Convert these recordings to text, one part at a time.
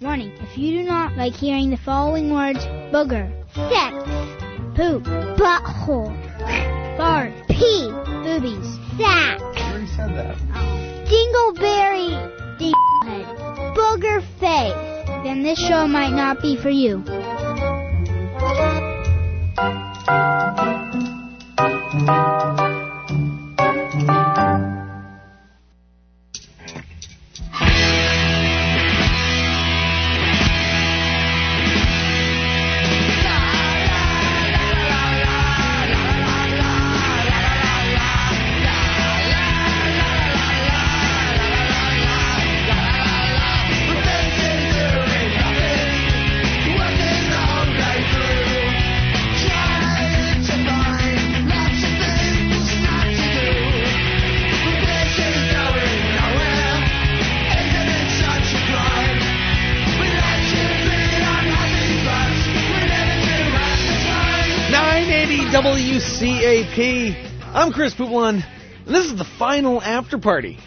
Warning, if you do not like hearing the following words, booger, sex, poop, butthole, fart, pee, boobies, sack, You already said that. dingleberry, d***head, booger face. then this show might not be for you. Nine eighty WCAP. I'm Chris Poubelon, and this is the final after party.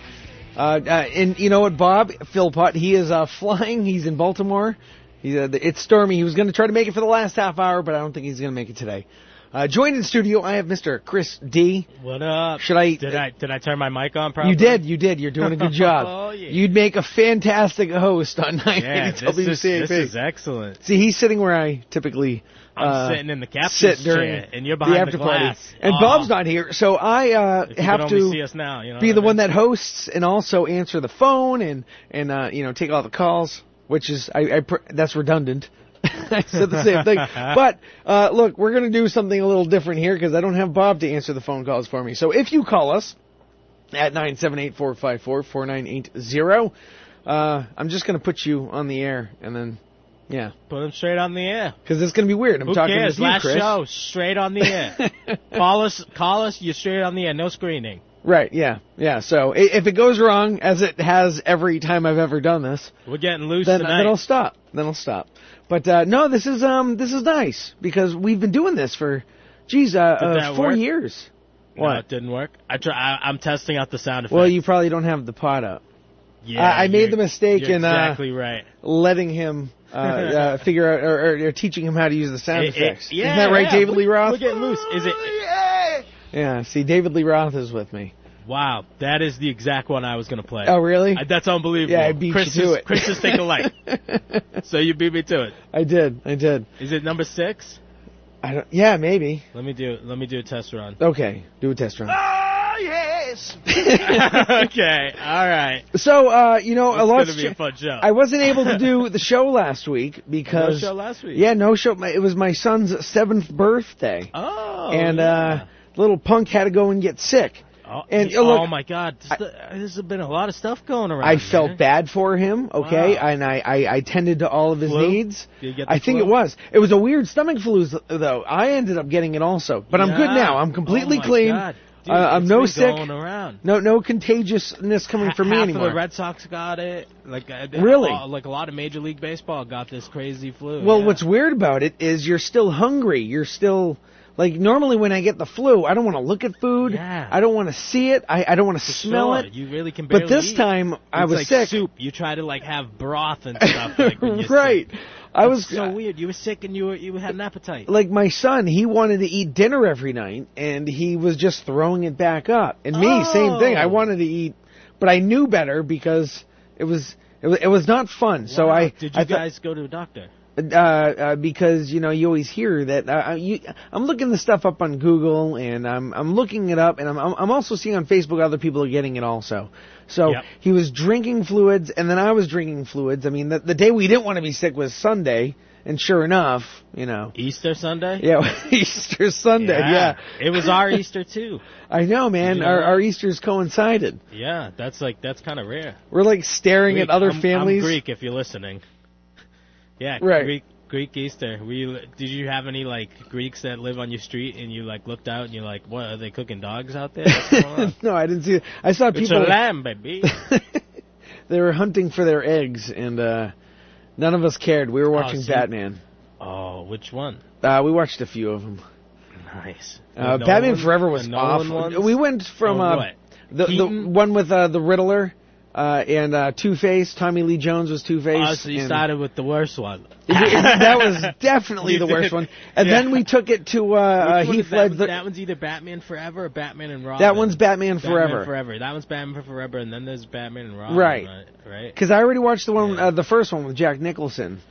Uh, uh, and you know what, Bob Philpott, he is uh, flying. He's in Baltimore. He, uh, it's stormy. He was going to try to make it for the last half hour, but I don't think he's going to make it today. Uh, joined in studio, I have Mr. Chris D. What up? Should I- Did I did I turn my mic on properly? You did, you did. You're doing a good job. Oh, yeah. You'd make a fantastic host on 980 Yeah, this is, WCAP. this is excellent. See, he's sitting where I typically I'm uh, sitting in the captain's sit during chair, and you're behind the the after party. glass. And Aw. Bob's not here, so I uh, If you could have only see to us now, you know be what the I one mean? that hosts and also answer the phone and and uh, you know take all the calls, which is I, I pr- that's redundant. I said the same thing, but uh, look, we're gonna do something a little different here because I don't have Bob to answer the phone calls for me. So if you call us at nine seven eight four five four four nine eight zero, uh, I'm just gonna put you on the air and then yeah. Put him straight on the air. Because it's going to be weird. I'm Who talking cares? to you, Last Chris. show, straight on the air. call us, call us. You're straight on the air. No screening. Right, yeah, yeah. So i- if it goes wrong, as it has every time I've ever done this, We're getting loose then, uh, tonight. then I'll stop. Then I'll stop. But uh, no, this is um, this is nice because we've been doing this for, geez, uh, uh that four work? years. No, what? it didn't work. I try. I, I'm testing out the sound effect. Well, you probably don't have the pot up. Yeah, I- I made you're- the mistake you're in, uh, exactly right. Letting him uh, uh, figure out or, or, or teaching him how to use the sound It- it- effects. yeah, Isn't that right, yeah. David Lee We're- Roth? We're getting loose. Is it? Yeah. See, David Lee Roth is with me. Wow, that is the exact one I was gonna play. Oh, really? I- that's unbelievable. Yeah, I beat you Chris to is, it. Chris is taking a light. so you beat me to it. I did. I did. Is it number six? I don't. Yeah, maybe. Let me do. Let me do a test run. Okay, do a test run. okay. All right. So, uh, you know, a It's lot's gonna be a cha- fun show. I wasn't able to do the show last week because No show last week. yeah, no show. My- It was my son's seventh birthday, Oh. and uh, yeah. little punk had to go and get sick. Oh, and, he- uh, look, oh my God, this, I- there's been a lot of stuff going around. I man. felt bad for him, okay, Wow. and I, I I tended to all of his Flu? needs. Did you get the I think flu? it was. It was a weird stomach flu though. I ended up getting it also, but I'm good Yeah. now. I'm completely oh my clean. God. Dude, uh, I'm it's no been sick. Going around. No, no contagiousness coming Ha- from me half anymore. of the Red Sox got it. Like uh, Really? uh, like a lot of Major League Baseball got this crazy flu. Well, yeah. what's weird about it is you're still hungry. You're still like normally when I get the flu, I don't want to look at food. Yeah. I don't want to see it. I, I don't want to For smell sure, it. You really can. But barely this eat. time I It's was like sick. Soup. You try to like have broth and stuff. Like, when you're sick. right. I It's was so weird. You were sick and you were, you had an appetite. like my son, he wanted to eat dinner every night and he was just throwing it back up. And me, same thing. I Oh. wanted to eat, but I knew better because it was it was, it was not fun. So Wow. I did you I thought- guys go to a doctor? uh, uh, because you know you always hear that. Uh, uh, you, I'm looking this stuff up on Google, and I'm I'm looking it up, and I'm I'm I'm also seeing on Facebook other people are getting it also. So Yep. he was drinking fluids, and then I was drinking fluids. I mean, the, the day we didn't want to be sick was Sunday, and sure enough, you know, Easter Sunday. yeah, Easter Sunday, yeah. It was our Easter too. I know, man. Did you know our that? our Easter's coincided. Yeah, that's like that's kind of rare. We're like staring at Greek. other I'm- families. I'm Greek, if you're listening. Yeah, Right. Greek, Greek Easter. We did you have any like Greeks that live on your street and you like looked out and you're like, what are they cooking dogs out there? What's going on? no, I didn't see. It. I saw it's people. a lamb, baby. they were hunting for their eggs, and uh, none of us cared. We were watching see? Batman. oh, which one? Uh, we watched a few of them. Nice. Uh, The Batman Nolan- Forever was the off. Nolan ones? We went from Or uh, what? the the Keaton? one with uh, the Riddler uh, and uh, Two Face. Tommy Lee Jones was Two Face. Oh, so you started with the worst one. that was definitely You the worst did. one. And Yeah. then we took it to uh, uh, Which one Heath is that, one's- Ledger. that one's either Batman Forever or Batman and Robin. That one's Batman Batman Forever. Forever. That one's Batman Forever, and then there's Batman and Robin. Right. Right. Because I already watched the one, Yeah. uh, the first one with Jack Nicholson,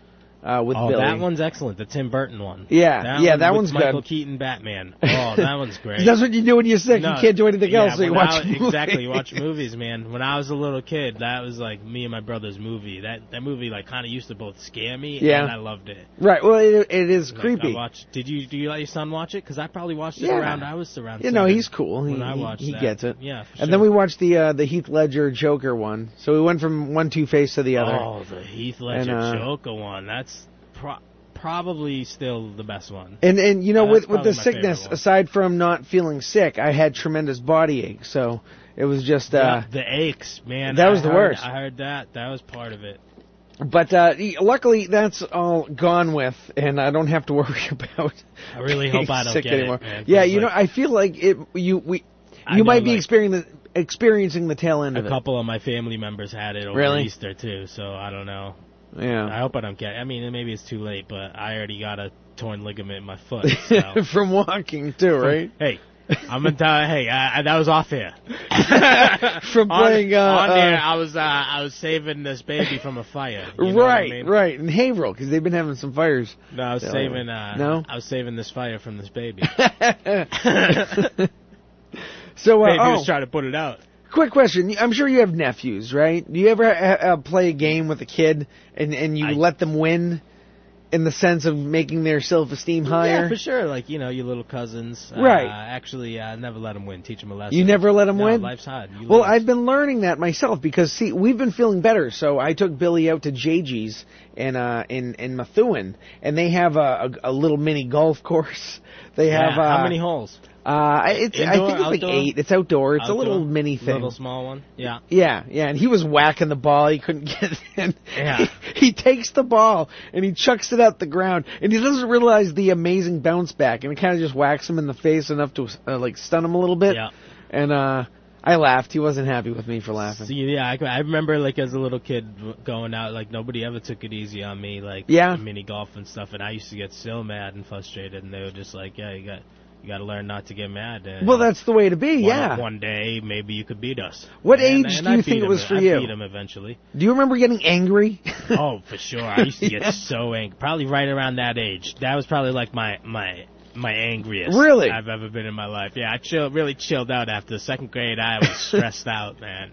uh, with Oh, Billy. that one's excellent. The Tim Burton one. Yeah, That yeah, one that with one's Michael good. Keaton Batman. Oh, that one's great. That's what you do when you're sick. No, you can't do anything yeah, else. So you when watch I- movies. exactly. You watch movies, man. When I was a little kid, that was like me and my brother's movie. That that movie like kind of used to both scare me Yeah. and I loved it. Right. Well, it, it is Like, I creepy. watched. Did you do you let your son watch it? Because I probably watched it Yeah. around. I was surrounded. you know, he's cool. He, When I he- watched he that. gets it. Yeah. for And then we sure. watched the uh, the Heath Ledger Joker one. So we went from one Two Face to the other. Oh, the Heath Ledger And, uh, Joker one. That's pro- probably still the best one. And and you know, Yeah, with that's with the probably my favorite sickness, one. aside from not feeling sick, I had tremendous body ache. So it was just. Uh, Yeah, the aches, man. that I was the heard- worst. I heard that. That was part of it. But uh, e- luckily, that's all gone with, and I don't have to worry about. I really being hope I don't sick get it, anymore. man, 'cause, yeah, you like, know, I feel like it. You we. I You know, might be like, experiencing the, experiencing the tail end A of it. couple of my family members had it over Really? Easter too, so I don't know. I Yeah. hope I don't get. I mean, maybe it's too late, but I already got a torn ligament in my foot. So. From walking too, right? hey, I'm gonna tell. Hey, I, I, that was off air. From On- playing, uh, on uh, air, I was uh, I was saving this baby from a fire. you know what I right, mean? right. In Haverhill, because they've been having some fires. No, I was Yeah, like- saving. Uh, No? I was saving this fire from this baby. So, uh, baby oh, was trying to put it out. quick question. I'm sure you have nephews, right? Do you ever uh, uh, play a game with a kid and, and you I- let them win in the sense of making their self-esteem higher? Yeah, for sure. Like you know, your little cousins. Right. Uh, actually, I never let them win. Teach them a lesson. You never let them No, win? Life's hard. You Well, lose. I've been learning that myself because see, we've been feeling better. So I took Billy out to JG's in uh in in Methuen, and they have a a, a little mini golf course. They Yeah, have uh, how many holes? Uh, it's I Indoor, think it's like outdoor? eight. It's outdoor. It's a little Outdoor? mini thing. Little small one. Yeah. Yeah, yeah, and he was whacking the ball. He couldn't get it in. Yeah. He, takes the ball and he chucks it out the ground, and he doesn't realize the amazing bounce back, and it kind of just whacks him in the face enough to uh, like stun him a little bit. Yeah. And uh, I laughed. He wasn't happy with me for laughing. See, yeah, I, I remember like as a little kid w- going out, like nobody ever took it easy on me, like Yeah. mini golf and stuff, and I used to get so mad and frustrated, and they were just like, yeah, you got you got to learn not to get mad. And well, that's the way to be. one, yeah. One day maybe you could beat us. What And- age and do I you beat think it him. was for I you? beat him eventually. Do you remember getting angry? Oh, for sure. I used to get Yeah. so angry. Probably right around that age. That was probably like my my my angriest Really? I've ever been in my life. Yeah, I chill really chilled out after second grade. I was stressed out, man.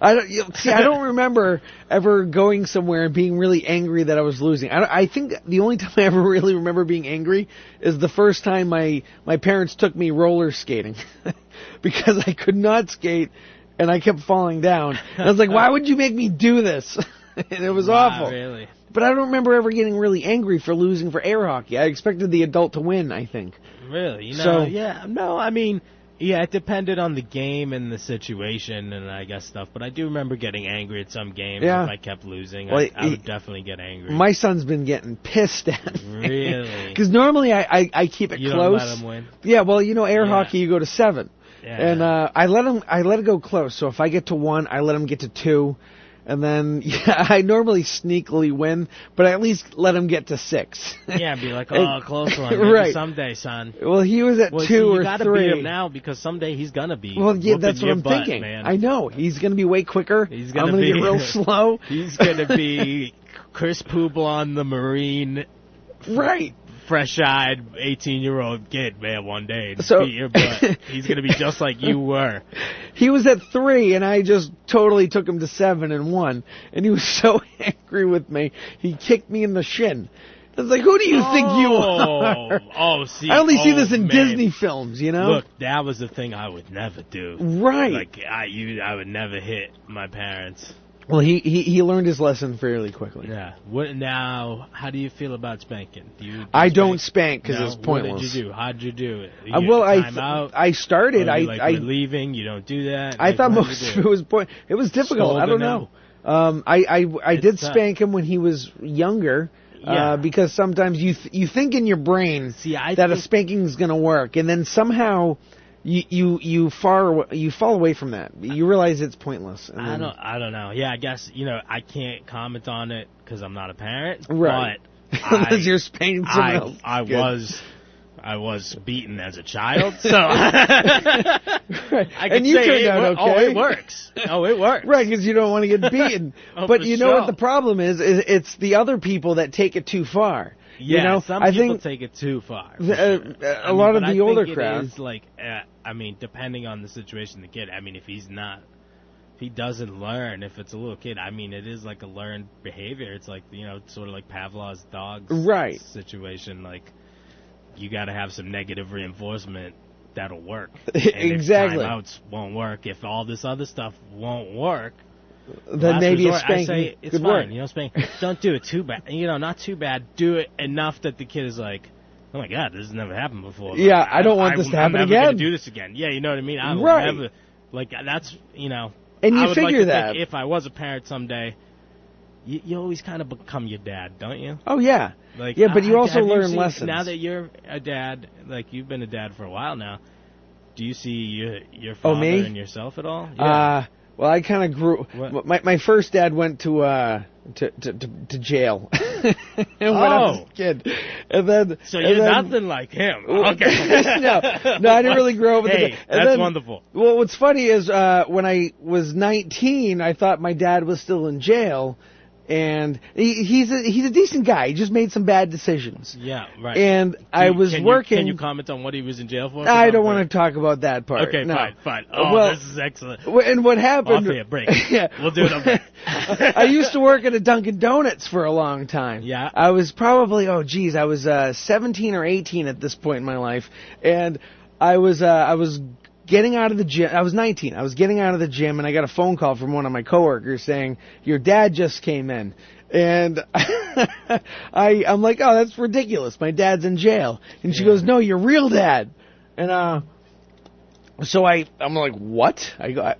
I don't you, see. I don't remember ever going somewhere and being really angry that I was losing. I, don't- I think the only time I ever really remember being angry is the first time my my parents took me roller skating because I could not skate and I kept falling down. And I was like, "Why would you make me do this?" and it was awful. Wow, really. But I don't remember ever getting really angry for losing for air hockey. I expected the adult to win. I think. Really? You know, So- yeah, no, I mean, yeah, it depended on the game and the situation and I guess stuff, but I do remember getting angry at some games Yeah. if I kept losing. Well, I, I it- would definitely get angry. My son's been getting pissed at me. Really? Because normally I, I, I keep it you don't close. let him win. Yeah, well, you know, air Yeah. hockey, you go to seven, Yeah. and uh, I let him. I let it go close. So if I get to one, I let him get to two, and then yeah, I normally sneakily win, but I at least let him get to six. yeah, be like, And- oh, close one. Maybe right Someday, son. Well, he was at Well, two see, you or gotta three. beat him now because someday he's gonna be. Well, yeah, whooping that's what your I'm butt, thinking. Man. I know he's going to be way quicker. He's I'm gonna gonna be- get real slow. He's gonna be Chris Poublon, the Marine, right. fresh-eyed, 18-year-old kid, man. One day, and So- beat your butt. he's gonna be just like you were. He was at three, and I just totally took him to seven and one. And he was so angry with me, he kicked me in the shin. I was like, "Who do you think you are?" Oh, oh, see, I only see oh, this in man. Disney films, you know. Look, that was the thing I would never do. right? Like I, you, I would never hit my parents. well, he, he he learned his lesson fairly quickly. Yeah. What now? How do you feel about spanking? Do you? I spank? don't spank because No, it's pointless. What did you do? How'd you do it? You Uh, get well, I time out? I started. Or I you, like, I were leaving. You don't do that. I Like, thought what do most you of do? it was point. It was difficult. I don't Scolding know. Um, I I I did tough. spank him when he was younger. Yeah. Uh, because sometimes you th- you think in your brain See, I that a think- spanking's gonna work, and then somehow you you you far aw- you fall away from that. You realize it's pointless. and I then- don't. I don't know. Yeah, I guess you know I can't comment on it because I'm not a parent. Right. But I, Unless you're spanking someone I, else. I Good. was. I was beaten as a child, so I And can you say turned it out wor- Oh, okay. it works. Oh, it works. Right, because you don't want to get beaten. Oh, but for you know what sure. the problem is? Is it's the other people that take it too far. Yeah, you know, some I people think take it too far. th- uh, uh, a lot of the but I think older it crowd- is, like, uh, I mean, depending on the situation, the kid. I mean, if he's not, if he doesn't learn, if it's a little kid, I mean, it is like a learned behavior. It's like you know, sort of like Pavlov's dogs, Right. Situation like, you got to have some negative reinforcement that'll work. And Exactly. If timeouts won't work. If all this other stuff won't work, then Last maybe resort, a spanking I say it's could fine. work. You know, spanking. Don't do it too bad. You know, not too bad. Do it enough that the kid is like, "Oh my god, this has never happened before." Yeah, Like, I don't want this will- to happen I'm never gonna again. do this again. Yeah, you know what I mean. I will Right. never- like that's you know. And I you would like figure to that. think if I was a parent someday, you, you always kind of become your dad, don't you? oh yeah, Like yeah. But I- you also have learn seen- lessons. Now that you're a dad, like you've been a dad for a while now. Do you see your your Oh, father me? and yourself at all? Uh, well, I kind of grew. What? My my first dad went to uh to to to, to jail when I was Oh. a kid, and then So and you're then- nothing like him. Okay. no, no, I didn't really grow up. With hey, the, and that's then- wonderful. Well, what's funny is uh, when I was 19, I thought my dad was still in jail, and he, he's a, he's a decent guy. He just made some bad decisions, Yeah, right. and I Can- was can you- working. can you comment on what he was in jail for? I don't want to talk about that part. Okay, no. Uh, fine, fine. Oh, well, this is excellent. Wh- And what happened? Off air, break. yeah, We'll do it on break. I used to work at a Dunkin' Donuts for a long time. Yeah. I was probably oh geez, I was uh, 17 or 18 at this point in my life, and I was uh, I was getting out of the gym. I was 19. I was getting out of the gym, and I got a phone call from one of my coworkers saying your dad just came in. And I, I'm like, oh, that's ridiculous. My dad's in jail. And she Yeah. goes, no, your real dad. And, uh, so I, I'm like, what? I go, I,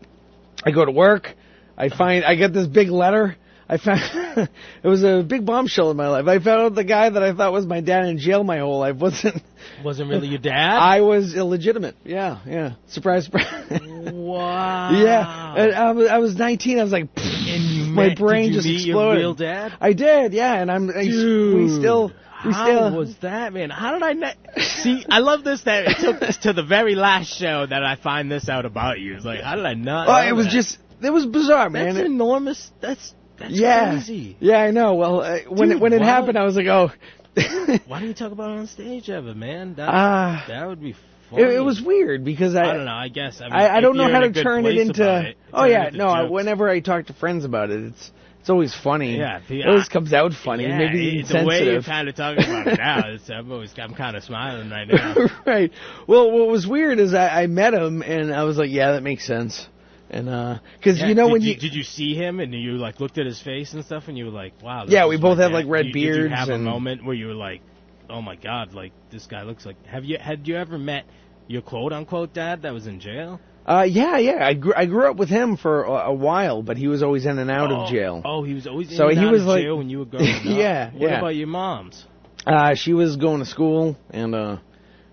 I go to work. I find, I get this big letter. I found, it was a big bombshell in my life. I found out the guy that I thought was my dad in jail my whole life wasn't, Wasn't really your dad? I was illegitimate. Yeah, yeah. Surprise, surprise. wow. yeah. And I was, I was 19. I was like, And you my met- brain did you just meet exploded. Your real dad? I did, yeah, and I'm I, we still we how still was that, man? How did I not see? I love this that it took us to the very last show that I find this out about you. It's like, how did I not? Oh, know it was that? just it was bizarre, man. that's It- enormous. That's that's yeah, crazy. yeah, I know. Well, uh, when it, Dude, when it why happened, I was like, oh, Why do you talk about it on stage ever, man? That, Ah. that would be funny. it, it was weird because I I don't know. I guess. I, mean, I, I if don't know you're how in a to good turn it place into. about it, oh turn it yeah, into no. I, jokes. whenever I talk to friends about it, it's it's always funny. Yeah, if you- it always I- comes out funny. Yeah, maybe it- the way you're insensitive. kind of talking about it now, it's, I'm always I'm kind of smiling right now. right. Well, what was weird is I, I met him and I was like, yeah, that makes sense. And uh 'cause Yeah, you know did when you, did you see him and you like looked at his face and stuff and you were like, wow. this Yeah, we is both my had, dad. like, red You- Did beards you have and- a moment where you were like, oh my god, like this guy looks like. Have you had you ever met your quote unquote dad that was in jail? Uh, yeah, yeah. I grew, I grew up with him for a, a while, but he was always in and out Oh, of jail. Oh, he was always So in and he out was of like- jail when you were growing up. Yeah, What yeah. about your mom's? Uh, she was going to school and uh,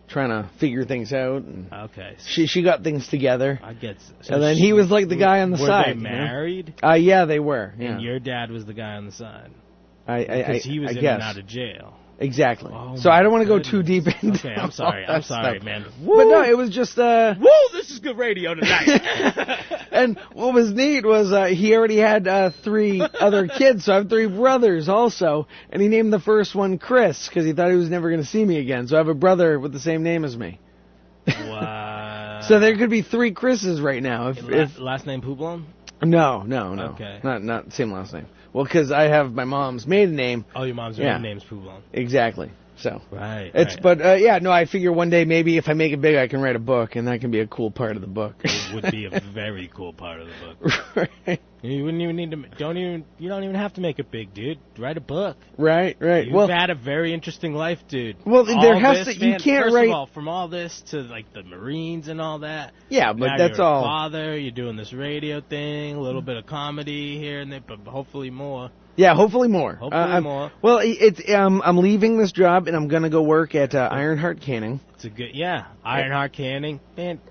trying to figure things out. And Okay. so she she got things together. I get. s- So And then she- he was like the guy on the were side. they you know? married? Uh, yeah, they were. Yeah, And your dad was the guy on the side I, I, I, because he was I in guess and out of jail. exactly. Oh, so my I don't want to go too deep goodness. into. Okay, I'm sorry. all I'm that sorry, stuff. man. But no, it was just uh, Woo! This is good radio tonight. and what was neat was uh, he already had uh, three other kids, so I have three brothers also, and he named the first one Chris because he thought he was never going to see me again. So I have a brother with the same name as me. wow. So there could be three Chris's right now. If, La- if last name Poublon? no, no, no, Okay. not not same last name. Well, because I have my mom's maiden name Oh, your mom's Yeah. real name's Poublon. exactly. So Right. it's right. but uh, yeah, no, I figure one day maybe if I make it big, I can write a book, and that can be a cool part of the book. It would be a very cool part of the book. right, You wouldn't even need to. Don't even. You don't even have to make it big, dude. Write a book. right, right. You've well, had a very interesting life, dude. Well, All there has this, to- you man, can't first write- of all, from all this to like the Marines and all that. yeah, but now that's you're a all. Father, you're doing this radio thing, a little bit of comedy here and there, but hopefully more. Yeah, hopefully more. Hopefully Uh, I'm- more. Well, i- it's um, I'm leaving this job and I'm gonna go work at uh, Ironheart Canning. It's a good, yeah. Ironheart Canning, man.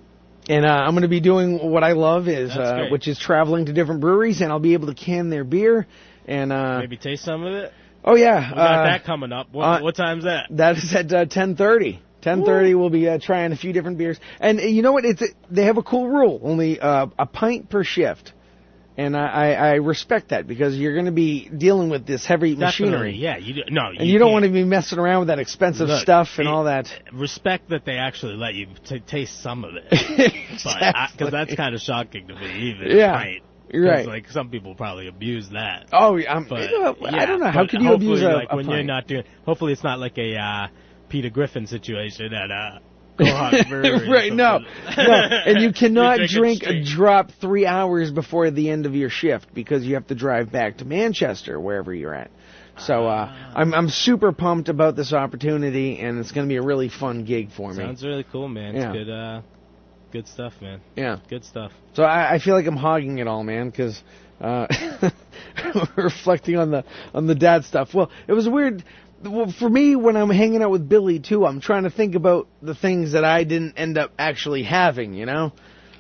And uh, I'm going to be doing what I love is, That's uh, great. which is traveling to different breweries, and I'll be able to can their beer. And uh, Maybe taste some of it. oh yeah, We got uh, that coming up. What, uh, what time's that? that is at uh, 10:30. 10:30 we'll be uh, trying a few different beers. And uh, you know what? It's they have a cool rule: only uh, a pint per shift. And I, I, I respect that because you're going to be dealing with this heavy machinery, Definitely, Yeah. You do, no. and you, don't can't. want to be messing around with that expensive Look, stuff and it- all that. respect that they actually let you t- taste some of it. Because that's kind of shocking to me, even. Yeah, Right. 'Cause, right. Like some people probably abuse that. Oh, yeah, I'm, But uh, I yeah, don't know. How but could you hopefully, abuse a, like, a when pint? you're not doing? Hopefully, it's not like a uh, Peter Griffin situation at uh, Quahog Brewery. or right? No, something. no. And you cannot You're drinking drink a straight. drop three hours before the end of your shift because you have to drive back to Manchester, wherever you're at. So uh, Ah. I'm I'm super pumped about this opportunity, and it's going to be a really fun gig for me. Sounds really cool, man. It's Yeah. good. Uh, good stuff, man. yeah. Good stuff. So I, I feel like I'm hogging it all, man, because uh, reflecting on the on the dad stuff. Well, it was weird. Well, for me, when I'm hanging out with Billy too, I'm trying to think about the things that I didn't end up actually having, you know.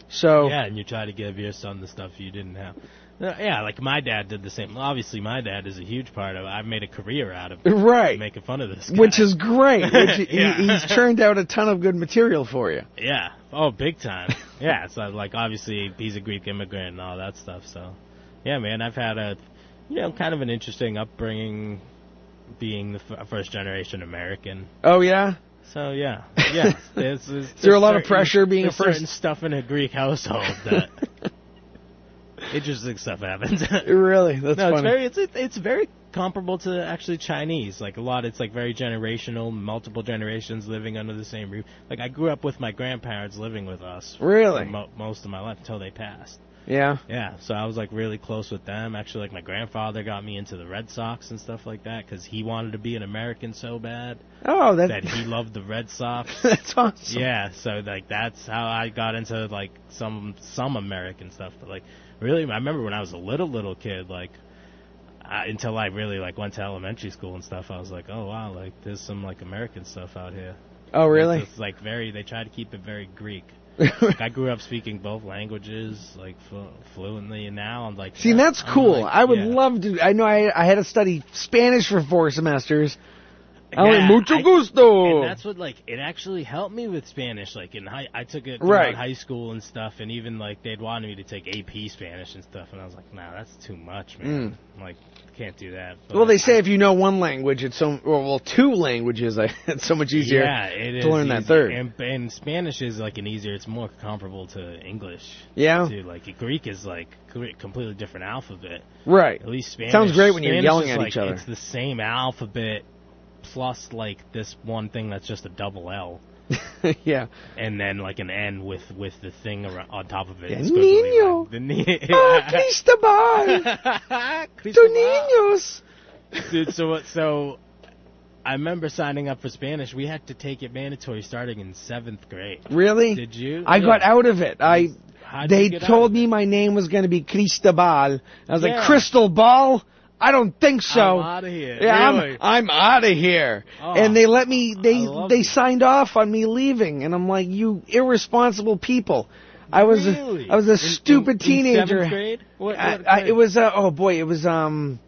So Yeah, and you try to give your son the stuff you didn't have. Uh, Yeah, like my dad did the same. Obviously, my dad is a huge part of. I made a career out of right, making fun of this. Guy. which is great. Which Yeah. he, he's churned out a ton of good material for you. Yeah. Oh, big time. yeah. So like, obviously, he's a Greek immigrant and all that stuff. So, yeah, man, I've had a, you know, kind of an interesting upbringing, being the f- first generation American. Oh yeah, So yeah, yeah. There's, there's, there a lot of certain- pressure being a there's first- certain stuff in a Greek household that interesting stuff happens. really. That's no, it's funny. very it's it, it's very comparable to actually Chinese. Like a lot, it's like very generational, multiple generations living under the same roof. Like I grew up with my grandparents living with us. for Really? mo- most of my life until they passed. yeah. Yeah, so I was like really close with them. Actually, like my grandfather got me into the Red Sox and stuff like that because he wanted to be an American so bad Oh, that, that he loved the Red Sox. that's awesome. Yeah, so like that's how I got into like some some American stuff. But like really, I remember when I was a little little kid, like I, until I really like went to elementary school and stuff, I was like, oh wow, like there's some like American stuff out here. Oh really? It's like very. They try to keep it very Greek. Like I grew up speaking both languages like flu- fluently, and now I'm like. See, yeah, that's I'm, cool. like, I would yeah. love to. I know I, I had to study Spanish for four semesters. I Yeah, went mucho I- gusto. And that's what like it actually helped me with Spanish. Like in high, I took it throughout Right. high school and stuff, and even like they'd wanted me to take AP Spanish and stuff, and I was like, nah, that's too much, man. Like can't do that. But Mm. well, they say if you know one language, it's so or, well two languages. I, it's so much easier. yeah, it is to learn that easier. third. And, and Spanish is like an easier. It's more comparable to English. Yeah? too. like Greek is like Greek- completely different alphabet. Right. At least Spanish. Sounds great when you're Spanish yelling is at like- each other. It's the same alphabet plus like this one thing that's just a double L. yeah. and then like an N with with the thing ar- on top of it. The in squiggly niño. line. The ni- Oh, Cristobal, tu niños. Dude, so what? So I remember signing up for Spanish. We had to take it mandatory starting in seventh grade. Really? Did you? I got Yeah. out of it. I. How'd They you get out told of me it? my name was going to be Cristobal. I was Yeah. like, Crystal Ball? I don't think so. I'm out of here. Yeah, really? I'm, I'm out of here. Oh, and they let me, they, love they you. signed off on me leaving. And I'm like, you irresponsible people. I was, really? a, I was a In- stupid in- in teenager. seventh grade? What, I, what I, grade? it was, uh, oh boy, it was, um,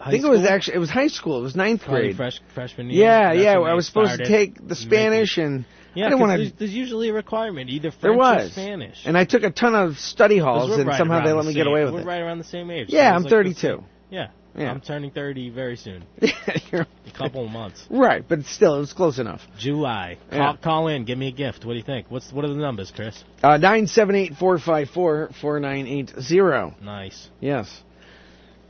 I High think it was school? actually, it was high school. It was ninth Probably grade. fresh, freshman year. yeah, That's yeah. when I they was supposed to started take the making- Spanish and Yeah, I didn't 'cause want there's, to. there's usually a requirement either French There or was. Spanish. And I took a ton of study halls Because we're and right somehow they around let the me get same- away with we're it. right around the same age. so Yeah, it's I'm like the 32. same- Yeah, Yeah. I'm turning 30 very soon. You're- A couple months. right, but still, it was close enough. July. Call, Yeah. call in. Give me a gift. What do you think? What's what are the numbers, Chris? Uh, 978-454-4980. Nice. Yes.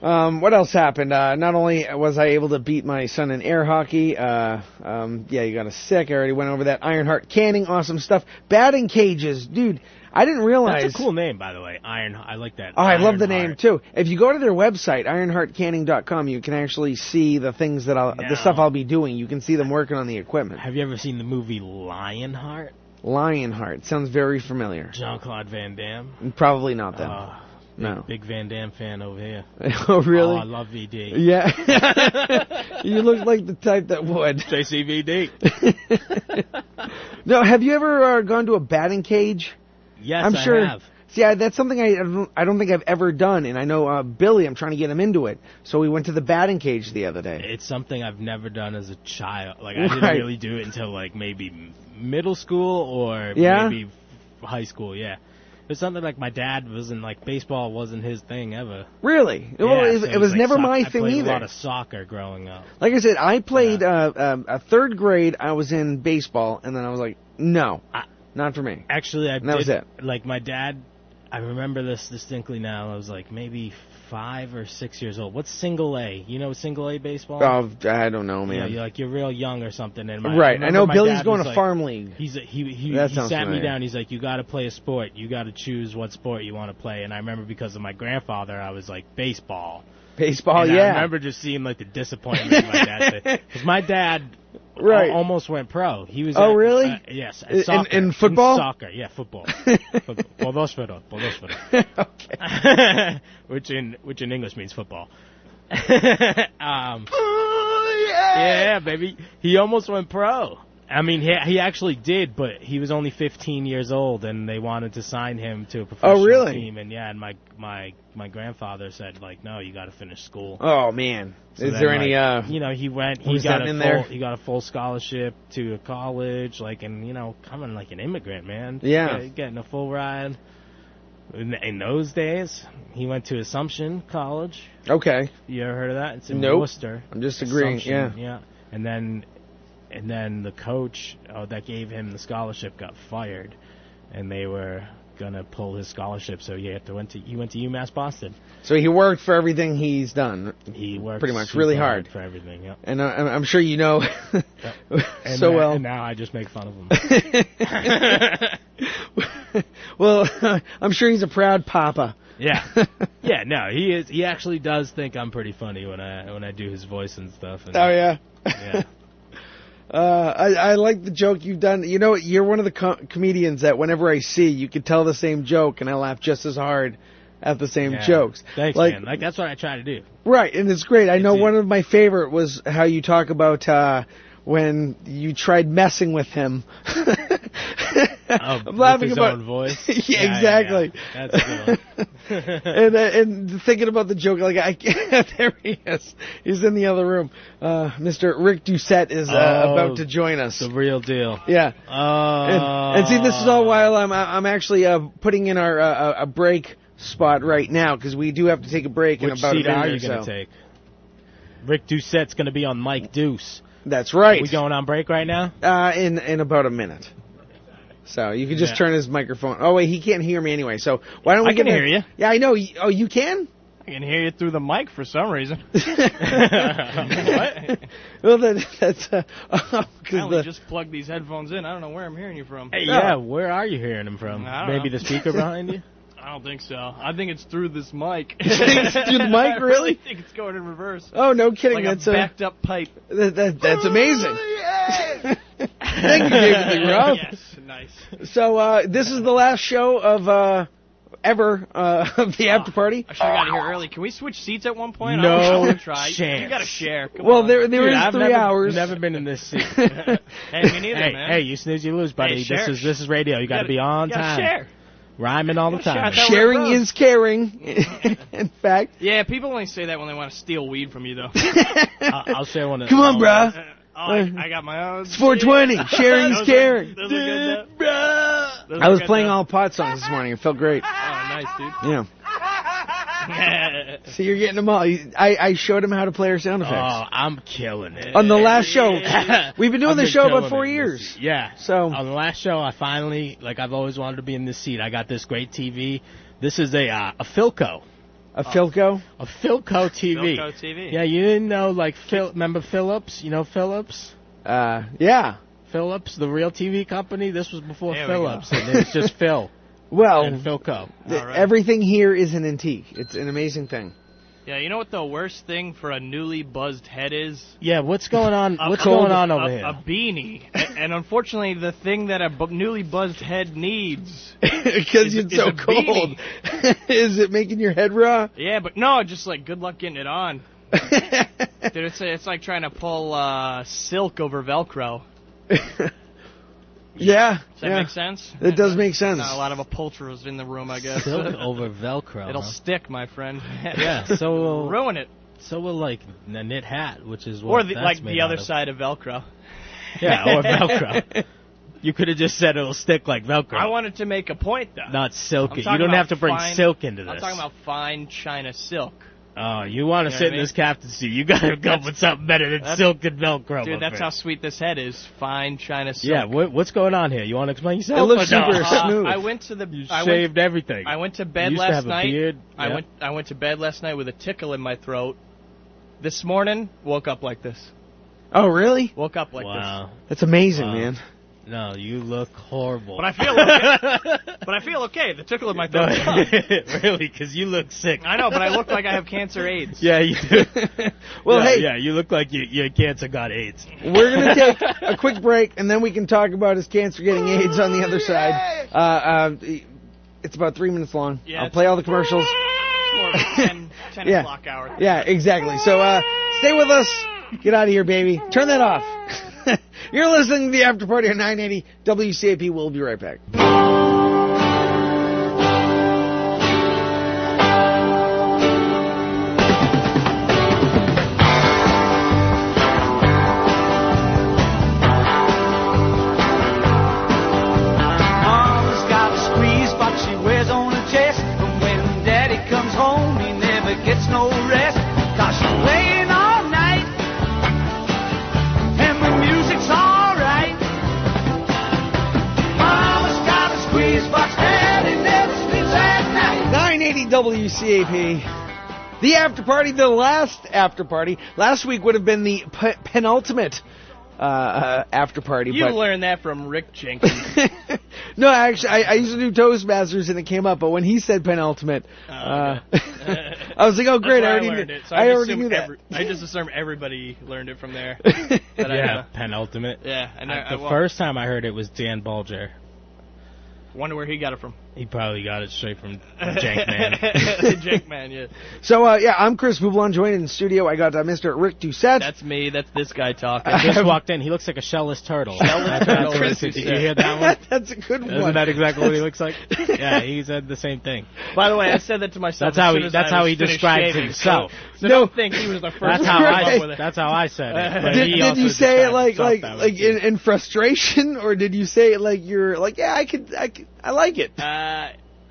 Um, what else happened? Uh, not only was I able to beat my son in air hockey, uh, um, yeah, you got a sick. I already went over that. Ironheart canning, awesome stuff. Batting cages, dude. I didn't realize. That's a cool name, by the way. Iron. I like that. Oh, I love the name Ironheart. too. If you go to their website, ironheartcanning.com, you can actually see the things that I'll, Now- the stuff I'll be doing. You can see them working on the equipment. Have you ever seen the movie Lionheart? Lionheart sounds very familiar. Jean Claude Van Damme. Probably not them. Uh, no. big Van Damme fan over here. oh, really? Oh, I love VD. Yeah. you look like the type that would. JCVD. no, have you ever uh, gone to a batting cage? Yes, I'm I sure. have. See, I, that's something I I don't, I don't think I've ever done, and I know uh, Billy. I'm trying to get him into it. So we went to the batting cage the other day. It's something I've never done as a child. Like I didn't Right. really do it until like maybe m- middle school or Yeah? maybe f- high school. Yeah, it's something like my dad wasn't like baseball wasn't his thing ever. Really? well, Yeah, it, so it was like, never soc- my I thing played either. A lot of soccer growing up. Like I said, I played Yeah. uh, um, a third grade. I was in baseball, and then I was like, no, I- not for me. Actually, I And that was did, it. Like my dad, I remember this distinctly now. I was like maybe five or six years old. What's single A? You know single A baseball? Oh, I don't know, You know, man. you're like you're real young or something. And my, right? I, remember know my Billy's dad going was to like- farm league. He's a, he he, That he sounds sat familiar. me down. He's like, you got to play a sport. You got to choose what sport you want to play. And I remember because of my grandfather, I was like baseball. Baseball, and Oh, yeah. I remember just seeing like the disappointment in my dad's face. 'Cause my dad al- Right. almost went pro. He was Oh, at- really? uh, yes, at In- in- soccer. in football? soccer, yeah, football. football. Bolos football. Bolos football okay. which in which in English means football. um, Oh, yeah, baby. He almost went pro. I mean, he he actually did, but he was only 15 years old, and they wanted to sign him to a professional Oh, really? team. And yeah, and my my my grandfather said like, no, you got to finish school. Oh man, So is then, there any? like, uh you know, he went. what He was got that a in full, there? He got a full scholarship to a college, like, and you know, coming like an immigrant, man. Yeah. Get- getting a full ride. In, in those days, he went to Assumption College. Okay, You ever heard of that? It's in Nope. Worcester. I'm just agreeing. Yeah. Assumption, yeah. And then, and then the coach uh, that gave him the scholarship got fired, and they were gonna pull his scholarship. So he had to went to he went to UMass Boston. So he worked for everything he's done, He worked Pretty much, super really hard. for everything. Yep. and I, I'm- I'm sure you know And so now- well. And now I just make fun of him. well, I'm sure he's a proud papa. yeah, yeah. No, he is. He actually does think I'm pretty funny when I when I do his voice and stuff. And, Oh yeah. yeah. Uh, I, I like the joke you've done. You know, you're one of the co- comedians that whenever I see, you can tell the same joke, and I laugh just as hard at the same Yeah. jokes. Thanks, like, man. Like that's what I try to do. Right, and it's great. I know It's a- one of my favorite was how you talk about uh, when you tried messing with him. Oh, I'm with laughing his about own voice. yeah, exactly. yeah. That's a good one. and uh, and thinking about the joke, like I can't, there he is. He's in the other room. Uh, Mr. Rick Doucette is uh, Oh, about to join us. the real deal. yeah. Oh. And, and see, this is Uh. all while I'm I'm actually uh, putting in our uh, uh, a break spot right now because we do have to take a break in Which about seat an hour are you or so. gonna take? Rick Doucette's gonna be on Mike Deuce. That's right. We going on break right now? Uh, in in about a minute. So you can just Yeah. turn his microphone. Oh wait, he can't hear me anyway. So why don't we I can get hear you. Yeah, I know. Y- Oh, you can. I can hear you through the mic for some reason. what? Well, then that's uh, 'cause I only the- just plugged these headphones in. I don't know where I'm hearing you from. Hey, Yeah. yeah. Where are you hearing him from? I don't Maybe know. the speaker behind you. I don't think so. I think it's through this mic. It's through the mic, I really? really think it's going in reverse. oh no, kidding. Like that's a uh, backed up pipe. that, that, that's amazing. Oh, Thank you, David Lee Roth. Yes, nice. So uh, this is the last show of uh, ever uh, of the after party. I should have got here early. Can we switch seats at one point? No I want to try. You chance. got to share. Come Well, on. there there Dude, is I've three never, hours. Never been in this seat. Hey, me neither, hey, man. hey, you snooze, you lose, buddy. Hey, share. This is this is radio. You got to be on you gotta time, Share. rhyming all the time. Gotta share. I thought we were Sharing pros. is caring. In fact, Yeah, people only say that when they want to steal weed from you, though. I- I'll share one. of- come on, I'll- bruh. Uh, oh, I, I got my own. It's 420. Sharing is Those are- caring. those are good, though. Those I are was good, playing though. all pot songs this morning. It felt great. Oh, Yeah. nice, dude. So you're getting them all. You- I, I showed him how to play our sound Oh, effects I'm killing it. on the last show. We've been doing I've this been show killing about four it this years. year. Yeah. So- on the last show, I finally like I've always wanted to be in this seat. I got this great TV. This is a uh, a Philco, A Philco. a Philco TV. Philco TV. Yeah, you didn't know like Phil. Remember Phillips? You know Phillips? Uh, yeah. Phillips, the real TV company. This was before There we go. Phillips, and it was just Phil Well, and Philco. th- All right. everything here is an antique. It's an amazing thing. Yeah, you know what the worst thing for a newly buzzed head is? Yeah, what's going on? A What's cold- going on over a, here? A beanie. A- and unfortunately, the thing that a bu- newly buzzed head needs. Because Is it- it's is so it cold. is it making your head raw? Yeah, but no, just like good luck getting it on. Dude, it's, it's like trying to pull uh, silk over Velcro. Yeah. Does that yeah. make sense? It does make sense. Not a lot of upholsterers in the room, I guess. Silk over Velcro. It'll huh? stick, my friend. Yeah, so uh, will- ruin it. so will like a knit hat, which is what Or the, that's like made the out other of. side of Velcro. Yeah, or Velcro. You could have just said it'll stick like Velcro. I wanted to make a point though. not I'm silky. You talking don't about have to bring fine- silk into this. I'm talking about fine China silk. Oh, you want to You know sit what in I mean? this captain's seat? You gotta come That's- with something better than that's- silk and Velcro. Dude, my that's friend. how sweet this head is. Fine China silk. Yeah, what, what's going on here? You want to explain yourself? It looks or no? super Uh, smooth. I went to the. You I went, shaved everything. I went to You bed used to last have a night. beard. I Yeah. went. I went to bed last night with a tickle in my throat. This morning, woke up like this. Oh, really? Woke up like wow. That's amazing, Wow. man. No, you look horrible. But I feel this. But I feel okay. The tickle in my No, throat. really, because you look sick. I know, but I look like I have cancer AIDS. Yeah, you do. Well, Yeah, hey. Yeah, you look like you, your cancer got AIDS. We're gonna take a quick break, and then we can talk about his cancer getting AIDS on the other side. Uh, uh, it's about three minutes long. Yeah, I'll it's- play all the commercials. More of a 10, 10 Yeah. o'clock hour. Yeah, exactly. So uh, stay with us. Get out of here, baby. Turn that off. You're listening to the After Party on 980 WCAP. We'll be right back. Mama's got a squeeze box she wears on her chest. But when daddy comes home, he never gets no rest. Cause she's playing all night. And the music's alright. Mama's got a squeeze box, daddy never sleeps at night. 980 WCAP. The after party, the last after party. Last week would have been the pe- penultimate uh, uh, after party. You but learned that from Rick Jenkins. no, actually, I, I used to do Toastmasters and it came up, but when he said penultimate, Oh, uh, I was like, oh, great, That's I where already, learned knew, it. So I just already assume knew that. every- I just assume everybody learned it from there. But I, yeah, uh, penultimate. yeah. And I, I- the I wa- first time I heard it was Dan Bulger. wonder where he got it from. He probably got it straight from Jank The Jank man, yeah. so, uh, yeah, I'm Chris Boublon, joined in the studio. I got uh, Mr. Rick Doucette. That's me. That's this guy talking. I just walked in. He looks like a shellless turtle. That's- that's turtle, what it Chris, is. you Did said. you hear that one? That's a good Isn't one. that exactly what he looks like? Yeah, he said the same thing. By the way, I said that to myself. That's as how soon he- as that's I how was he finished describes shaving, himself. So, so don't think he was the first. That's one how to come I. up with it. That's how I said it. But did, he did also you say it described like himself like that way, like too. in, in frustration, or did you say it like you're like yeah I could I could, I like it? Uh,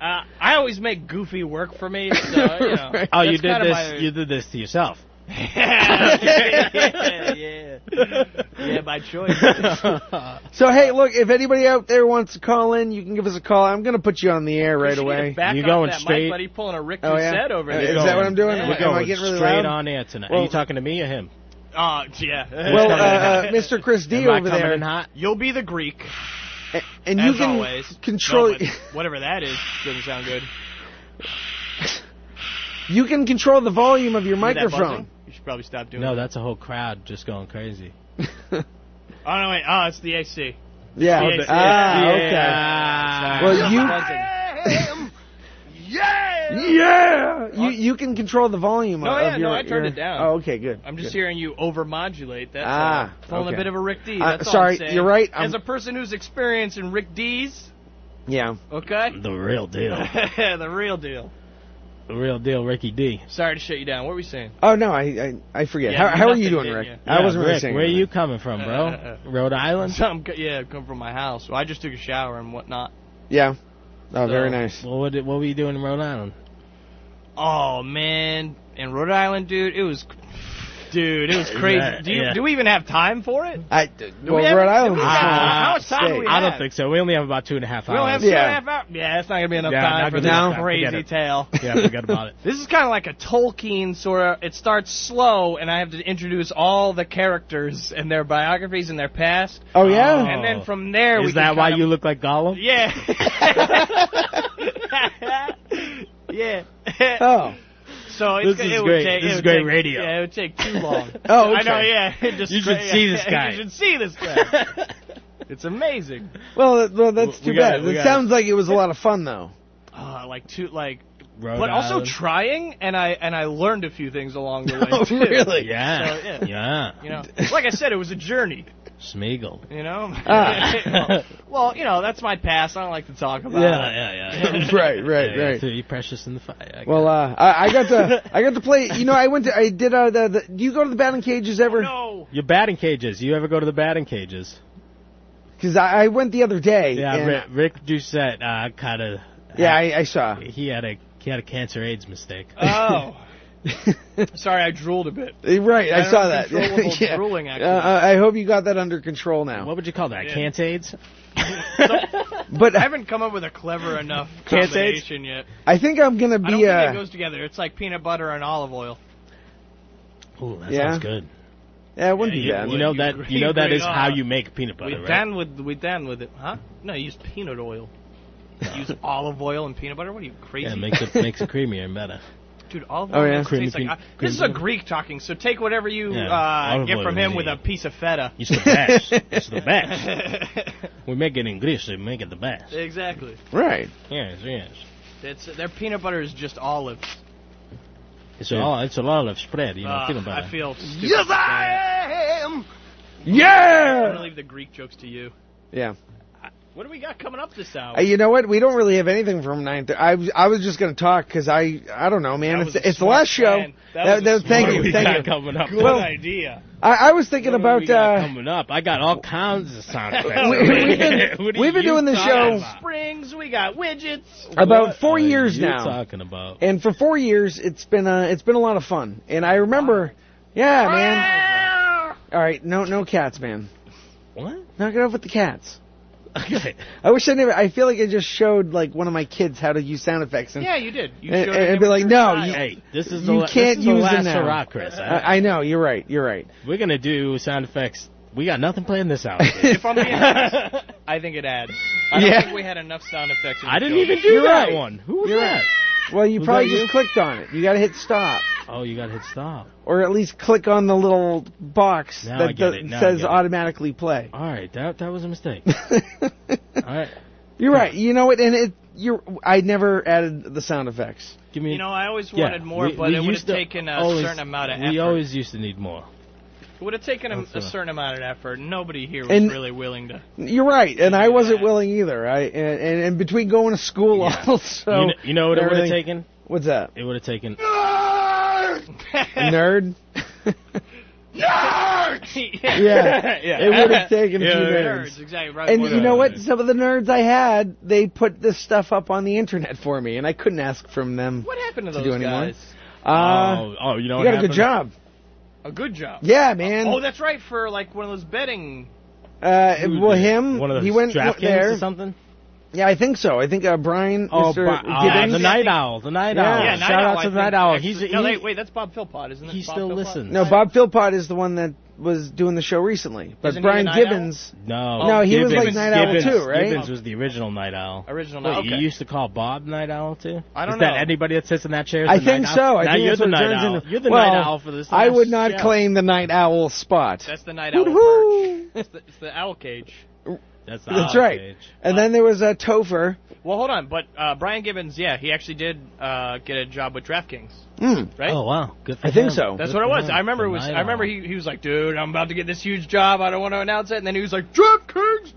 uh, I always make goofy work for me. So, you know, Right. Oh, that's you did kinda this. my- You did this to yourself. yeah, yeah, yeah, by choice. So hey, look, if anybody out there wants to call in, you can give us a call. I'm gonna put you on the air right You should get away. Back You off going that straight- Mic, buddy, pulling a Rick Oh, yeah? Doucette over Uh, there. is that what I'm doing? Yeah. Am I We're going getting really straight loud? on air tonight. Well- Are you talking to me or him? Oh, yeah. Well, uh, uh, Mr. Chris D Am I over coming there, in hot? You'll be the Greek, a- and you as can always. control. No, but whatever that is doesn't sound good. you can control the volume of your Hear that microphone. buzzing? You should probably stop doing. No, that. that's a whole crowd just going crazy. Oh no, wait. Oh, it's the AC. yeah. Oh, the- ah, yeah. okay. Ah. Well, you Yeah! yeah you you can control the volume No, of Oh, yeah, your. no, I your- turned it down. Oh, okay, good. I'm good. just hearing you overmodulate. That's Ah, all. pulling okay. a bit of a Rick D. Uh, That's all sorry, I'm saying. you're right, I'm- As a person who's experienced in Rick D's, Yeah. okay, the real deal. the real deal. The real deal, Ricky D. Sorry to shut you down. What were we saying? Oh no, I I, I forget. Yeah, how how are you nothing, doing, didn't Rick? you? I Yeah, wasn't really Rick, saying. Where are anything. you coming from, bro? Uh, uh, uh. Rhode Island. Some, yeah, come from my house. So I just took a shower and whatnot. Yeah. Oh, So- very nice. Well, what, did- what were you doing in Rhode Island? Oh man, in Rhode Island, dude, it was, dude, it was crazy. Yeah, do, you, yeah. do we even have time for it? I well, we have- Rhode do Island. we is a have- small how much time do state. we I don't Yeah. think so. We only have about two and a half We only hours. Yeah. have two and a half hours. Yeah, that's not gonna be enough Yeah, time not for this gonna be enough. crazy Forget it. tale. yeah, forget about it. This is kind of like a Tolkien sort of. It starts slow, and I have to introduce all the characters and their biographies and their past, Oh yeah. and then from there we Is that can why kinda- you look like Gollum? Yeah. yeah. Oh. So This it's gonna- is it great. Would take, This it is would great take- radio. Yeah, it would take too long. Oh, I know. okay. Yeah, it just You should yeah, see this guy. You should see this guy. it's amazing. Well, that- well, that's We too gotta- bad. we It gotta- sounds like it was a lot of fun though. Uh, like too like, Rhode but also Island. trying, and I and I learned a few things along the way Oh, too. really? Yeah. So, yeah. yeah. You know, like I said, it was a journey. Smeagol. You know? Ah. well, you know, that's my past. I don't like to talk about Yeah, it. yeah, yeah. Right, right, Yeah, yeah, right. so you precious in the fire. Well, uh, I, I got to I got to play. You know, I went to I did uh, the, the. Do you go to the batting cages ever? No. your batting cages. You ever go to the batting cages? Because I, I went the other day. Yeah, and- Rick, Rick Doucette uh, kind of. yeah, I, I saw. he had a he had a cancer AIDS mistake. Oh. Sorry, I drooled a bit. right, I, I saw don't that. control drooling, Uh, actually. uh, I hope you got that under control now. what would you call that? Oh. Yeah. Can't AIDS? But I I, haven't come up with a clever enough Can't say it's- combination yet. I think I'm gonna I don't be. think Uh, it goes together. It's like peanut butter and olive oil. Ooh, that Yeah. sounds good. yeah, it wouldn't Yeah, be bad. Well, you know you that you agree know that right is how on. you make peanut butter, we right? done with we done with it, huh? No, you use peanut oil. You use olive oil and peanut butter. What are you crazy? yeah, it makes it makes it creamier and better. Dude, olive Oh, oil yeah. just Creamy tastes like. pea- uh, creamy this is a pea. Greek talking, so take whatever you Yeah, uh, olive get oil from is him with easy. a piece of feta. It's the best. It's the best. We make it in Greece. We make it the best. exactly. Right. Yes, yes. It's their peanut butter is just olives. It's a lot. It's a lot of spread. You know, Uh, peanut butter. I feel. Stupid Yes, for saying that. I am. I'm gonna Yeah. leave the Greek jokes to you. Yeah. What do we got coming up this hour? Uh, you know what? We don't really have anything from nine. Th- I was I was just gonna talk because I I don't know, man. That was it's a it's the smart last show. plan. That was a thank smart- What do you, we thank you. got coming up? Good well- idea. I, I was thinking What do about we got uh, coming up. I got all kinds of sound effects. We- we've been- What are we've been you doing the talking show- about? Springs. We got widgets. about What four are years you now. Talking about. and for four years it's been uh it's been a lot of fun and i remember yeah man all right no no cats man What? knock it off with the cats Okay. i wish i never i feel like i just showed like one of my kids how to use sound effects and Yeah, you did. You And- showed and him be with like, your no, child. you- Hey, this is the You la- this can't is the use them last now. hurrah, Chris. I, I know you're right you're right We're gonna do sound effects. We got nothing planned this hour. If I'm being honest, I think it adds. I don't Yeah. think we had enough sound effects. in I the didn't show. even do You're that right. one. Who was You're that? well you Was probably that just you? clicked on it you gotta hit stop Oh, you gotta hit stop. or at least click on the little box Now I that get th- it, now I says get it. automatically play All right, that that was a mistake. All right, you're right you know what and it you're i never added the sound effects give me. You know, I always yeah, wanted more, we- but we it would have used to taken a always- certain amount of We effort. always used to need more. It would have taken a, That's a right. certain amount of effort. Nobody here was And- really willing to. You're right, and I do wasn't that. willing either. I and, and, and between going to school Yeah. also. you, know, you know what it would have everything- taken? What's that? It would have taken. A nerd. yeah. yeah, it would have taken a Yeah, few yeah. minutes. Nerds, exactly. Right. And what you a- know what? Some of the nerds I had, they put this stuff up on the internet for me, and I couldn't ask from them. What happened to To those do anymore? guys? Uh, oh, oh, you know you what got a happened? good job. A good job. Yeah, man. Oh, that's right. For like one of those betting. uh, Who well, did it? him. One of those he went DraftKings there. or something. Yeah, I think so. I think uh, Brian. Oh, Mr. Bob- oh, Gibbons. the night owl, the night Yeah. owl. Yeah, Night Shout Owl, out I to the think, night owl. actually- He's a, no, he- wait, wait. That's Bob Philpott, isn't it? he Bob still Philpott? listens. No, Bob Philpott is the one that was doing the show recently, but Isn't he Brian the night owl? Gibbons. No, No, he was Gibbons, like Night Owl Gibbons, too, right? Gibbons was the original Night Owl. Original Wait, Night Owl, you okay. used to call Bob Night Owl too? I don't Is that know. anybody that sits in that chair? Is I the think Night so. Owl? I now think you're that's the what Night turns Owl. into- You're the well, Night Owl for this. I last would not show. claim the night owl spot. That's the night owl. perch. Woo-hoo! It's the, it's the owl cage. That's, the That's owl right. cage. And then there was a Topher. Well, hold on, but uh, Brian Gibbons, yeah, he actually did uh, get a job with DraftKings, Mm. right? Oh wow, good for I think him. so. That's Good what it for was. him. I remember it The was. Night I remember Owl. he, he was like, "Dude, I'm about to get this huge job. I don't want to announce it." And then he was like, "DraftKings,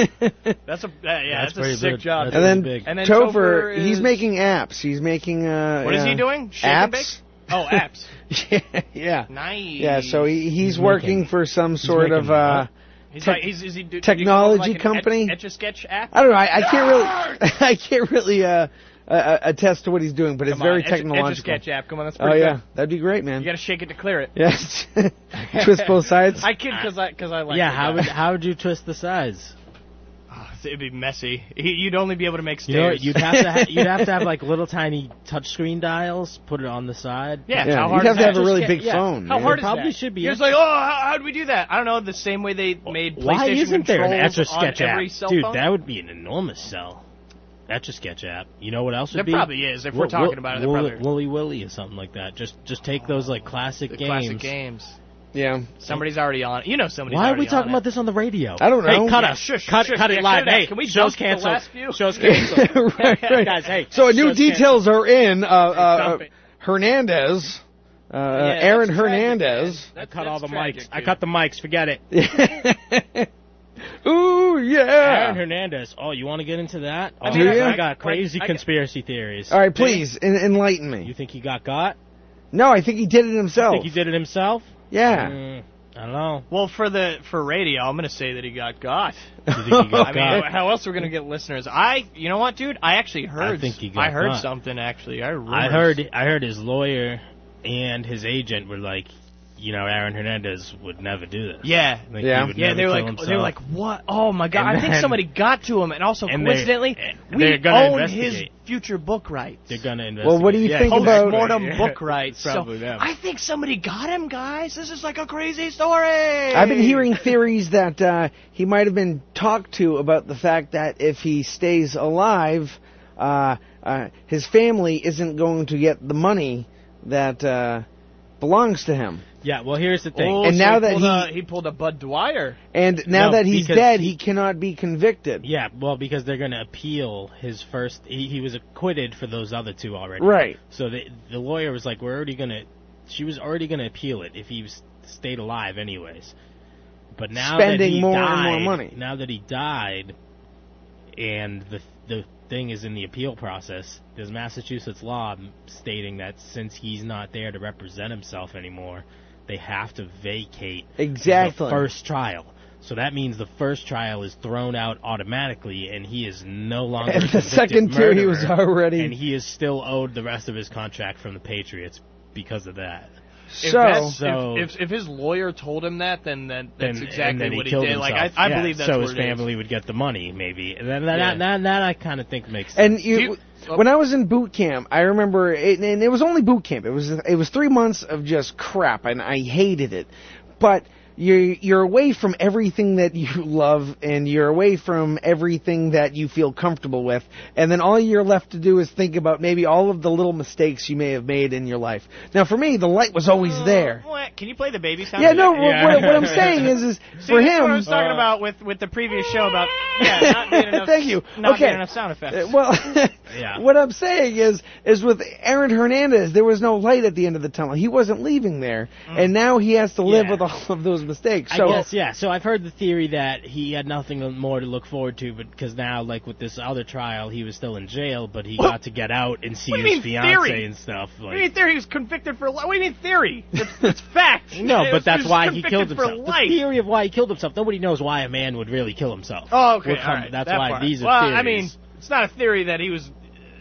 baby." and that's a uh, yeah, that's, pretty a sick good. job. That's then Big. And then Topher, Topher he's is- making apps. He's making uh What is yeah, he doing? Shake and apps. oh, apps. yeah, yeah. Nice. Yeah, so he, he's, He's working making- for some sort making of uh what? he's tech- like, he's, is he do, technology do you call it like company? An etch a sketch app. I don't know. I, I can't really I can't really uh, uh attest to what he's doing, but it's Come very on, Etch a technological. sketch app. Come on, that's oh pretty yeah, good. that'd be great, man. You got to shake it to clear it. Yes. Twist both sides. I kid because I because I like. yeah, the how guy. would how would you twist the sides? Oh, it'd be messy. He- You'd only be able to make You know, stairs. you'd have to ha- you'd have to have like little tiny touchscreen dials, put it on the side. yeah, Yeah, you'd how hard have is to have that? a really Yeah, big yeah. phone. How man. hard is Probably that? should be You're it. just like, oh, how, how do we do that? I don't know. The same way they made PlayStation Why isn't there an controls Etch a Sketch on app? every cell Dude, phone. that would be an enormous sell. Etch a Sketch app. You know what else would There be? probably is, if we're Wo- talking wo- about it, there Wo- probably is. Wooly Willy or something like that. Just just take those like classic the games. classic games. Yeah. Somebody's already on. it. You know somebody's. Why are already we talking on about this on the radio? I don't know. Hey, cut Yeah, us. shush, cut shush. cut Yeah, it live. cut it out. Hey, Can we show's dump the canceled. last few? Show's canceled. Uh, Right, right. Guys, hey. So new show's canceled. details are in. Uh, uh, Stop it. Hernandez, uh, Uh, Aaron Yeah, that's tragic, Hernandez. man. That- I cut all the that's tragic, mics. I dude. cut the mics. Forget it. Ooh Aaron yeah! Hernandez. Oh, you want to get into that? Oh, I mean, Do I you? got crazy I- I- conspiracy theories. All right, please en- enlighten You me. think he got got? No, I think he did it himself. Think he did it himself? Yeah. Mm, I don't know. Well, for the for radio, I'm gonna say that he got got. You think he got I mean, got? how else are we gonna get listeners? I, you know what, dude? I actually heard. think he got I heard got. something actually. I, I rumors. heard I heard his lawyer and his agent were like, you know, Aaron Hernandez would never do this. Yeah. Like, Yeah. he would Yeah, never they were kill like, himself. they were like, what? Oh my god! And I think then- somebody got to him, and also and they- coincidentally, and we they're gonna own his investigate. future book rights. they're gonna investigate. Well, what do you Yeah, think he's about- Post-mortem right. book rights. So Probably them. I think somebody got him, guys. This is like a crazy story. Oh, I've been hearing theories that uh, he might have been talked to about the fact that if he stays alive, uh, uh, his family isn't going to get the money that uh, belongs to him. Yeah. Well, here's the thing. Oh, And so now he that pulled he- a, he pulled a Bud Dwyer. And now No, that he's because dead, he- he cannot be convicted. Yeah, well, because they're going to appeal his first. He, he was acquitted for those other two already. Right. So the the lawyer was like, "We're already going to." She was already going to appeal it if he was, stayed alive, anyways. But now that Spending he more and died, more money. now that he died, and the the thing is in the appeal process, there's Massachusetts law stating that since he's not there to represent himself anymore, they have to vacate Exactly. the first trial. So that means the first trial is thrown out automatically, and he is no longer. a And the convicted second two, he was murderer, already. and he is still owed the rest of his contract from the Patriots because of that. If so, that's- So- if, if, if his lawyer told him that, then that, that's And- exactly and then he what he, killed did. Like I, himself. I Yeah, believe that's so what his it is. family would get the money, maybe. And then that, Yeah. that, that I kind of think makes sense. And you, Do you- when I was in boot camp, I remember, it, and it was only boot camp. It was it was three months of just crap, and I hated it. But you're you're away from everything that you love, and you're away from everything that you feel comfortable with, and then all you're left to do is think about maybe all of the little mistakes you may have made in your life. Now, for me, the light was always Oh. there. Oh, What? Can you play the baby sound? Yeah, no. What, Oh, Yeah. what, what I'm saying is, is See, for that's him. what I was talking Uh, about with with the previous show about yeah, not being enough. Thank you. Not Okay. being enough sound effects. Uh, Well, Yeah. what I'm saying is, is with Aaron Hernandez, there was no light at the end of the tunnel. He wasn't leaving there, and now he has to live Mm. Yeah. with all of those mistakes. I So, guess yeah. So I've heard the theory that he had nothing more to look forward to, but because now, like with this other trial, he was still in jail, but he got to get out and see What do you his mean, fiance theory? and stuff. Like, What do you mean theory? He was convicted for life. What do you mean theory? It's, it's fact. No, It but was- that's was why he killed convicted for himself. life. The theory of why he killed himself. Nobody knows why a man would really kill himself. Oh, okay. We're com- all right. That's that why part. these are well, theories. I mean, it's not a theory that he was.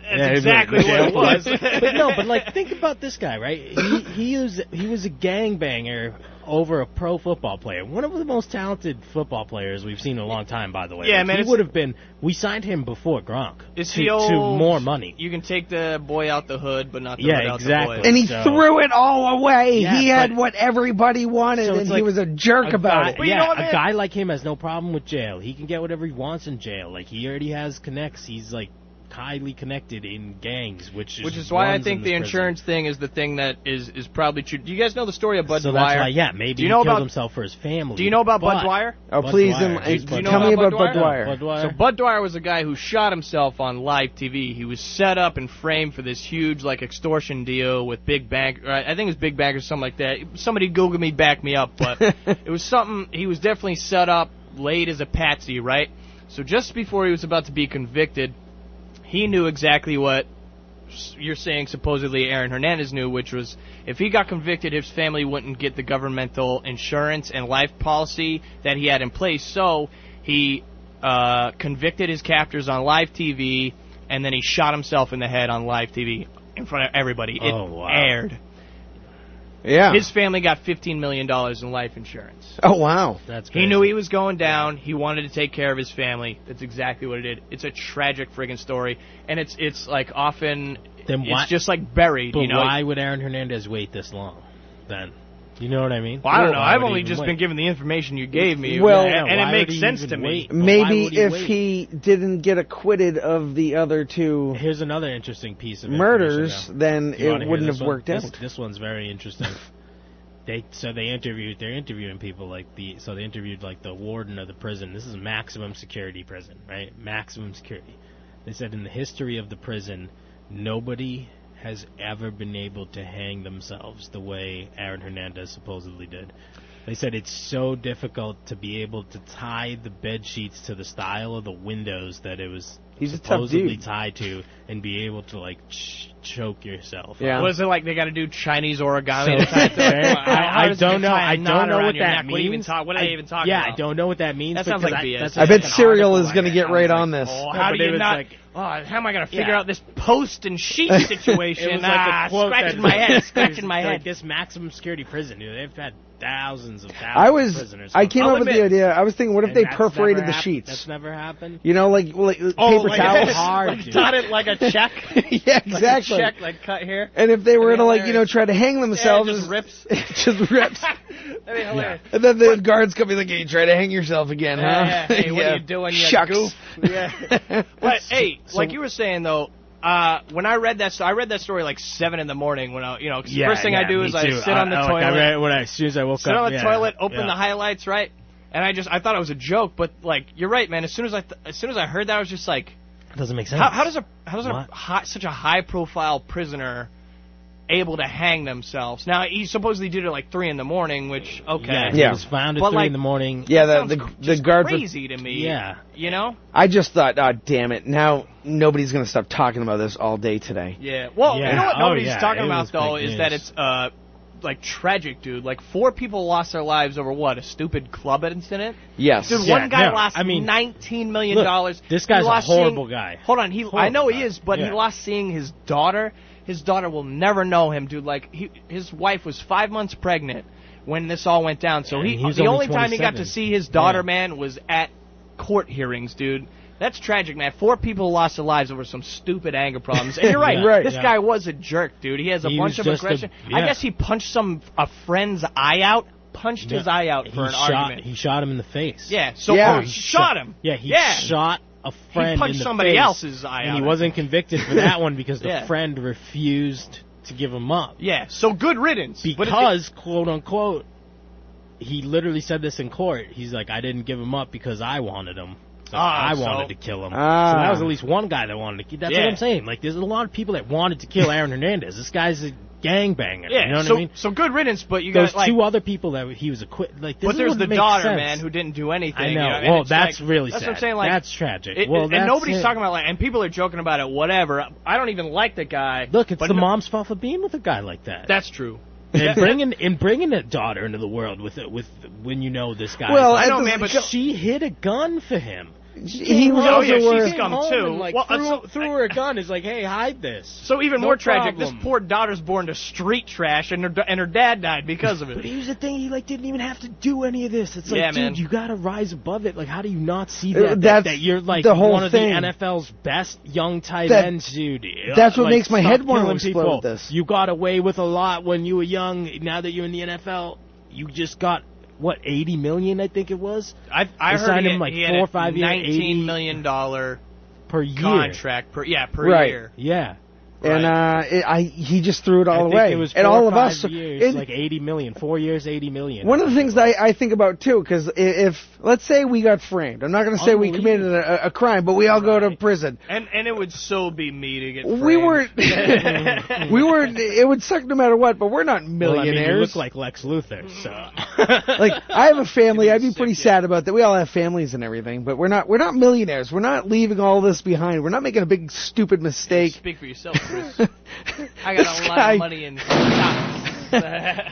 That's Yeah, he's exactly like- what it was. but no, but like think about this guy, right? He he was he was a gangbanger over a pro football player, one of the most talented football players we've seen in a long time, by the way. Yeah, Like, man, He it's- would have been. We signed him before Gronk Is to, he old? to more money. You can take the boy out the hood, but not the Yeah, hood out exactly. the boy. and he so- threw it all away. Yeah, he had but- what everybody wanted, So it's and he like was a jerk about guy, it. Well, you yeah, know what, a man? guy like him has no problem with jail. He can get whatever he wants in jail. Like he already has connects. He's like highly connected in gangs, which is Which is why I runs in think this the prison. insurance thing is the thing that is is probably true. Do you guys know the story of Bud so Dwyer? that's why, yeah, maybe Do you know he killed about- himself for his family. Do you know about Bud but- Dwyer? Oh, Bud please, Dwyer. em- Bud do you know tell me about about Bud Bud Dwyer. Bud Dwyer. So Bud Dwyer was a guy who shot himself on live TV. He was set up and framed for this huge like extortion deal with Big Bank. or I I think it was Big Bank or something like that. Somebody Google me, back me up. But it was something. He was definitely set up, laid as a patsy, right? So just before he was about to be convicted, he knew exactly what s- you're saying supposedly Aaron Hernandez knew, which was if he got convicted, his family wouldn't get the governmental insurance and life policy that he had in place. So he uh, convicted his captors on live TV, and then he shot himself in the head on live TV in front of everybody. It Oh, wow. aired. Yeah. His family got $15 million in life insurance. oh wow. That's crazy. He knew he was going down. He wanted to take care of his family. That's exactly what it did. It's a tragic friggin' story, and it's it's like often Then why- it's just like buried. But you know, why would Aaron Hernandez wait this long? Then, you know what I mean? Well, I don't know. Why I've would he only even just wait? been given the information you gave me. Well- and, and why it makes would he sense even to me. wait? But why Maybe would he if wait? he didn't get acquitted of the other two Here's another interesting piece of murders, information, then though. You wanna it hear wouldn't this have one? worked This- out. This one's very interesting. They so they interviewed they're interviewing people like the so they interviewed like the warden of the prison. This is maximum security prison, right? Maximum security. They said in the history of the prison, nobody has ever been able to hang themselves the way Aaron Hernandez supposedly did. They said it's so difficult to be able to tie the bed sheets to the style of the windows that it was He's a tough supposedly dude. tied to, and be able to like ch- choke yourself. Yeah. What is it like? They got to do Chinese origami. So- to tie it to the- I- How I hard is it to don't know- tie a I don't knot know around what your that neck? What, are you even means. talk, what are I- they even talking yeah, about? I don't know what that means. That sounds because like I, BS. that's I just bet an Serial article is I gonna read. get I was right like, on this. oh, Oh, how but do it you was not? like, oh, how am I gonna figure Yeah. out this post and sheet situation? It was ah, like a quote that- scratching my head, scratching my like head. This maximum security prison, dude. They've had thousands of thousands I of was. prisoners. I came I'll up with the admit, idea. I was thinking, what if and they that's perforated never the hap- sheets? That's never happened. You know, like, like Oh, paper like towels. this. Hard, like, dude. dot it like a check. yeah, exactly. Like a check, like cut here. and if they were And gonna like there you know is- try to hang themselves, just rips. it just rips. That'd be hilarious. And then the guards come in like, hey, you try to hang yourself again, huh? Yeah, yeah, hey, what are you doing, you Shucks. goof? Yeah. But hey, like you were saying though, uh, when I read that, sto- I read that story like seven in the morning. When I, you know, 'cause the first thing I do me is I too. Uh, oh, sit on the I, toilet, Like, I read it when I, as soon as I woke sit up. on the yeah, toilet, open yeah. the highlights, right? And I just, I thought it was a joke, but like, you're right, man. As soon as I, th- as soon as I heard that, I was just like, Doesn't make sense. how, how does a, how does a What? high, such a high profile prisoner able to hang themselves? Now he supposedly did it like three in the morning, which okay, Yeah, Yeah. He was found at But, three like- in the morning. yeah, Sounds the the, the just guards. were- crazy to me. Yeah. you know. I just thought, oh damn it! Now nobody's gonna stop talking about this all day today. Yeah. Well, you Yeah. know what Oh, nobody's yeah. talking It about was though big is news. that it's uh like tragic, dude. Like four people lost their lives over what a stupid club incident. Yes. Dude, Yeah, one guy no, lost I mean, nineteen million look, dollars. this He guy's a lost horrible seeing- guy. Hold on, he I Horrible know he guy. is, but he Yeah. lost seeing his daughter. His daughter will never know him, dude. Like he, his wife was five months pregnant when this all went down. So And he, he was the only only time he got to 27. see his daughter, Yeah. man, was at court hearings, dude. That's tragic, man. Four people lost their lives over some stupid anger problems. And you're right. Yeah, Right. This yeah. guy was a jerk, dude. He has a He bunch was of just a- aggression. I yeah. guess he punched some a friend's eye out. Punched his eye out for he an shot, argument. He shot him in the face. Yeah. So Yeah. oh, he shot him. Yeah, he yeah. shot a friend. He punched in the somebody face, else's eye and out. he wasn't convicted for that one because the Yeah. friend refused to give him up Yeah. So good riddance. But if because quote unquote he literally said this in court. He's like, I didn't give him up because I wanted him. So Ah, I so- wanted to kill him. Ah. So that was at least one guy that wanted to kill. That's Yeah. what I'm saying. Like, there's a lot of people that wanted to kill Aaron Hernandez. This guy's a gangbanger. it- yeah. you know what so I mean? so good riddance. But you There's got like. two other people that he was acquitted. Like, this but there's doesn't the make daughter, sense. man, who didn't do anything. I you know. and Well, it's that's like- really that's sad. what I'm saying. Like that's tragic. it- well, and that's nobody's it. talking about like, and people are joking about it. Whatever. I don't even like the guy. Look, it's but the no- mom's fault for being with a guy like that. That's true. and bringing and bringing a daughter into the world with it with when you know this guy. Well, Like, I know, don't man, but she hid a gun for him. he was Oh, also yeah, she's wearing- scum Home too. and, like, Well, uh, threw, so- threw her a gun. Is like, hey, hide this. So even No more tragic. problem. This poor daughter's born to street trash, and her da- and her dad died because of But it. here's the thing: he like didn't even have to do any of this. It's like, Yeah, dude, man. you gotta rise above it. Like, how do you not see Uh, that? that- that's that, you're like the whole one of thing. the NFL's best young tight That- ends, dude. Uh, that's what like, makes my stop head wanna killing explode people. with this. You got away with a lot when you were young. Now that you're in the NFL, you just got what 80 million, I think it was, I I They heard signed he him, like, he four had or five a year, 80 nineteen million dollar per year. contract per yeah per Right. year. Yeah. and uh, it, I he just threw it all I think away. It was and four all or of five us. years, it- like 80 million. Four years, 80 million. one of the things that I, I think about too, because if let's say we got framed, I'm not going to say we committed a, a crime, but we all go to prison. And and it would so be me to get. We framed. weren't. we weren't. It would suck no matter what, but we're not Well, I millionaires. mean, you look like Lex Luthor, so. like I have a family. I'd be pretty sad about that. We all have families and everything, but we're not we're not millionaires. We're not leaving all this behind. We're not making a big stupid mistake. Speak for yourself, Chris. I This got a lot guy- of money in stocks.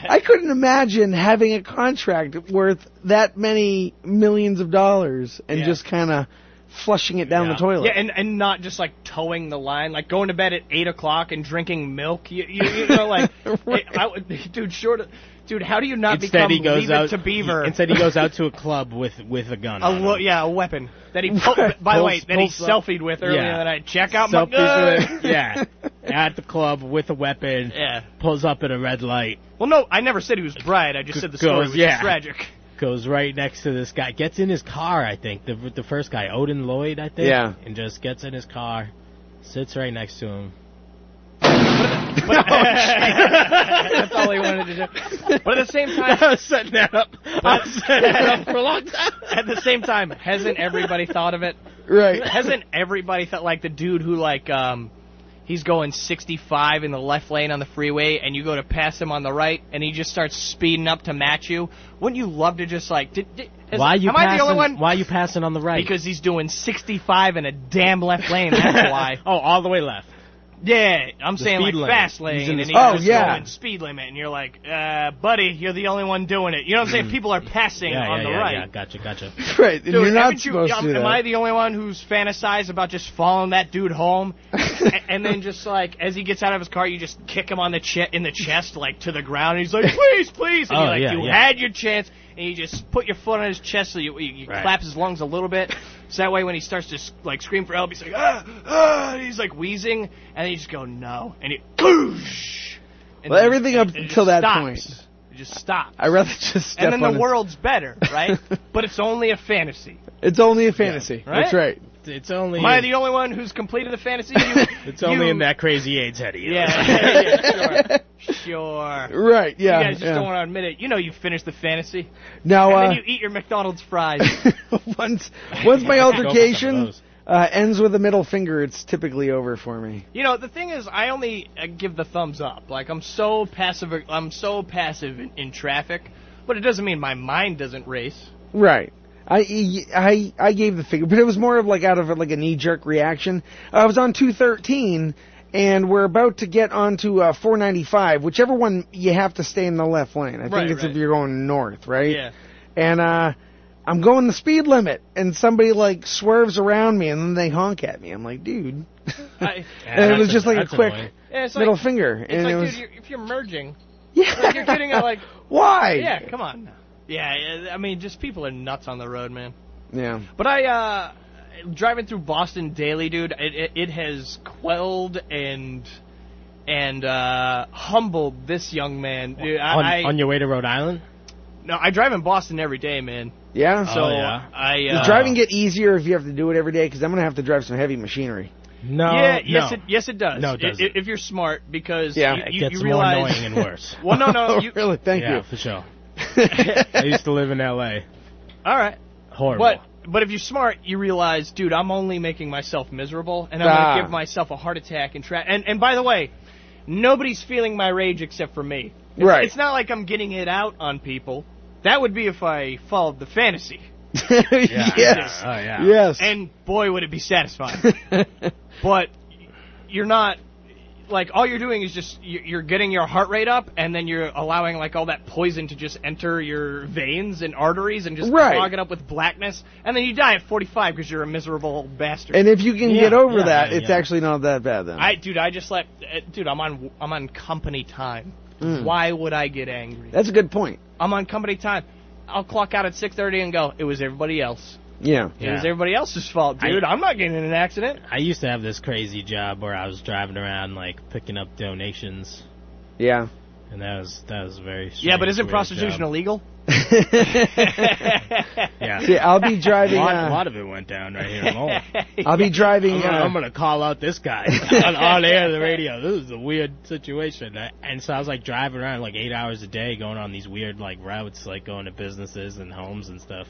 I couldn't imagine having a contract worth that many millions of dollars and Yeah. just kind of flushing it down Yeah. the toilet. Yeah, and, and not just like towing the line, like going to bed at eight o'clock and drinking milk. You, you, you know, like, Right. I would, dude, short, of- dude, how do you not instead become he goes Leave out It to Beaver? Instead he goes out to a club with with a gun. a on lo- him. yeah, a weapon that he po- by the way Pulls- that he pulls up. selfied with earlier Yeah. that I check out my Selfies gun. with- yeah, at the club with a weapon. Yeah. pulls up at a red light, Well, no, I never said he was bright. I just said the story Goes- was yeah. tragic. goes right next to this guy, gets in his car. I think the the first guy, Odin Lloyd, I think. Yeah. and just gets in his car, sits right next to him. That's all he wanted to do. But at the same time, I was setting that up. I was setting that up for a long time. at the same time, hasn't everybody thought of it? Right. Hasn't everybody thought like the dude who like um he's going 65 in the left lane on the freeway, and you go to pass him on the right, and he just starts speeding up to match you. Wouldn't you love to just like? Did, did, is- Why you am passing? I the only one? Why you passing on the right? Because he's doing 65 in a damn left lane. That's why. oh, all the way left. Yeah, I'm saying speed like lane. fast He's lane, in and the he's speed just lane. Oh, yeah. going speed limit, and you're like, uh, buddy, you're the only one doing it. You know what I'm saying? People are passing Mm. Yeah, on yeah, the yeah, right. yeah. Gotcha, gotcha. Right, and Dude, you're not haven't you, supposed um, to do am that. I the only one who's fantasized about just following that dude home, A- and then just like as he gets out of his car, you just kick him on the che- in the chest, like to the ground, and he's like, "Please, please!" And Oh, you're like, yeah, "You yeah. had your chance," and you just put your foot on his chest, so you, you, you Right. clap his lungs a little bit, so that way when he starts to s- like scream for help, he's like, "Ah, ah," and he's like wheezing, and then you just go, "No," and you, "Goosh!" And Well, then- everything up and it until that just stops. point. It just stops I'd rather just step and then on the it. world's better, right? but it's only a fantasy. It's only a fantasy. right? That's right. It's only. Am I the only one who's completed the fantasy? You, it's only you- in that crazy AIDS head of yours. Yeah, yeah, yeah, sure. sure. Right. Yeah. you guys just yeah. don't want to admit it. You know you finished the fantasy, now, and uh, then you eat your McDonald's fries. once once my Go for some of altercation those. uh, ends with a middle finger, it's typically over for me. you know the thing is, I only uh, give the thumbs up. Like I'm so passive. I'm so passive in, in traffic, but it doesn't mean my mind doesn't race. Right. I, I I gave the figure, but it was more of like out of like a knee jerk reaction. I was on 213, and we're about to get onto uh, 495, whichever one you have to stay in the left lane. I think Right, it's right. if you're going north, right? Yeah. And uh, I'm going the speed limit, and somebody like swerves around me, and then they honk at me. I'm like, dude. I, and it that's was just an- like a that's quick annoying. yeah, it's middle like, finger, It's and like, it was dude, you're, if you're merging, yeah. like, you're kidding, I'm like- why? yeah, come on. now. Yeah, yeah, I mean, just people are nuts on the road, man. Yeah. But I, uh, driving through Boston daily, dude, it, it, it has quelled and and uh, humbled this young man. Dude, I, on, I on your way to Rhode Island. no, I drive in Boston every day, man. Yeah. So Oh, yeah. I uh, Does driving get easier if you have to do it every day? Because I'm gonna have to drive some heavy machinery. No. Yeah, yes, it yes it does. No, it I- i- doesn't. if you're smart, because Yeah. you, It you, gets you more realize. annoying and worse. well, no, no, you, Oh, really, thank yeah, you. for sure. I used to live in L.A. all right. Horrible. But but if you're smart, you realize, dude, I'm only making myself miserable, and I'm Ah. gonna give myself a heart attack and tra- and and by the way, nobody's feeling my rage except for me. It's, Right. It's not like I'm getting it out on people. That would be if I followed the fantasy. Yeah. yes. Oh yeah. Yes. And boy, would it be satisfying. but you're not. Like all you're doing is just you- you're getting your heart rate up, and then you're allowing like all that poison to just enter your veins and arteries, and just Right. clog it up with blackness, and then you die at 45 because you're a miserable old bastard. and if you can Yeah, get over yeah, that, yeah, it's yeah. actually not that bad then. I, dude, I just let, uh, dude, I'm on, I'm on company time. Hmm. Why would I get angry? That's a good point. I'm on company time. I'll clock out at 6:30 and go. It was everybody else. Yeah. It Yeah. was everybody else's fault, I- dude. I, am not getting in an accident. I used to have this crazy job where I was driving around like picking up donations, Yeah. and that was that was a very. Yeah, but strange, isn't weird prostitution job. illegal? um, Yeah. See, I'll be a driving. lot, uh, lot of it went down right here. in Lowell. I'll be driving. I'm, gonna, uh, I'm gonna call out this guy on, on air the radio. This is a weird situation. I- And so I was like driving around like eight hours a day, going on these weird like routes, like going to businesses and homes and stuff,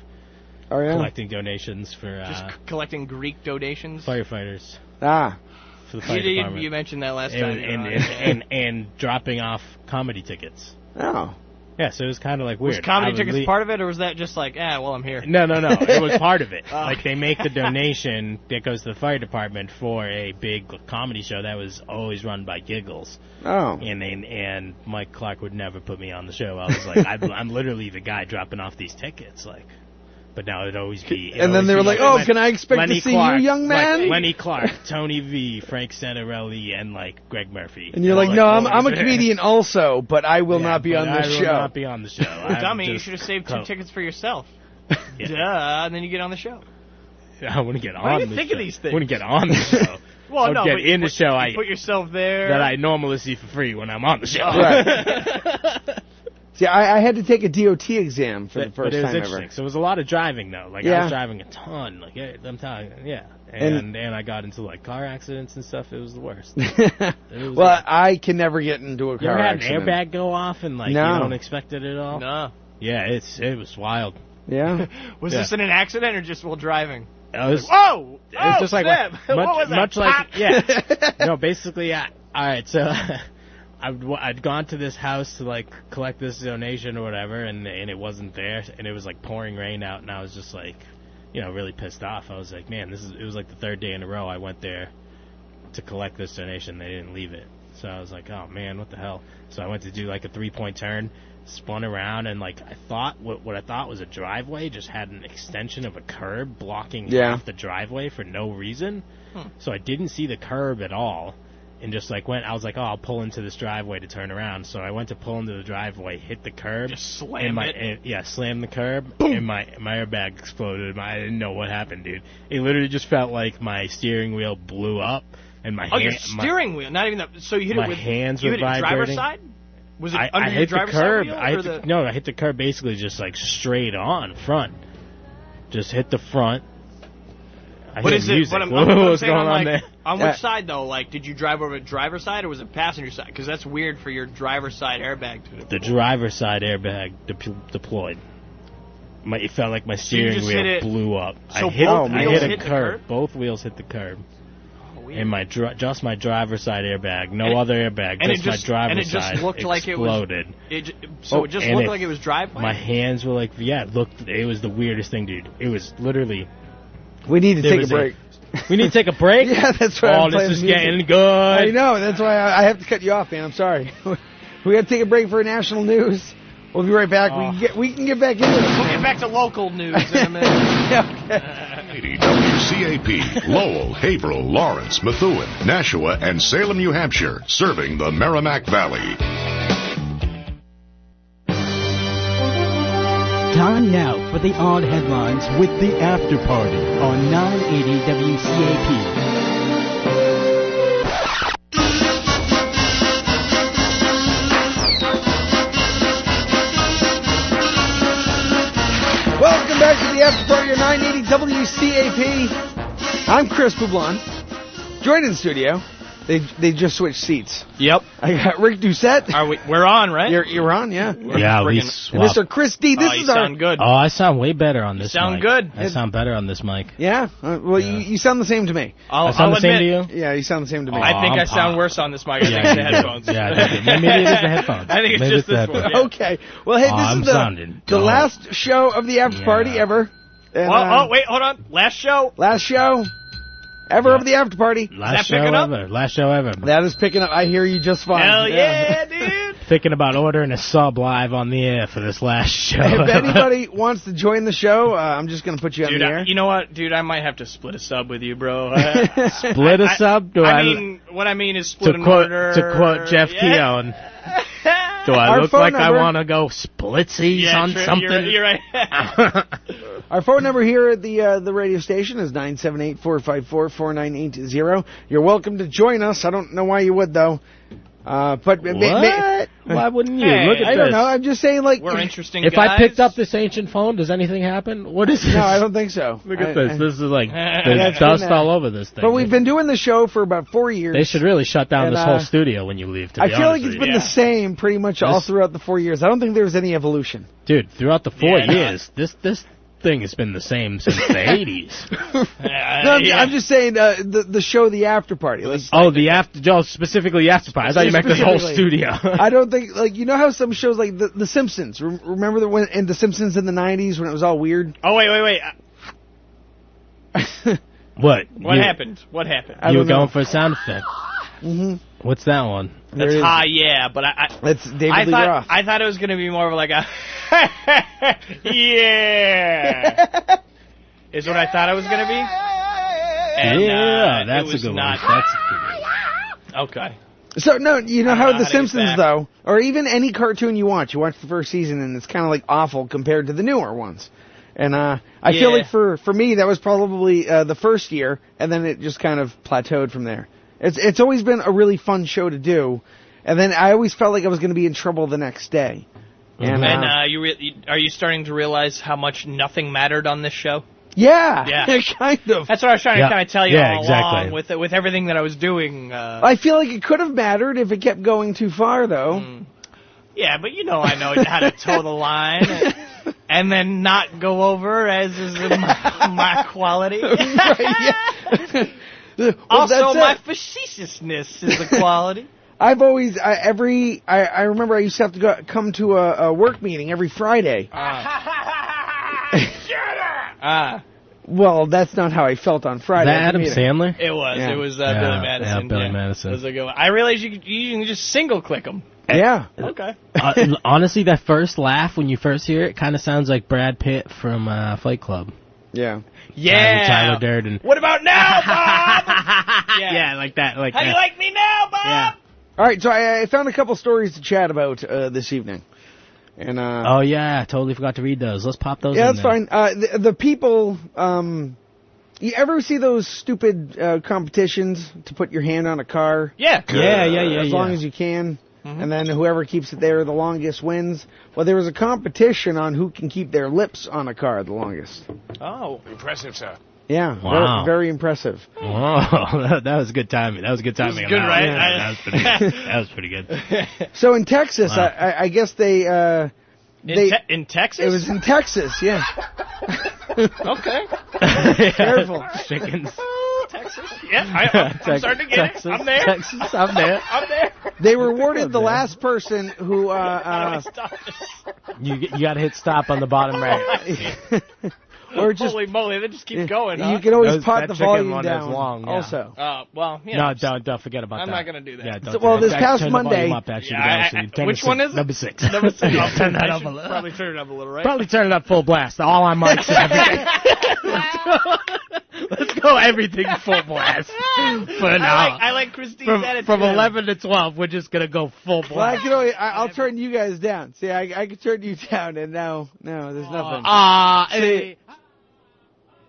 oh, yeah? collecting donations for Just uh, c- collecting Greek donations. firefighters ah. for the You, fire you- department, you mentioned that last time. and, and, Ron. and, and and dropping off comedy tickets. Oh. Yeah, so it was kind of like weird. was comedy I tickets le- part of it, or was that just like, ah, well, I'm here? No, no, no. It was part of it. Oh. Like they make the donation that goes to the fire department for a big comedy show that was always run by Giggles. Oh. and and, and Mike Clark would never put me on the show. I was like, I'm, I'm literally the guy dropping off these tickets, like. But now it'd always be. it'd And then always they were be like, "Oh, can I expect to see you, young like, man?" Lenny Clark, Tony V, Frank Santarelli, and like Greg Murphy. And you're I was like, no, I'm, "Oh, I'm a is it?" comedian also, but I will Yeah, not be but on I this will show. not be on the show. I'm Dummy, you just should have saved two co- tickets for yourself. Yeah. Duh, and then you get on the show. I wouldn't get on. Why do you the think show. of these things? Wouldn't get on the show. Well, I would no, get but in the put- show. you I put yourself there. that I normally see for free when I'm on the show. See, I, I had to take a DOT exam for the But- but first it was time interesting. ever. So it was a lot of driving though. Like I Yeah. was driving a ton. Like yeah, I'm telling you, yeah. And, And- and I got into like car accidents and stuff. It was the worst. was well, like- I can never get into a you car ever had accident. an airbag go off and like No. you don't expect it at all? no. Yeah, it's it was wild. Yeah. Was Yeah. this in an accident or just while driving? I was- Whoa! it's oh, just like snap. much, what was that? much like Pop? yeah. no, basically, I, all right. So I'd wa- I'd gone to this house to like collect this donation or whatever, and and it wasn't there, and it was like pouring rain out, and I was just like, you know, really pissed off. I was like, man, this is. It was like the third day in a row I went there to collect this donation. They didn't leave it, so I was like, oh man, what the hell? So I went to do like a three point turn. Spun around and like I thought, what what I thought was a driveway just had an extension of a curb blocking Yeah. half the driveway for no reason. Hmm. So I didn't see the curb at all. And just like went, I was like, "Oh, I'll pull into this driveway to turn around." So I went to pull into the driveway, hit the curb, Just slam and my, it. and- yeah, slam the curb, and my my airbag exploded. My, I didn't know what happened, dude. It literally just felt like my steering wheel blew up, and my Oh, hand, your my- steering wheel. Not even that. So you hit my it with hands you were hit it driver's vibrating. side. Was it I, under I hit your the driver's curb. side wheel I or hit the, the- no, I hit the curb basically just like straight on front. Just hit the front. I What hear is music. it? What I'm, Whoa, I'm- I'm what's saying, going I'm on like, there? On Yeah. which side though? Like, did you drive over the driver's side or was it passenger side? Because that's weird for your driver's side airbag. To the driver's side airbag de- deployed. My, it felt like my steering just wheel hit it- blew up. so I hit, both I wheels hit a hit the curb. curb? Both wheels hit the curb, Oh, weird. and my dri- just my driver's side airbag, no And it- other airbag, and it just, just- my driver's and it just side looked like it was- exploded. It j- so Oh, it just and looked it- like it was driveway. my hands were like, yeah, it looked. It was the weirdest thing, dude. It was literally. We need to There take a was a- break. We need to take a break. Yeah, that's right. Oh, I'm this playing is music. getting good. I know. That's why I, I have to cut you off, man. I'm sorry. we got to take a break for national news. We'll be right back. We Oh. can get we can get back into it. We'll get back to local news in a minute. okay. 80 WCAP, Lowell, Haverhill, Lawrence, Methuen, Nashua, and Salem, New Hampshire, serving the Merrimack Valley. Time now for the odd headlines with the after party on 980 WCAP. Welcome back to the After Party of 980 WCAP. I'm Chris Poublan. Joined in the studio. They they just switched seats. yep. I got Rick Doucette. Are we? We're on, right? You're, you're on, yeah. And Yeah, we Friggin- swapped. Mr. Chris D. This oh, you is our sound good. Oh, I sound way better on this. mic. sound good. I sound better on this mic. yeah. Uh, well, Yeah. You, you sound the same to me. I'll, I sound I'll the same admit, to you. Yeah, you sound the same to me. Oh, I think I'm I sound pop. worse on this mic. I think I it's the think headphones. it- yeah, I think it- maybe it is the headphones. I think it's Maybe just it's the this one. headphones. yeah. Okay. Well, hey, this Oh, I'm is the, sounding the dumb. last show of the after Yeah. party ever. And, Oh, uh, oh, wait, hold on. Last show. Last show ever Yeah. of the after party. Last that show picking up? ever. Last show ever. That is picking up. I hear you just fine. Hell yeah, dude. Thinking about ordering a sub live on the air for this last show. if anybody wants to join the show, uh, I'm just going to put you on Dude, the I, air. you know what, dude? I might have to split a sub with you, bro. Uh, split a sub, do I, I, mean, what I mean is split to an quote order. to quote Jeff yeah. Keown, do I Our look phone like number- I want to go splitsies Yeah, on true, something? You're, you're right. Our phone number here at the uh, the radio station is 978-454-4980. You're welcome to join us. I don't know why you would though. Uh, but ma- ma- What? Why wouldn't you? Hey, look at I this. don't know. I'm just saying like We're interesting If guys. I picked up this ancient phone, does anything happen? What is this? No, I don't think so. Look at I- this. I- this is like That's there's dust been, uh, all over this thing. but we've been doing the show for about 4 years. They should really shut down And, this uh, whole studio when you leave. To I be feel like honest it's with been you. the same pretty much all This- throughout the 4 years. I don't think there was any evolution. dude. Throughout the four Yeah, I know. years, this this thing has been the same since the '80s. No, I'm, I'm just saying uh, the the show the after party. Like, Oh, the after, Joe, specifically the after party. I thought you meant this whole Specifically. studio. I don't think like you know how some shows like the, the Simpsons. Rem- remember the when and the Simpsons in the 90s when it was all weird? Oh wait, wait, wait. Uh, what? What You- happened? What happened? I You were don't know. Mm-hmm. going for a sound effect. What's that one? There That's it is. high, yeah. But I, I, That's David I Lee thought Roth. I thought it was gonna be more of like a yeah is what I thought it was gonna be. And, yeah, uh, that's it a was good not, one. That's a good one. okay. so no, you know I don't how the know how to get Simpsons back. though, or even any cartoon you watch, you watch the first season and it's kind of like awful compared to the newer ones. And uh, I feel Yeah. like for for me that was probably uh, the first year, and then it just kind of plateaued from there. It's it's always been a really fun show to do, and then I always felt like I was going to be in trouble the next day. And, And uh, uh, you re- you- are you starting to realize how much nothing mattered on this show? yeah, Yeah. kind of. That's what I was trying Yeah. to kind of tell you Yeah, all exactly. along with with everything that I was doing. Uh, I feel like it could have mattered if it kept Mm. going too far though. yeah, but you know I know how to toe the line. and then not go over as is in my, my quality. Well, also, that's it. my facetiousness is a quality. I've always I, every I, I remember I used to have to go come to a, a work meeting every Friday. ah, Well, that's not how I felt on Friday. that Adam Meeting. Sandler? it was. Yeah. It was uh, Yeah, Billy yeah, Madison. Billy Madison. That was a good one. I realized you, could- you can just single click them. Yeah. Okay. uh, honestly, that first laugh when you first hear it kind of sounds like Brad Pitt from uh, Fight Club. Yeah. Yeah. Tyler Durden. What about now, Bob? yeah. like that. Like How do you that. like me now, Bob? Yeah. All right, so I, I found a couple stories to chat about uh, this evening, and uh, Oh yeah, I totally forgot to read those. Let's pop those. yeah, in that's there. fine. Uh, the, the people, um, you ever see those stupid uh, competitions to put your hand on a car? Yeah. Yeah, yeah, yeah. uh, as yeah. long as you can. And then whoever keeps it there the longest wins. Well, there was a competition on who can keep their lips on a car the longest. Oh. Impressive, sir. Yeah, ver- Wow. very, impressive. Oh, that, that was good timing. That was good timing. was on good, that right? one. I- That was pretty good. That was pretty good. So in Texas, Wow. I, I, I guess they uh, In, they Te- in Texas? it was in Texas. Yeah, okay. Careful. Chickens. Texas? Yeah, I, I'm, I'm starting to get Texas, it. I'm there. Texas, I'm there. I'm there. they rewarded the Okay. last person who. Uh, Stop this. You you got to hit stop on the bottom right. uh, or just Holy moly, they just keep going, huh? you can always Those- pot that the chicken volume one is down. long, yeah. Also, Uh, well, you No, know, don't don't forget about I'm that. not gonna do that. Yeah, don't So, do well, that. this Turn- past turn the volume Monday- up, actually, Yeah, down, so I- you turn which six- one is it? Number six. Number six. Yeah, I'll turn that I up a should little. Probably turn it up a little, right? Probably turn it up full blast. All our mics. everything. Let's go everything full blast for I now. like, I like Christine's from attitude. from 11 to 12, we're just gonna go full well, I blast. can only, I, I'll turn you guys down. See, I, I could turn you down, and now no, there's nothing. Ah, eh,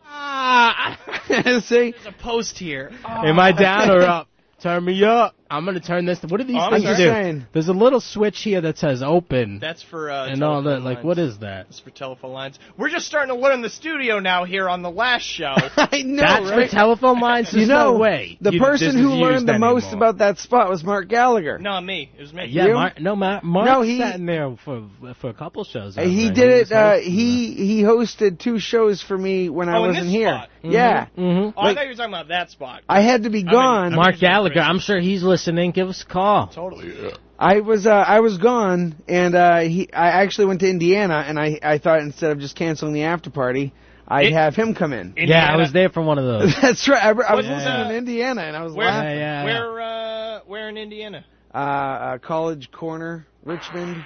ah. See, There's a post here. Am I down or up? Turn me up. I'm gonna turn this. What are these Oh, I'm things sorry. do? Saying. There's a little switch here that says open That's for uh, and all that. telephone Like, lines. what is that? That's for telephone lines. We're just starting to learn the studio now here on the last show. I know, That's right? for telephone lines. you There's know, no way. the You- this person is who used learned the most anymore. about that spot was Mark Gallagher. no, me. It was me. Oh, Yeah, You? Mark, no, Mark, Mark No, he- sat in there for for a couple shows. I he think. did was it. Uh, hosting he he hosted two shows for me when I Oh, in wasn't this here. spot? Yeah, that. Mhm. Oh, I thought you were talking about that spot. I had to be gone. I'm Mark using Gallagher. Chris. I'm sure he's listening. Give us a call. Totally. I was uh, I was gone, and uh, he I actually went to Indiana, and I I thought instead of just canceling the after party, I'd It- have him come in. Yeah, I was there for one of those. That's right. I, I was Wasn't, listening uh, in Indiana, and I was Where, laughing. Yeah, yeah, yeah. where, uh, where in Indiana? Uh, uh, College Corner, Richmond.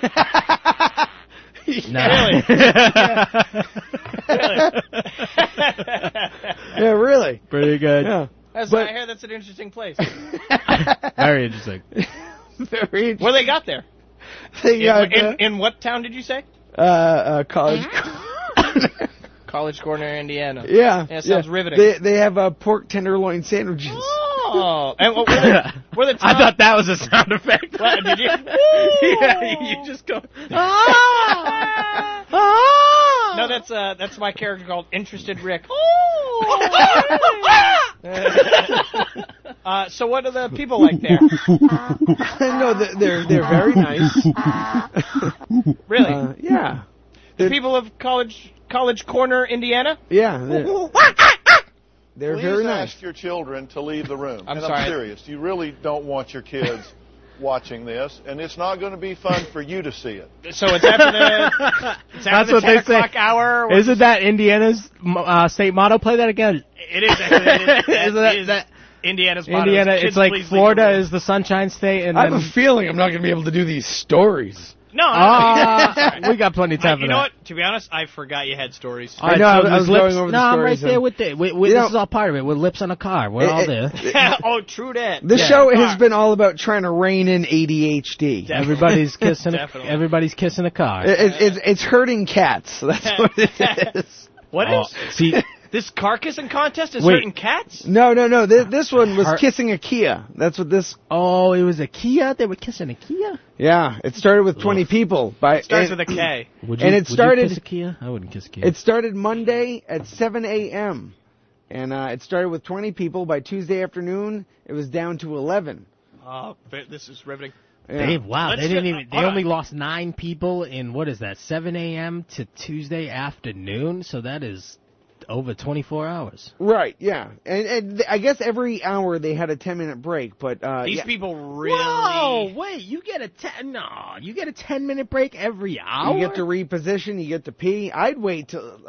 Nah. Yeah, really. Pretty good. Yeah, That's, But- I hear that's an interesting place. Very interesting. very. Where they got there? They got, in, uh, in, in what town did you say? uh, uh, College. College Corner, Indiana. Yeah. Yeah, sounds riveting. They they have uh, pork tenderloin sandwiches. Oh, and what, were the, were the I town- thought that was a sound effect. What, did you? yeah, you just go. "Ah." No, that's uh, that's my character called Interested Rick. Oh, uh, so what are the people like there? no, they- they're they're very nice. Really, Uh, yeah, the people of College College Corner, Indiana? yeah. They're, they're Please very nice. ask your children to leave the room. I'm and sorry. I'm serious. You really don't want your kids watching this, and it's not going to be fun for you to see it. So it's after the it's That's after what the 10 they say. o'clock hour. Isn't that Indiana's uh, state motto? Play that again. It is. Actually, it is, Isn't that- is that- Indiana's motto. Indiana. Kids, It's like please leave the Florida room. is the Sunshine State, and I have a then feeling I'm not going to be able to do these stories. No, no, no, Ah, it's all right. we got plenty of I, time you for know that. what? To be honest, I forgot you had stories. All right, I know, so I was there's lips. going over the no, I'm right stories, there and- with it. We, we, You this know- is all part of it. We're lips on a car. We're all It- there. oh, true that. This Yeah. eh, show All has right. been all about trying to rein in ADHD. It, Everybody's kissing. A, Definitely. everybody's kissing a car. it, it's- it's hurting cats. That's what it is. What Oh, is see, this car kissing contest? Is Wait. hurting cats? No, no, no. This, this one was Har- kissing a Kia. That's what this. oh, it was a Kia. They were kissing a Kia. Yeah, it started with 20 people. By Starts and, with a K. Would And it started- kiss a Kia? I wouldn't kiss a Kia. It started Monday at 7 a.m. And uh, it started with 20 people. By Tuesday afternoon, it was down to 11. Oh, this is riveting. Yeah. They wow, Let's they didn't get- even. They hold on. only lost nine people in what is that, 7 a.m. to Tuesday afternoon. So that is over 24 hours. Right, yeah, and, and th- I guess every hour they had a ten minute break, but uh, These yeah. people really. Whoa, wait, you get a ten? No, you get a 10 minute break every hour. you get to reposition, you get to pee. I'd wait till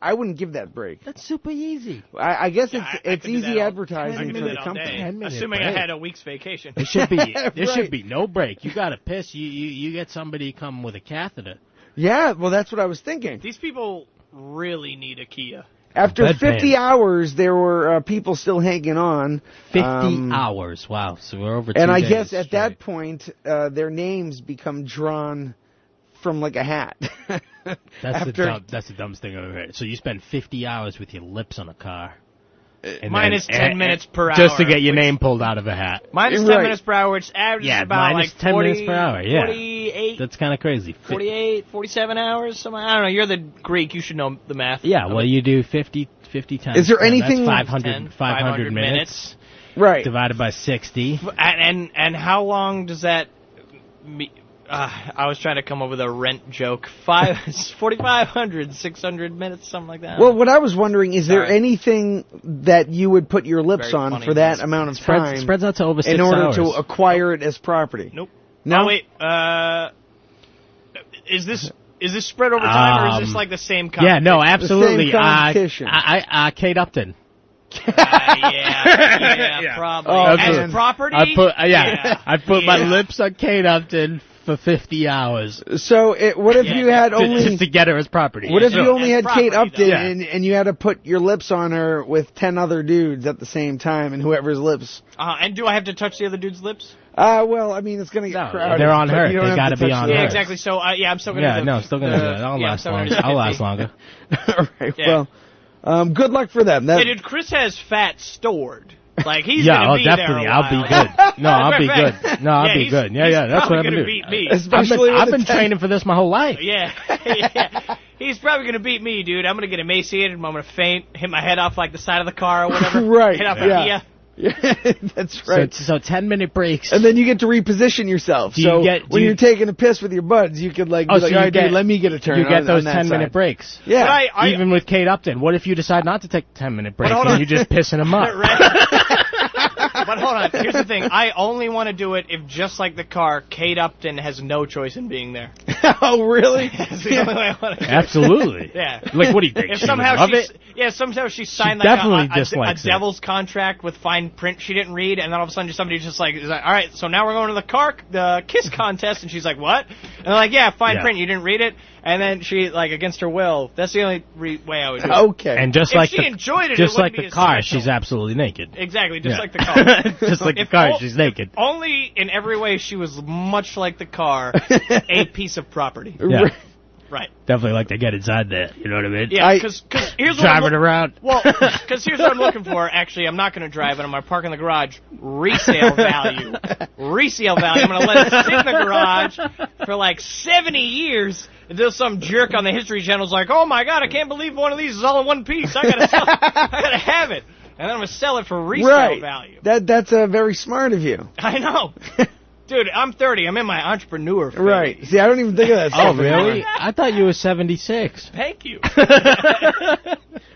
I wouldn't give that break. That's super easy. I, I guess Yeah, it's I- I it's could do that easy all- I advertising could for do the that all company. day, 10-minute assuming break. I had a week's vacation. There should be there Right. should be no break. You got to piss. You, you you get somebody come with a catheter. Yeah, well, that's what I was thinking. These people really need a Kia. After Bedpan. 50 hours, there were uh, people still hanging on. 50 Um, hours. Wow. So we're over. And two I days guess at that straight. point, uh, their names become drawn from like a hat. that's after, the dumb, that's the dumbest thing I've ever heard. So you spend 50 hours with your lips on a car. And Uh, minus 10 minutes per Just to hour, get your which- name pulled out of a hat. Minus Right. 10 minutes per hour, which averages Yeah, about minus like 10 40, minutes per hour, yeah. 48, That's kind of crazy. Fi- 48, 47 hours. Something. I don't know. You're the Greek. You should know the math. Um, Yeah, well, you do 50, 50 times. Is there 10, anything- that's 500, 10, 500 minutes, minutes. right. divided by 60. And, and and how long does that? Me, uh, I was trying to come up with a rent joke. Five, 4,500, 600 minutes, something like that. Well, what I was wondering is there Sorry. anything that you would put your lips Very on funny. for that amount of Spreads, time spreads out to over six in order hours. to acquire it as property? Nope. No. Oh, wait. Uh, is this is this spread over time or is Um, this like the same? Competition? yeah, no, absolutely. Uh, competition. I, I, uh, Kate Upton. Uh, yeah, yeah, probably. Oh, As man. property, I put uh, yeah, Yeah. I put my Yeah. lips on Kate Upton for 50 hours So it, what if Yeah, you had to- only just to get her as property. What if you Sure. only had That's Kate property, Upton though. Yeah. and, and you had to put your lips on her with 10 other dudes at the same time and whoever's lips? Uh, and do I have to touch the other dude's lips? Uh, well, I mean, it's going to get No, crowded. they're on but her. you don't They have gotta to be touch on the Yeah, her. lips. exactly. So, uh, yeah, I'm still gonna. Yeah, do no, I'm still gonna do uh, that. I'll yeah, I'm last still gonna longer. do I'll 50. last longer. All right, Yeah. well, um, good luck for them. That, Hey, dude, Chris has fat stored. Like he's yeah, gonna oh, be definitely. there a I'll be while. good. No, I'll be Perfect. good. No, I'll Yeah, be he's- good. Yeah, he's yeah, that's what I'm probably gonna, gonna do. beat me. I've Especially been, with I've the been ten- training for this my whole life. Yeah. yeah. He's probably going to beat me, dude. I'm going to get emaciated. I'm going to faint, hit my head off like the side of the car or whatever. Right, Hit off yeah. a Kia. that's So, right. so 10 minute breaks. and then you get to reposition yourself. Do you so get- do when you- are taking a piss with your buds, you could like, Oh, be so like, you all right, get- dude, let me get a turn. you on- get those on that 10 minute side. breaks. Yeah. But I, I, Even with Kate Upton, what if you decide not to take a 10 minute break hold and on. you're just pissing them up? but hold on. Here's the thing. I only want to do it if, just like the car, Kate Upton has no choice in being there. oh, really? That's the only way I want to do it. Absolutely. Yeah. Like, what do you think? If she would somehow love she, it? yeah, somehow she signed like definitely a- a, a, dislikes it. devil's contract with fine print she didn't read, and then all of a sudden somebody just like is like, all right, so now we're going to the car the kiss contest, and she's like, what? And they're like, yeah, fine Yeah. print, you didn't read it, and then she like against her will. That's the only re- way I would Oh. do it. Okay. And just If like she the, enjoyed it, it just like wouldn't be the as car, special. she's absolutely naked. Exactly, just Yeah. like the car. just like the If car, all- she's naked. Only in every way she was much like the car, a piece of property. Yeah. Right. Definitely like to get inside there. You know what I mean? Yeah, I- because here's what I'm Driving look- around. Well, because here's what I'm looking for. Actually, I'm not going to drive it. I'm going to park in the garage. Resale value. Resale value. I'm going to let it sit in the garage for like 70 years until some jerk on the History Channel's like, oh my god, I can't believe one of these is all in one piece. I got to sell I got to have it. And then I'm going to sell it for resale right. value. That that's uh, very smart of you. I know. Dude, I'm 30. I'm in my entrepreneur phase. Right. See, I don't even think of that. Oh, stuff anymore. really? I thought you were 76. Thank you.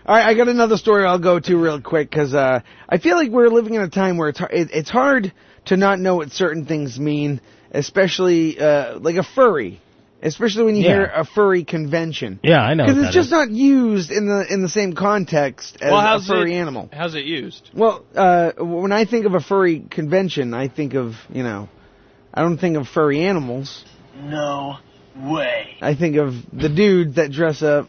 All right, I got another story I'll go to real quick because uh, I feel like we're living in a time where it's har- it, it's hard to not know what certain things mean, especially uh, like a furry, especially when you Yeah. hear a furry convention. Yeah, I know. Because what it's that just is. not used in the in the same context as Well, a how's furry it- animal. How's it used? Well, uh, when I think of a furry convention, I think of you know, I don't think of furry animals. No way. I think of the dudes that dress up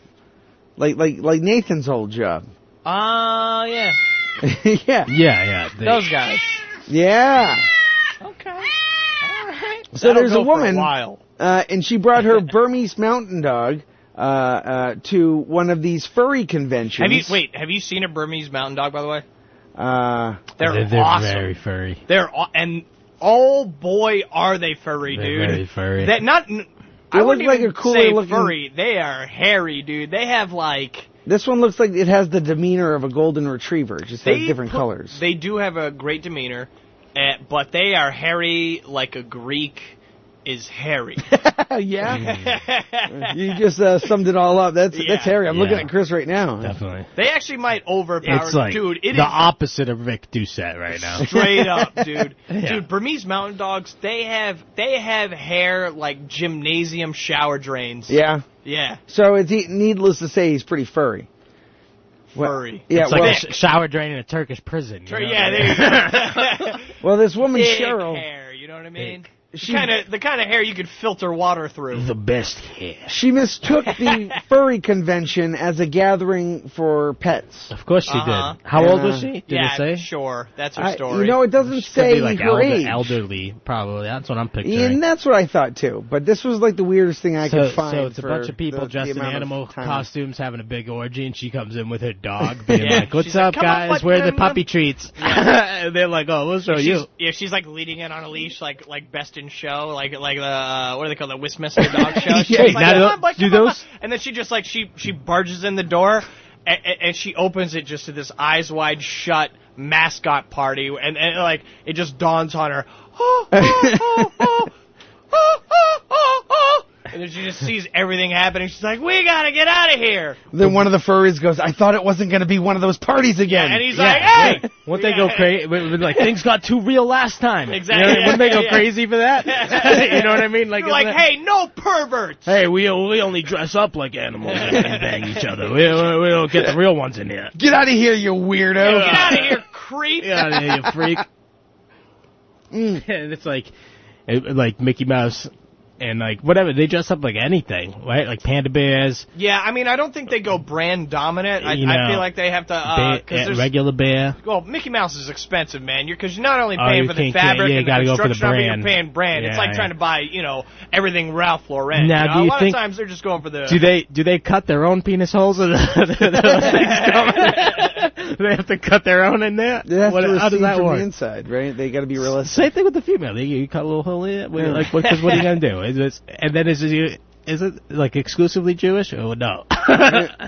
like like like Nathan's old job. Ah, uh, yeah. yeah. Yeah, yeah. They- Those guys. Yeah. Okay. So That'll there's go a woman, For a while. uh, and she brought her Burmese mountain dog uh, uh, to one of these furry conventions. Have you wait? Have you seen a Burmese mountain dog? By the way, Uh, they're, they're, they're awesome. very furry. They're aw- and oh boy, are they furry, They're dude? very furry. That not. n- I look wouldn't like even a cooler say looking- furry. They are hairy, dude. They have like this one looks like it has the demeanor of a golden retriever, it just they has different put- colors. eh, They do have a great demeanor, uh, but they are hairy like a Greek is hairy. yeah. you just uh, summed it all up. That's that's Harry. I'm looking Yeah. at Chris right now. Definitely. they actually might overpower, It's like dude. It is the opposite of Rick Doucette right now. straight up, dude. Yeah. Dude, Burmese mountain dogs, they have they have hair like gymnasium shower drains. Yeah. Yeah, So it's e- needless to say he's pretty furry. Well, furry. Yeah. it's well, like a sh- shower drain in a Turkish prison. you know? yeah, there you go. well, this woman Thick Cheryl, hair, you know what I mean? She- kind of the kind of hair you could filter water through. the best hair. she mistook the furry convention as a gathering for pets. Of course she Uh-huh. did. How old was Uh, she? Did yeah, it say? sure. That's her I, story. you know, it doesn't She could say be like her elder- age. elderly, probably. That's what I'm picturing. And that's what I thought too. But this was like the weirdest thing I so, could find. so it's a for bunch of people the- the dressed in amount of animal time. costumes having a big orgy, and she comes in with her dog, being Yeah. like, "What's She's like, up, "Come on, guys? what- Where are the um, um, puppy treats?" and they're like, "Oh, we'll show she's, you." Yeah, she's like leading it on a leash, like like best in show, like like the uh, what do they call the Westminster dog show? She's Yeah, like, not "Come at on, all- boy, do come on, those- boy." And then she just like she she barges in the door, and, and she opens it just to this eyes wide shut mascot party, and, and like it just dawns on her. Oh, oh, oh, oh, oh, oh, oh, oh. And then she just sees everything happening. She's like, "We gotta get out of here!" Then one of the furries goes, "I thought it wasn't going to be one of those parties again." And he's Yeah, like, "Hey!" yeah. Won't they go crazy? Like things got too real last time. You know, Exactly. wouldn't they go Yeah. crazy for that? you know what I mean? Like, You're like, isn't that- "Hey, no perverts!" Hey, we we only dress up like animals and bang each other. We, we, we don't get the real ones in here. Get out of here, you uh, weirdo! Get out of here, creep! Get out of here, you freak! and it's like, it, like Mickey Mouse and like whatever they dress up like anything, right? Like panda bears, Yeah, I mean, I don't think they go brand dominant. I, You I know, feel like they have to Uh, bear- because yeah, there's regular bear. well, Mickey Mouse is expensive, man. You're because you're not only Oh, paying you for the can't get- fabric yeah, and the gotta go for the construction of it, you're brand. paying brand. it's Yeah, like yeah. trying to buy you know everything Ralph Lauren. Now, you know? do you a lot think- of times they're just going for the Do they do they cut their own penis holes? Or those things come- they have to cut their own in there. It has What- to how does recede that from work? the inside, right? They got to be realistic. Same thing with the female. You, you cut a little hole in it. What, like, what, 'cause what are you gonna do? Is this, and then is it is it like exclusively Jewish? Oh no.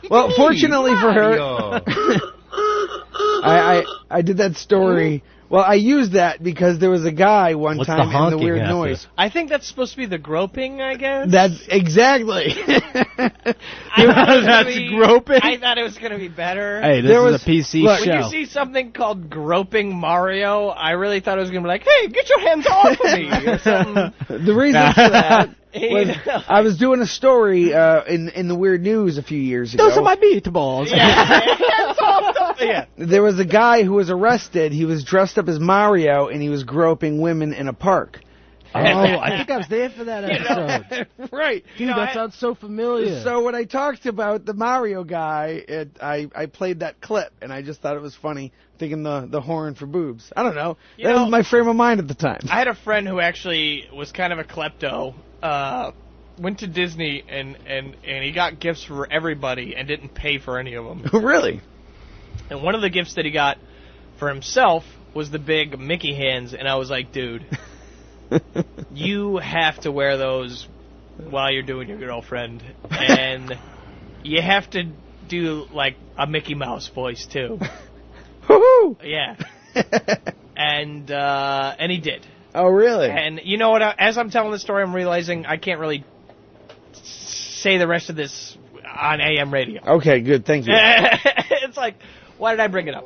Well, fortunately for her, I, I I did that story. Well, I used that because there was a guy one What's the time and the honking weird after? noise. I think that's supposed to be the groping, I guess. That's eh, exactly. I thought it was gonna That's be- groping? I thought it was gonna be better. hey, this There is was- a PC look, when show. you see something called groping Mario, I really thought it was gonna be like, "Hey, get your hands off of me!" or something. the reason for that You was know? I was doing a story uh, in in the weird news a few years ago. Those are my meatballs. there was a guy who was arrested. He was dressed up as Mario and he was groping women in a park. Oh, I think I was there for that episode. right. Dude, that sounds so familiar. So when I talked about the Mario guy, it, I I played that clip and I just thought it was funny, thinking the the horn for boobs. I don't know. that know- was my frame of mind at the time. I had a friend who actually was kind of a klepto. Uh, went to Disney and and and he got gifts for everybody and didn't pay for any of them. really? And one of the gifts that he got for himself was the big Mickey hands, and I was like, dude, you have to wear those while you're doing your girlfriend, and you have to do like a Mickey Mouse voice too. Woohoo! Yeah. And uh, and he did. oh, really? And you know what? I, as I'm telling the story, I'm realizing I can't really say the rest of this on AM radio. Okay, good. Thank you. it's like, why did I bring it up?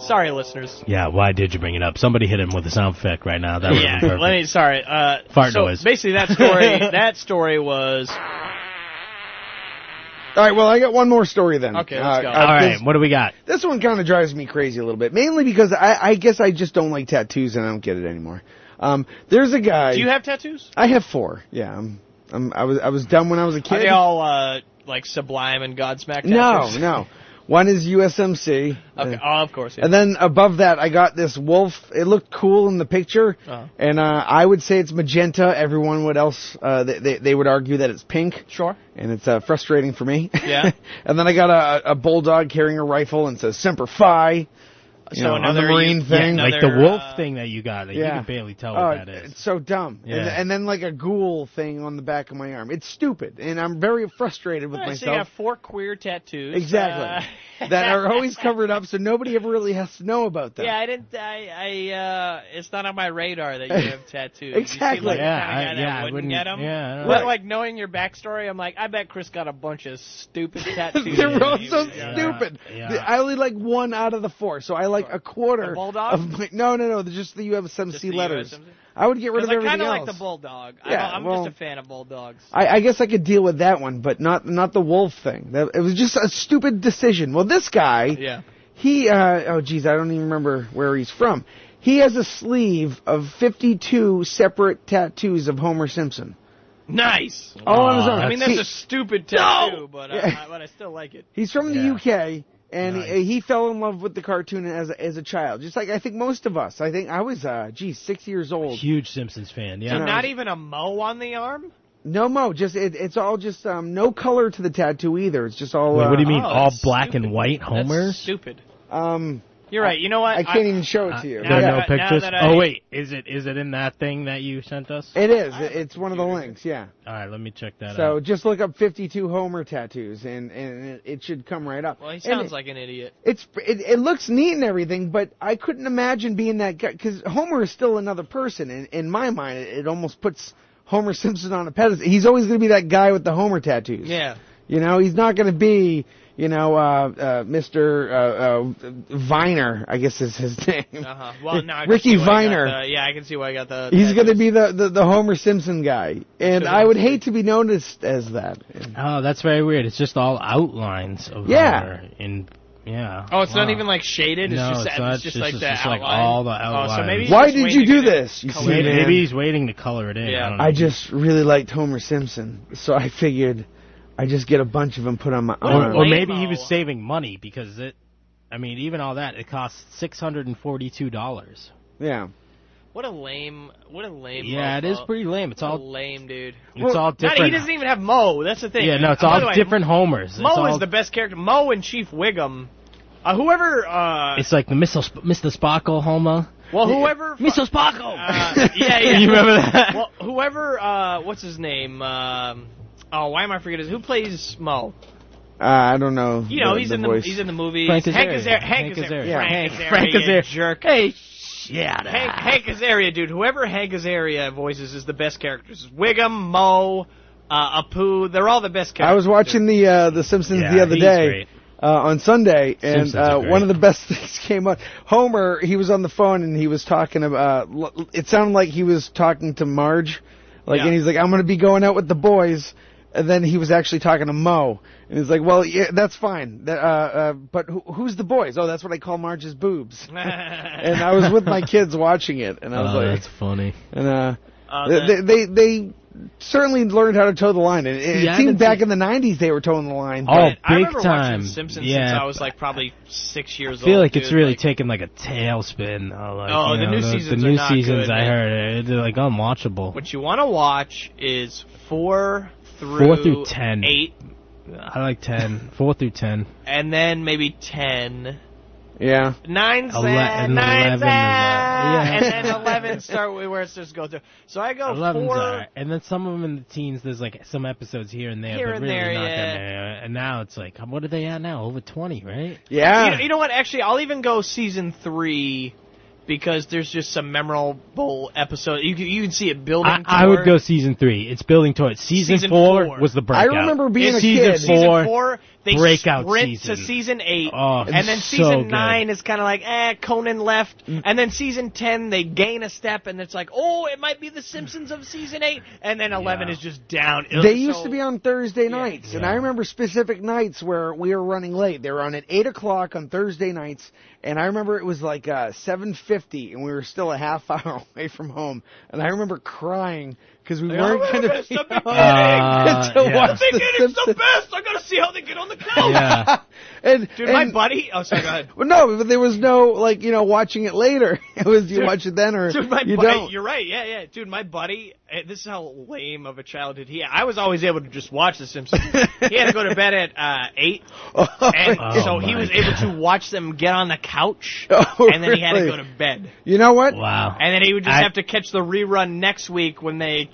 Sorry, listeners. yeah, why did you bring it up? Somebody hit him with a sound effect right now. That would Yeah, be perfect. let me. Sorry. Uh, Fart so noise. Basically, that story. that story was All right. Well, I got one more story then. Uh, Okay, let's go. All right, This, what do we got? this one kind of drives me crazy a little bit, mainly because I I guess I just don't like tattoos and I don't get it anymore. Um, there's a guy. Do you have tattoos? I have four. Yeah. I'm, I'm, I was I was dumb when I was a kid. Are they all uh, like Sublime and Godsmack? no, tattoos? no. One is USMC. Okay. Oh, of course. Yeah. And then above that, I got this wolf. It looked cool in the picture, Uh-huh. and uh, I would say it's magenta. Everyone would else uh, they, they they would argue that it's pink, sure. and it's uh, frustrating for me. Yeah. and then I got a, a bulldog carrying a rifle and says "Semper Fi." you So know, on the another- marine yeah, thing. another- like the wolf uh, thing that you got. Like, Yeah. You can barely tell Oh, what that is. It's so dumb. And, Yeah. and then like a ghoul thing on the back of my arm. It's stupid, and I'm very frustrated with All right, so you myself. have four queer tattoos. exactly. Uh, that are always covered up, so nobody ever really has to know about them. Yeah, I didn't. I, I, uh, it's not on my radar that you have tattoos. You Exactly. seem like Yeah, the kind of guy I- that yeah, I wouldn't, wouldn't- get them. yeah, I don't But know. like knowing your backstory, I'm like, I bet Chris got a bunch of stupid tattoos. They're all Yeah. so Yeah. stupid. Yeah. The- I only like one out of the four, so I like a quarter The bulldog? of my. No, no, no. Just the USMC Just the letters. USMC? I would get rid 'Cause of I everything kind of else. like the bulldog. Yeah, I, I'm well- just a fan of bulldogs. I, I guess I could deal with that one, but not not the wolf thing. That, it was just a stupid decision. Well, this guy, Yeah. he, uh, oh geez, I don't even remember where he's from. He has a sleeve of 52 separate tattoos of Homer Simpson, Nice. all on his Aw, own. I mean, He- that's a stupid tattoo, but Oh, Yeah. I, I, but I still like it. He's from the Yeah. UK, and Nice. he, he fell in love with the cartoon as a, as a child, just like I think most of us. I think I was, uh, geez, six years old. Huge Simpsons fan. Yeah. Yeah. Not even a mo on the arm. No mo, just it, it's all just um, no color to the tattoo either. It's just all. Wait, uh, what do you mean, Oh, all that's black stupid. and white Homer? That's stupid. Um, You're right. You know what? I can't even show it to you. There are now no that I- now pictures. that I- oh wait, is it is it in that thing that you sent us? It is. It's one of the links. Yeah. All right, let me check that So out. just look up 52 Homer tattoos, and and it- it should come right up. Well, he And sounds it- like an idiot. it's it, it looks neat and everything, but I couldn't imagine being that guy because Homer is still another person. In in my mind, it, it almost puts Homer Simpson on a pedestal. He's always going to be that guy with the Homer tattoos. Yeah. You know, he's not going to be. You know, uh, uh, Mr. Uh, uh, Viner, I guess is his name. Uh-huh. Well, now I can Ricky see why I got Viner. the- yeah, I can see why I got the. He's that- going to be the, the, the Homer Simpson guy. And I would hate to be noticed as that. oh, that's very weird. It's just all outlines of Yeah. Homer and yeah. Oh, it's not Wow. even like shaded. It's No, just it's it's, not. just It's like just- the it's like outline. all the Oh, so outlines. maybe he's Why just did waiting you to do get it this? You see, colored. Maybe, man, maybe he's waiting to color it in. Yeah. I, don't know. I just really liked Homer Simpson, so I figured I just get a bunch of them put on my Or, arm. or maybe he Waymo. was saving money because it. I mean, even all that it costs six hundred and forty-two dollars. Yeah. What a lame. What a lame. Yeah, it is mofo. pretty lame. It's What a all lame, dude. it's all different. Not, he doesn't even have Mo. That's the thing. yeah, no, it's Uh, by all the way, different Homers. It's Mo all, is the best character. Mo and Chief Wiggum. Uh, whoever. Uh, It's like the Mr. Sp- Mr. Sparkle Homer. well, whoever. fu- Mr. Sparkle. Uh, yeah, yeah. you remember that? Well, whoever. Uh, what's his name? Um, oh, why am I forgetting? his- Who plays Mo? Uh, I don't know. You know, the, he's the in voice. the he's in the movie. Frank Azaria. Hank Hank Azaria. Hank Azaria. Azaria. Frank Azaria. Frank you Azaria. Jerk. hey, shit. Hank, Hank Azaria, dude. Whoever Hank Azaria voices is the best characters. Wiggum, Mo, uh, Apu. They're all the best characters. I was watching the uh, the Simpsons the Yeah, other he's day great. uh, on Sunday, and Simpsons are uh, great. one of the best things came up. Homer, he was on the phone and he was talking about. l- It sounded like he was talking to Marge, like, Yeah. and he's like, "I'm going to be going out with the boys." And then he was actually talking to Mo, and he's like, "Well, yeah, that's fine, That, uh, uh, but who, who's the boys? Oh, that's what I call Marge's boobs." Uh, and I was with my kids watching it, and I was oh, like, that's funny. and uh, Uh, they, they they certainly learned how to toe the line. It, it Yeah, I seemed haven't back seen- in the '90s they were towing the line. Oh, But I big remember time. watching The Simpsons yeah, since I was like probably six years I feel old. like it's dude. really Like, taken like a tailspin. though, like, Oh, you the know, new those- seasons The are new not seasons good, I man. heard, uh, they're like unwatchable. What you want to watch is four through Four through ten. eight, I like ten, four through ten. and then maybe ten. Yeah. Nine, Ele- and nine, 11 is, uh, yeah. and then eleven start with where it just go through. So I go Eleven's Oh, four. are, and then some of them in the teens. There's like some episodes here and there, Here but and really there, not yeah. that many. And now it's like, what are they at now? Over twenty, right? You, Yeah. know, you know what? Actually, I'll even go season three because there's just some memorable episode. You can- you can see it building. I, I would toward- go season three. It's building towards season, Season four, four. was the I breakout. remember being a season kid. season four. four, they breakout sprint to season. season eight, Oh, and then it's so season good. Mm. nine is kind of like, eh, Conan left, and then season ten they gain a step, and it's like, oh, it might be the Simpsons of season eight, and then eleven Yeah. is just down. They used to be on Thursday nights, and I Yeah. remember specific nights where we were running late. They were on at eight o'clock on Thursday nights, and I remember it was like uh, seven fifty, and we were still a half hour away from home. And I remember crying because we weren't "Oh, going to it's be the home beginning! to Uh, yeah. watch They The get it's the Simpsons. best. I gotta see how they get on the couch. yeah. And, Dude, my and- buddy. Oh, sorry, go ahead. Well, no, but there was no like you know watching it later. It was you watch it then or Dude, my you buddy, don't. You're right. Yeah, yeah. Dude, my buddy eh, this is how lame of a childhood he. I was always able to just watch The Simpsons. he had to go to bed at uh, eight, and Oh, so he my was able God. to watch them get on the couch, Oh, and then he had to really? go to bed. You know what? Wow. And then he would just I- have to catch the rerun next week when they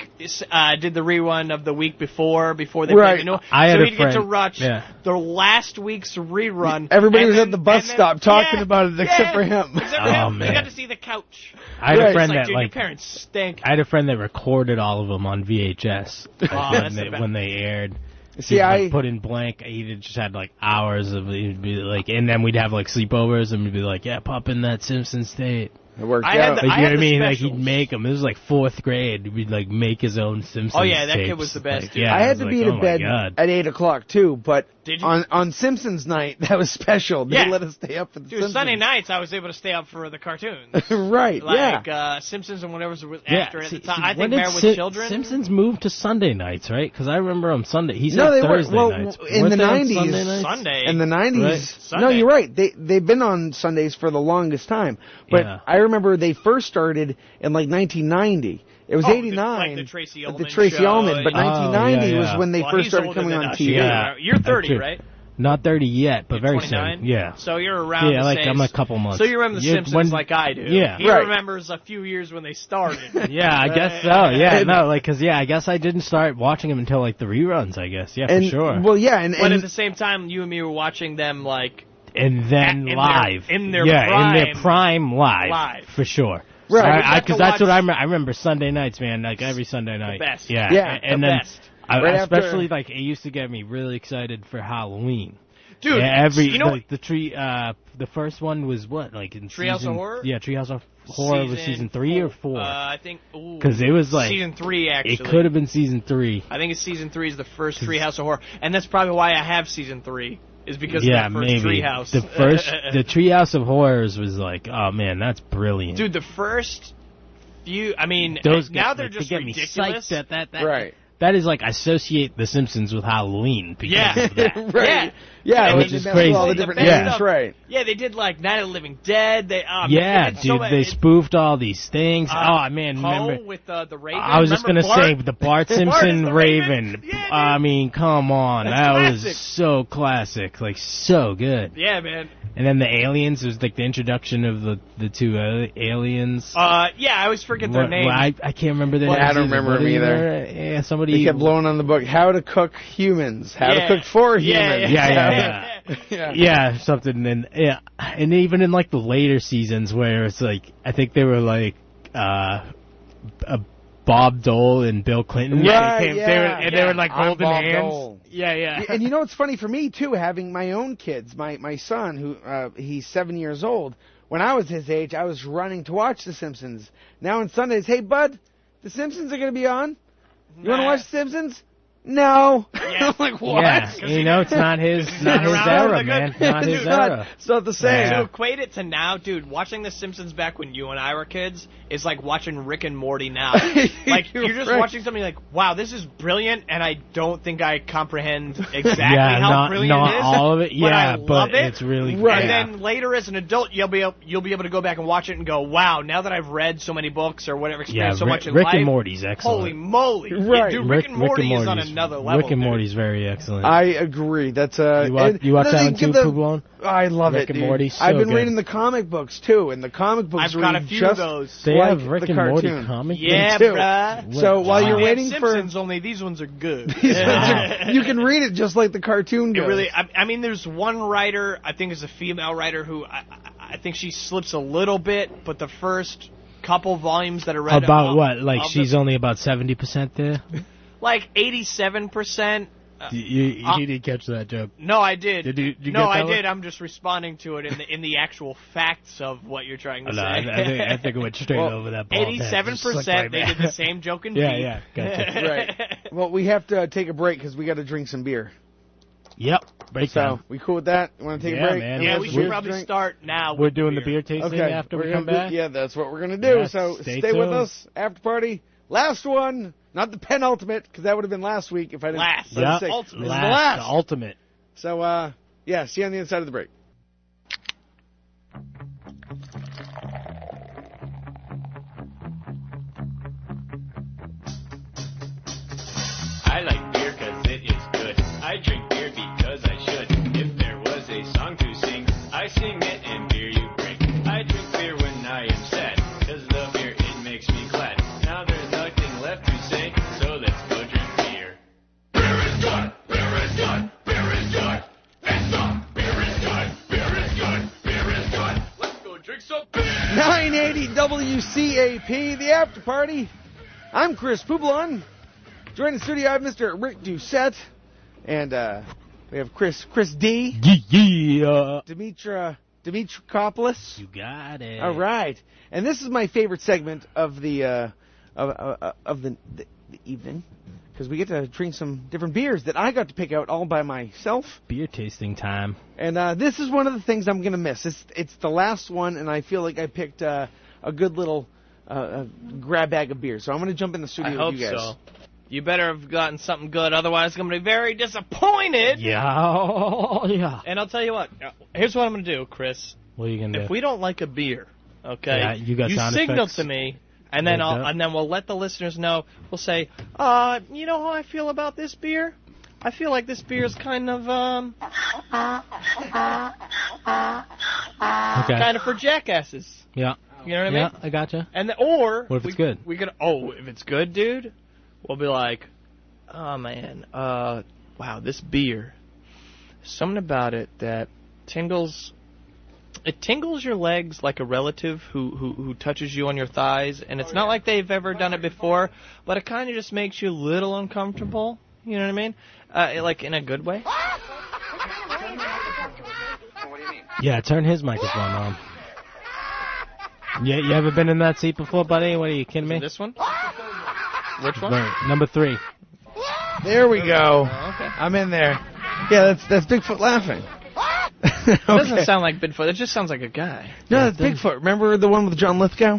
uh, did the rerun of the week before, before they Right. played the new. I had so a he'd get to friend- watch yeah. their last week's rerun. Everybody and was then- at the bus and then- stop talking yeah, about it except yeah, for him. Except for Oh, him. man. He got to see the couch. I had Right. a friend It's like, that dude, like your parents stink. I had a friend that recorded all of them on VHS like, Oh, that's when, the they, best. when they aired. See, He'd, like, I put in blank. He just had like hours of he'd be like, and then we'd have like sleepovers, and we'd be like, yeah, pop in that Simpson state. it worked I had out. the- Like, you know had what I mean? Like specials. he'd make them. It was like fourth grade. We'd like make his own Simpsons. Oh, yeah, that kid tapes. was the best, Like, dude. yeah, I had was to like, be oh to my bed God. at eight o'clock too, but Did you? on on Simpsons night that was special. They Yeah. let us stay up for the Dude, Simpsons. Sunday nights I was able to stay up for the cartoons. right? yeah. Like uh, Simpsons and whatever was after yeah, at see- the time. see, I think when did Married with Sim- Children. Simpsons moved to Sunday nights, right? Because I remember on Sunday. He said No, they were- Thursday well, nights. in Weren't the they on 90s, Sunday nights? Sunday. in the nineties. Right. No, Sunday. you're right. They they've been on Sundays for the longest time. But Yeah. I remember they first started in like 1990. It was Oh, the- 89. like the Tracy with Ullman the Tracy show, Ullman, but yeah. 1990 Oh, yeah, was yeah. when they Well, first he's started older coming than on us. TV. Yeah. You're 30, Actually, right? Not 30 yet, but very 29? soon. Yeah. So you're around. Yeah, the like, same- I'm a couple months. So you remember The Yeah, Simpsons when- like I do. Yeah. He Right. remembers a few years when they started. Yeah, I guess so. Yeah, no, like, cause yeah, I guess I didn't start watching them until like the reruns. I guess, yeah, And for sure. well, yeah, and, but and at the same time, you and me were watching them like and then in their- live in their yeah, in prime- their prime live, live. for sure. Right. We I- I- got to because that's watch- what I, rem- I remember Sunday nights, man. Like every Sunday night, best. Yeah, Yeah, a- and the then best. I, Right after- especially like it used to get me really excited for Halloween. dude. yeah, every you know like, the tree. Uh, the first one was what like in Treehouse of season, Horror? Yeah, Treehouse of Horror was season three or four. Uh, I think ooh, 'Cause it was, like, season three. Actually, it could have been season three. I think it's season three is the first Treehouse of Horror, and that's probably why I have season three is because yeah, of that first maybe Treehouse. the first the Treehouse of Horrors was like, oh man, that's brilliant. dude, the first few. I mean, those now get, they're they just get ridiculous. Me psyched at that, that, Right. That is like I associate The Simpsons with Halloween because Yeah. of that. right. Yeah. Yeah, And it which was is about All the crazy. different The best names, stuff. right. Yeah, they did like Night of the Living Dead. They um, yeah, they did dude, so many- they spoofed all these things. Uh, oh man, Poe remember? with uh, the Raven. I was just gonna Remember Bart? say the Bart Bart is Simpson the Raven. Raven. Yeah, dude. I mean, come on, That's that classic. was so classic, like so good. Yeah, man. And then the aliens was like the introduction of the the two uh, aliens. Uh, yeah, I always forget their What- name. well, I, I can't remember their Well, I names. don't either. remember What them is either. their- Yeah, somebody They kept blowing on the book. How to cook humans. How Yeah. to cook for Yeah, humans. yeah, yeah, How- yeah. yeah. yeah, something, and yeah, and even in like the later seasons where it's like I think they were like uh, uh Bob Dole and Bill Clinton. Right, they, came, yeah. they were and they Yeah. were like I'm holding Bob hands. Dole. Yeah, yeah. and you know it's funny for me too having my own kids my my son who uh he's seven years old when i was his age i was running to watch the simpsons now on sundays hey bud the simpsons are going to be on you want to Nah. watch the simpsons no Yeah. i'm like what Yeah, you know, it's not his, not his around for era, the man. good- Not his it's, not, uh, era. it's not the same to Yeah. equate it to now, dude, watching The Simpsons back when you and I were kids is like watching Rick and Morty now. like You're you're, just right. watching something like, wow, this is brilliant, and I don't think I comprehend exactly yeah, how not brilliant not it is. all of it. but I Yeah, love it. it's really Right. And yeah. then later, as an adult, you'll be able, you'll be able to go back and watch it and go, "Wow! Now that I've read so many books or whatever, yeah, experienced so Rick, much in Rick life, and Morty's excellent. holy moly! Right. dude, Rick, Rick, and Morty is on Morty's- another level. Rick and dude. Morty's very excellent. I agree. That's uh, You watch- and you watch another that thing, one give too, the- Publon? I love Rick it, and dude. Morty, so I've been good. reading the comic books too, and the comic books. I've got a read few just of those. they like have Rick the and Morty cartoon. comic. Yeah, too. bruh. So while Wow. you're Yeah, waiting for Simpsons, only these ones are good. Wow. you can read it just like the cartoon It goes. really. I, I mean, there's one writer. I think is a female writer who I, I- I think she slips a little bit, but the first couple volumes that are read about of- what? Like of she's the, only about seventy percent there. like 87 percent. You, you, you Uh, didn't catch that joke. No, I did. Did you- did you no, get that I one? did. I'm just responding to it in the in the actual facts of what you're trying to No, I, say. I think, I think it went straight Well, over that ball. Eighty-seven percent. They did the same joke in Yeah, Veep. yeah, gotcha. right. Well, we have to take a break because we got to drink some beer. Yep. Breakdown. So we cool with that? You want to take a Yeah, break? man. Everyone Yeah, has we a We're- should beer to probably drink? start now. We're with doing the beer beer. tasting Okay, after we're we gonna come do- back. yeah, that's what we're gonna do. Yeah, so stay, stay with tuned. us after party. Last one, not the penultimate, because that would have been last week if I didn't. Last. if I didn't Yep. say- Last, This is the last. the ultimate. So uh, yeah, see you on the inside of the break. WCAP, the after party. I'm Chris Poublon. Joining the studio, I have Mr. Rick Doucette. And uh, we have Chris Chris D. Yeah. Dimitra Dimitrakopoulos. You got it. All right, and this is my favorite segment of the uh, of, uh, of the, the, the evening because we get to drink some different beers that I got to pick out all by myself. Beer tasting time. And uh, this is one of the things I'm gonna miss. It's it's the last one, and I feel like I picked uh, a good little uh, uh, grab bag of beer. So I'm gonna jump in the I studio hope with you guys. so. You better have gotten something good, otherwise I'm gonna be very disappointed. Yeah. Yeah. And I'll tell you what. uh, Here's what I'm gonna do, Chris. What are you gonna If do? we don't like a beer, okay, Yeah, you got sound signal effects. to me, and then Yeah, I'll yeah. and then we'll let the listeners know. We'll say, uh, you know how I feel about this beer. I feel like this beer is kind of um okay. kind of for jackasses. yeah. You know what I mean? Yeah. I gotcha. And the, or What if we, it's good? We could oh, if it's good, dude, we'll be like, oh man, uh, wow, this beer, something about it that tingles. It tingles your legs like a relative who who, who touches you on your thighs, and it's not like they've ever done it before, but it kind of just makes you a little uncomfortable. You know what I mean? Uh, like in a good way. Yeah. Turn his microphone on. Yeah. You ever been in that seat before, buddy? What are you kidding me? This one. Which one? Right, Number three. There we go. Oh, Okay. I'm in there. Yeah, that's that's Bigfoot laughing. okay. It doesn't sound like Bigfoot. It just sounds like a guy. no, that's Bigfoot. Remember the one with John Lithgow?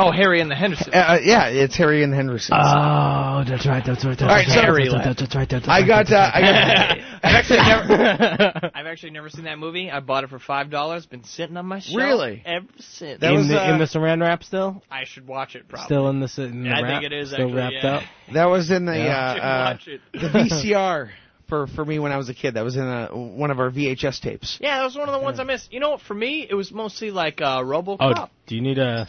Oh, Harry and the Hendersons. Uh, yeah, it's Harry and Henderson. Uh, Oh, that's right. That's right. That's right, so- that's right. That's I got. Uh, I got. I've actually never, I've actually never seen that movie. I bought it for five dollars. Been sitting on my shelf Really? ever since. That in was, the uh, in the Saran wrap still. I should watch it probably. Still in the, s- in the Yeah, I wrap. think it is still actually. wrapped yeah. up. That was in the Yeah. uh, Should watch uh, it. the VCR for for me when I was a kid. That was in uh one of our VHS tapes. Yeah, that was one of the ones I missed. You know, what? for me, it was mostly like uh, RoboCop. Oh, do you need a?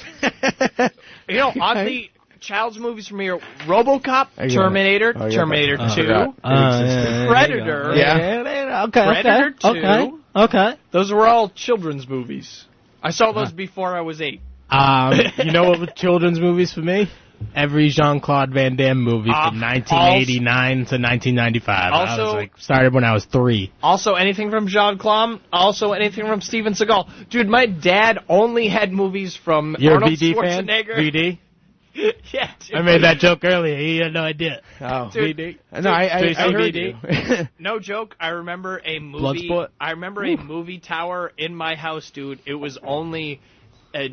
You know, oddly, child's movies for me are RoboCop, I got it. Terminator, Oh, I got Terminator that. I Two. forgot. Uh, Predator. Yeah. Okay. Predator okay. Okay. two. Okay. Those were all children's movies. I saw Uh-huh. those before I was eight. Um, you know what? With children's movies for me, every Jean Claude Van Damme movie Uh, from 1989 to 1995. I was also- like started when I was three. Also, anything from John Klom. Also, anything from Steven Seagal. Dude, my dad only had movies from You're Arnold a VD fan. Schwarzenegger. VD. yeah, dude. I made that joke earlier. He had no idea. Oh, Dude, no, I, I, I Jason heard VD. you. no joke. I remember a movie. Bloodsport. I remember a movie tower in my house, dude. It was only a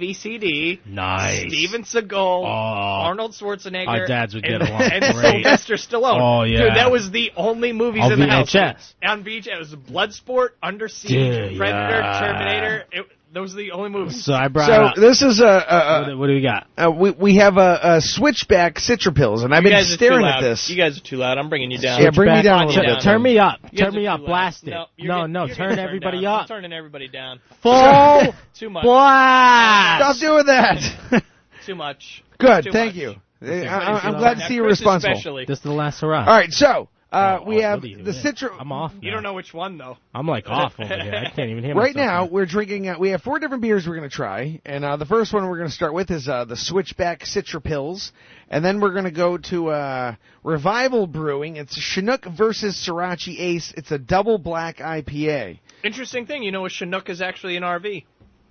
JVCD. Nice. Steven Seagal, Arnold Schwarzenegger, Our dads would get and, along and great. Sylvester Stallone. Oh, yeah. dude, that was the only movies On in the house. VHS. On VHS, it was Bloodsport, Under Siege, Dude, Predator, yeah. Terminator. It, those are the only movies. So I brought. so up, this is a, what, a, do- what do we got? a, a we we have a, a switchback citra pills, and I've You been guys are too staring loud. at this. You guys are too loud. I'm bringing you down. Yeah, Uh, bring me Back- down a Turn little me bit. down. Turn me up. You guys Turn are me too up. loud. Blast it. No, you're no, getting- no, you're turn getting turned everybody down. up. I'm turning everybody down. Full Too much. Stop Blast. doing that. Too much. Good, Too thank much. you. Uh, I, am glad to Now, see you're Chris responsible. Especially. This is the last hurrah. All right, so uh, Oh, we oh, have what are you the doing? citra. I'm off. You now. don't know which one though. I'm like off over here. I can't even hear Right myself. now, we're drinking. Uh, we have four different beers we're going to try, and uh, the first one we're going to start with is uh, the Switchback Citra Pills, and then we're going to go to uh, Revival Brewing. It's Chinook versus Sriracha Ace. It's a double black IPA. Interesting thing, you know, a Chinook is actually an RV.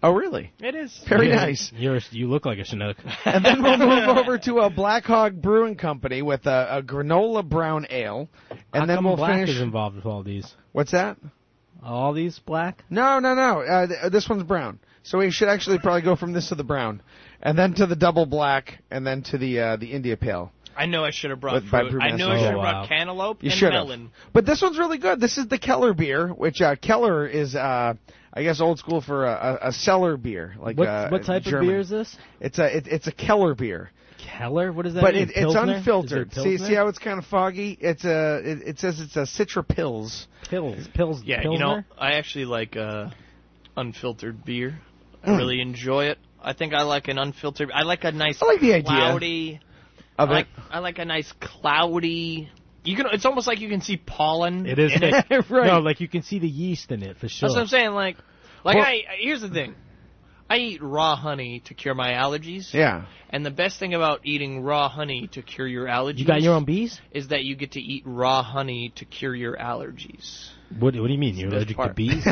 Oh, really? It is. Very Yeah, nice. You're, you look like a Chinook. And then we'll move over to a Black Hog Brewing Company with a, a granola brown ale, and How then come we'll black finish. is involved with all these. What's that? All these black? No, no, no. Uh, th- this one's brown. So we should actually probably go from this to the brown, and then to the double black, and then to the uh, the India Pale. I know I should have brought But by fruit. I know I Brewmaster. should have Oh, wow. brought cantaloupe You and should have. melon. But this one's really good. This is the Keller beer, which uh, Keller is, uh, I guess, old school for a, a, a cellar beer, like What, uh, what type German. of beer is this? It's a it, it's a Keller beer, Keller? What is that? but mean? it, it's Pilsner? Is it unfiltered. See Pilsner? see how it's kind of foggy. It's a it, it says it's a Citra Pills. Pils. Pils. Yeah, Pilsner? you know, I actually like uh, unfiltered beer. Hmm. I really enjoy it. I think I like an unfiltered. I like a nice I like the idea cloudy. Of I like, it. I like a nice cloudy. You can. It's almost like you can see pollen. It is. in thick. Right. No, like you can see the yeast in it for sure. That's what I'm saying. Like, like Well- I here's the thing. I eat raw honey to cure my allergies. Yeah. And the best thing about eating raw honey to cure your allergies You got your own bees? is that you get to eat raw honey to cure your allergies. What, what do you mean? You're allergic to This part. bees?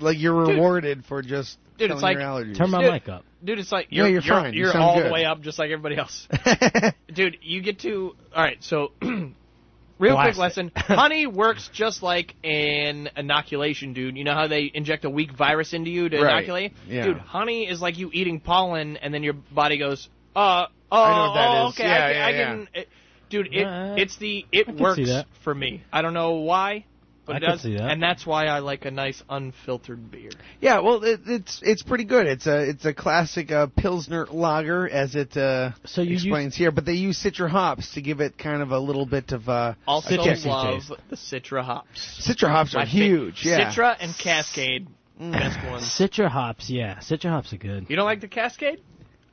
like you're rewarded for just Dude, killing it's like- your allergies. Turn my Dude. mic up. Dude, it's like No, you're you're fine. You You're, sound all good. the way up just like everybody else. Dude, you get to All right, so real Blast quick it. lesson. honey works just like an inoculation, dude. You know how they inject a weak virus into you to Right. inoculate? Yeah. Dude, honey is like you eating pollen and then your body goes, "Uh, oh, I know what that oh, is. okay. Yeah, I, can- yeah, I yeah. can it, Dude, it Yeah, it's the it I can see works that. for me. I don't know why, but I it can does. see that. And that's why I like a nice unfiltered beer. Yeah, well, it, it's it's pretty good. It's a it's a classic uh, pilsner lager, as it uh, So you use- explains here. But they use citra hops to give it kind of a little bit of uh, Also a kick. love the Citra hops. Citra hops are My fa- huge. yeah, Mm. Citra and Cascade. Best ones. Citra hops, yeah. Citra hops are good. You don't like the Cascade?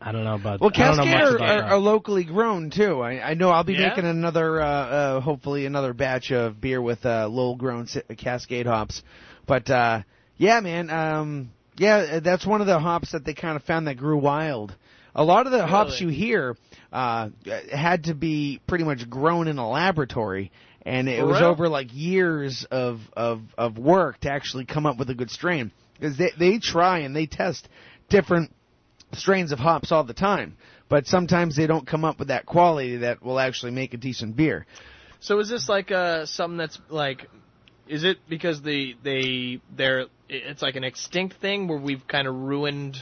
I don't know about Well, I don't know Cascade much are, about are, that. are locally grown too. I, I know I'll be Yeah? making another, uh, uh, hopefully another batch of beer with uh, Lowell grown si- Cascade hops. But uh, yeah, man, um, yeah, that's one of the hops that they kind of found that grew wild. A lot of the hops you Really? hear uh, had to be pretty much grown in a laboratory, and it For was real? over like years of of of work to actually come up with a good strain. Because they they try and they test different strains of hops all the time, but sometimes they don't come up with that quality that will actually make a decent beer. So is this like uh something that's like is it because the they they're it's like an extinct thing where we've kind of ruined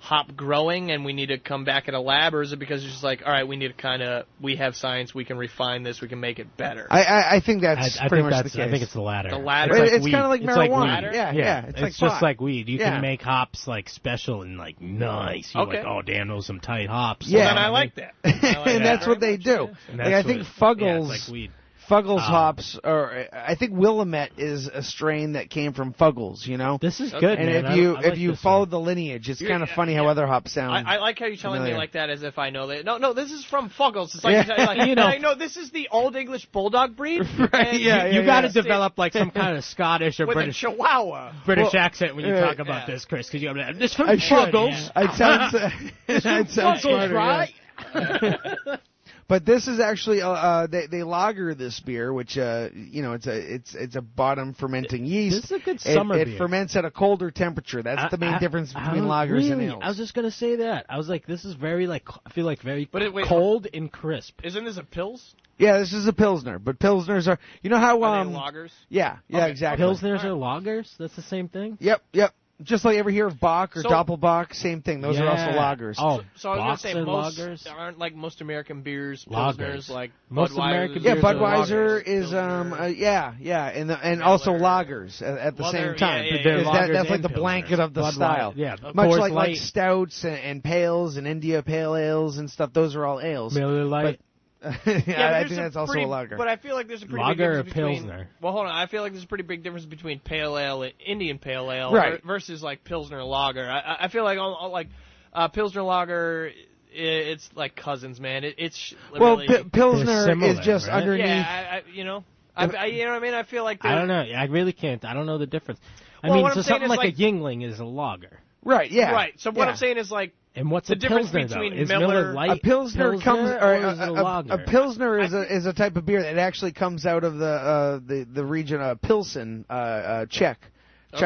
hop growing and we need to come back at a lab or is it because it's just like all right we need to kind of we have science we can refine this we can make it better I I, I think I, that's I pretty think much that's, the case. I think it's the latter. The latter? It's, It's like kinda weed. like It's like marijuana. weed. Yeah, yeah, it's It's, like pot. just like weed. You Yeah. can make hops like special and like nice. You're Okay. like, oh damn, those are some tight hops. Yeah. You know and what I mean? like that and that's what they do. Oh, And Like, I that's think what- Fuggles yeah, it's like weed. Fuggles Um, hops, or I think Willamette is a strain that came from Fuggles. You know, This is Okay. good, and man. I- if you I if like you this follow one. the lineage, it's Yeah, kind of yeah, funny how yeah. other hops sound. I, I like how you're telling familiar. me like that as if I know that. No, no, this is from Fuggles. It's like, Yeah. like You know. I know this is the old English bulldog breed. Right, and yeah, you- you yeah, got to yeah. develop like some kind of Scottish or with British a Chihuahua. British Well, accent when you yeah, talk about yeah. this, Chris, because you have that. This from I should. Fuggles. I sound. I sound smarter, yeah. But this is actually uh, uh, they they lager this beer, which uh, you know it's a it's it's a bottom fermenting yeast. is a good It- summer It, beer. ferments at a colder temperature. That's the main I- I- difference between I- lagers and really? ales. I was just gonna say that. I was like, this is very like I feel like very But it- wait, cold and crisp. Isn't this a pills? yeah, this is a pilsner, but pilsners are you know how Are um they loggers? yeah yeah Okay. exactly Pilsners are lagers. That's the same thing. Yep yep. Just like you ever hear of Bach or So- Doppelbock, same thing. Those are also Yeah. lagers. Oh, So I Bachs was gonna say and most lagers. aren't like most American beers, Lagers. pilsners, like Most Budweiser. American yeah, beers are Budweiser lagers. is um uh, yeah yeah and the, and Yeah, also they're- lagers at, at the Well, same they're- time. yeah, yeah, They're Because that, lagers that's like and the pilsners. blanket of the Budweiser. style. Yeah, much Coors like like Light, stouts and, and pales and India pale ales and stuff. Those are all ales. Miller Lite. yeah, Yeah, but I there's think a that's also pretty, a lager. But I feel like there's a pretty Lager or big difference between. pilsner? Well, hold on. I feel like there's a pretty big difference between pale ale and Indian pale ale Right. ver- versus like pilsner lager. I- I, I feel like all, all, like uh, pilsner lager, i it's like cousins, man. It, it's sh- well, really, P- Pilsner They're similar, is just right? underneath. yeah, I, I, you know, I, I, you know what I mean. I feel like I they're- don't know. I really can't. I don't know the difference. I Well, mean, what so I'm saying something is, like, like- a Yingling is a lager, Right. Yeah. Right. So what yeah. I'm saying is like and what's The a difference pilsner though? between Is Miller- Miller Lite A pilsner, comes, or, or is it a, a, a- lager? a pilsner is a is a type of beer that actually comes out of the uh, the the region of Pilsen, uh, uh, Czech,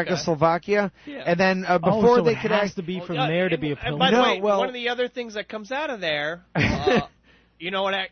Czechoslovakia, Yeah. and then uh, Oh, before so they it could has act- to be from Uh, there to and- be a and pilsner. by the No, way, well- one of the other things that comes out of there, uh, you know what? I,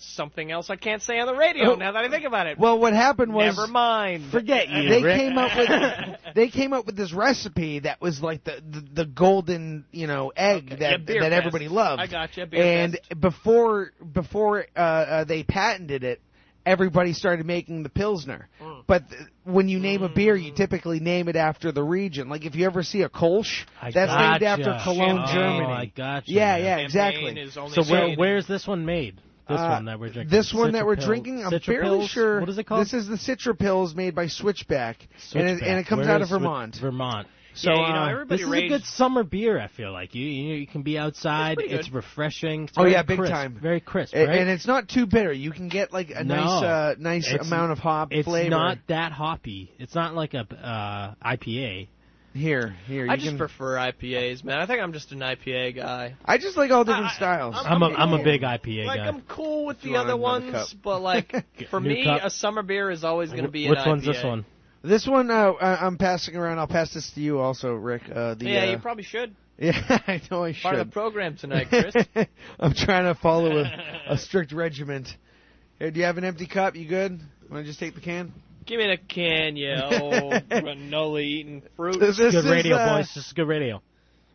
something else I can't say on the radio Oh. now that I think about it. Well, what happened was Never mind. Forget you. they Rick. came up with they came up with this recipe that was like the the, the golden you know egg Yeah, that beer that fest. everybody loved. I gotcha, beer And fest. before before uh, uh, they patented it, everybody started making the pilsner. Mm. But th- when you name a beer, you typically name it after the region. Like if you ever see a Kolsch, I that's named gotcha. after Cologne, Oh, Germany. I gotcha. Yeah, yeah, Champagne exactly. is So only where, made- where's this one made? This Uh, one that we're drinking. This one that Citra we're Pils- drinking, I'm Citra fairly Pils? sure. What is it called? This is the Citra Pills made by Switchback, and it, Switchback. and it comes Where out of is Swi- Vermont. Vermont. So Yeah, you know, uh, everybody- This is a raged- good summer beer. I feel like you you, you can be outside. It's pretty It's, good. refreshing. It's Oh, very yeah, big crisp, time. Very crisp, A- right? And it's not too bitter. You can get like a No. nice, uh, nice It's- amount of hop It's flavor. not that hoppy. It's not like a uh, IPA. Here, here. You I just can, prefer IPAs, man. I think I'm just an IPA guy. I just like all different I- I- styles. I'm a I'm a big IPA Like guy. I'm cool with you the want other another ones, cup. but like for New me, cup. a summer beer is always going to be an Which IPA. one's this one? this one uh, I, I'm passing around. I'll pass this to you also, Rick. Uh, the, Yeah, uh, you probably should. yeah, I know I Part of should. the program tonight, Chris. I'm trying to follow a, a strict regiment. Here, do you have an empty cup? You good? Want to just take the can? Give me the can, you old granola eating fruit. This Good is radio, uh, boys. This is good radio.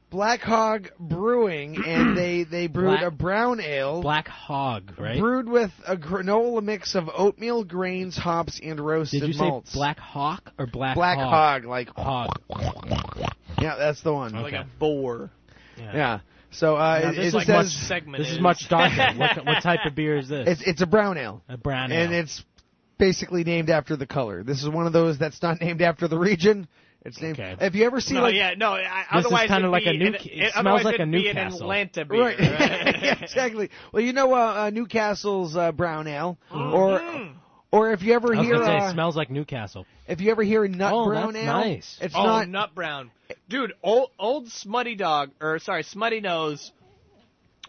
Black Hog Brewing, and they they brewed Black- a brown ale. Black Hog, right? Brewed with a granola mix of oatmeal, grains, hops, and roasted Did you say malts. Black Hawk or Black Black Hog? hog. like Hog. yeah, that's the one. Like Okay. a boar. Yeah. So uh, Now, it, this it is like What That's- says segment This is is much darker. what, what type of beer is this? it's it's a brown ale, a brown ale. and it's basically named after the color. This is one of those that's not named after the region. It's named. Okay. Have you ever seen No, like yeah, no. I, This is otherwise, kinda it'd like be a new- an- it it- smells otherwise like a it'd be Newcastle. An Atlanta beer. Right. Yeah, exactly. Well, you know uh, uh, Newcastle's uh, brown ale, Mm-hmm. Mm. or or if you ever I was hear gonna say, uh, it smells like Newcastle. if you ever hear nut Oh, brown that's ale, nice. it's oh, not nut brown, dude. Old old smutty dog, or sorry, smutty nose.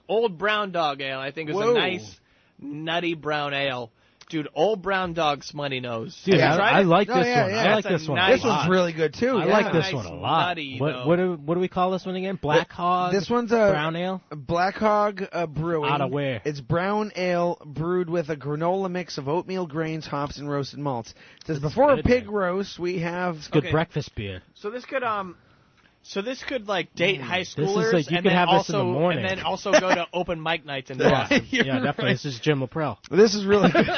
Old brown dog ale, I think, is Whoa. a nice nutty brown ale, dude. Old brown dog, smutty nose. Dude, Yeah. I, Right? I like No, this yeah, one. yeah, I that's like this a one. nice- This a lot. one's really good too. I yeah. like this Nice one a lot. nutty, what though. what do, what do we call this one again? Black Hog. This one's a brown ale. Black Hog uh, Brewing. Outta where? It's brown ale brewed with a granola mix of oatmeal, grains, hops, and roasted malts. It says before good, a pig man. roast, we have Good Okay. breakfast beer. So this could um, so this could like date high Mm, this is schoolers like- you and could then have this also in the morning. and then also go to open mic nights in Boston. You're yeah, definitely. right. This is Jim LaPrell. This is really good.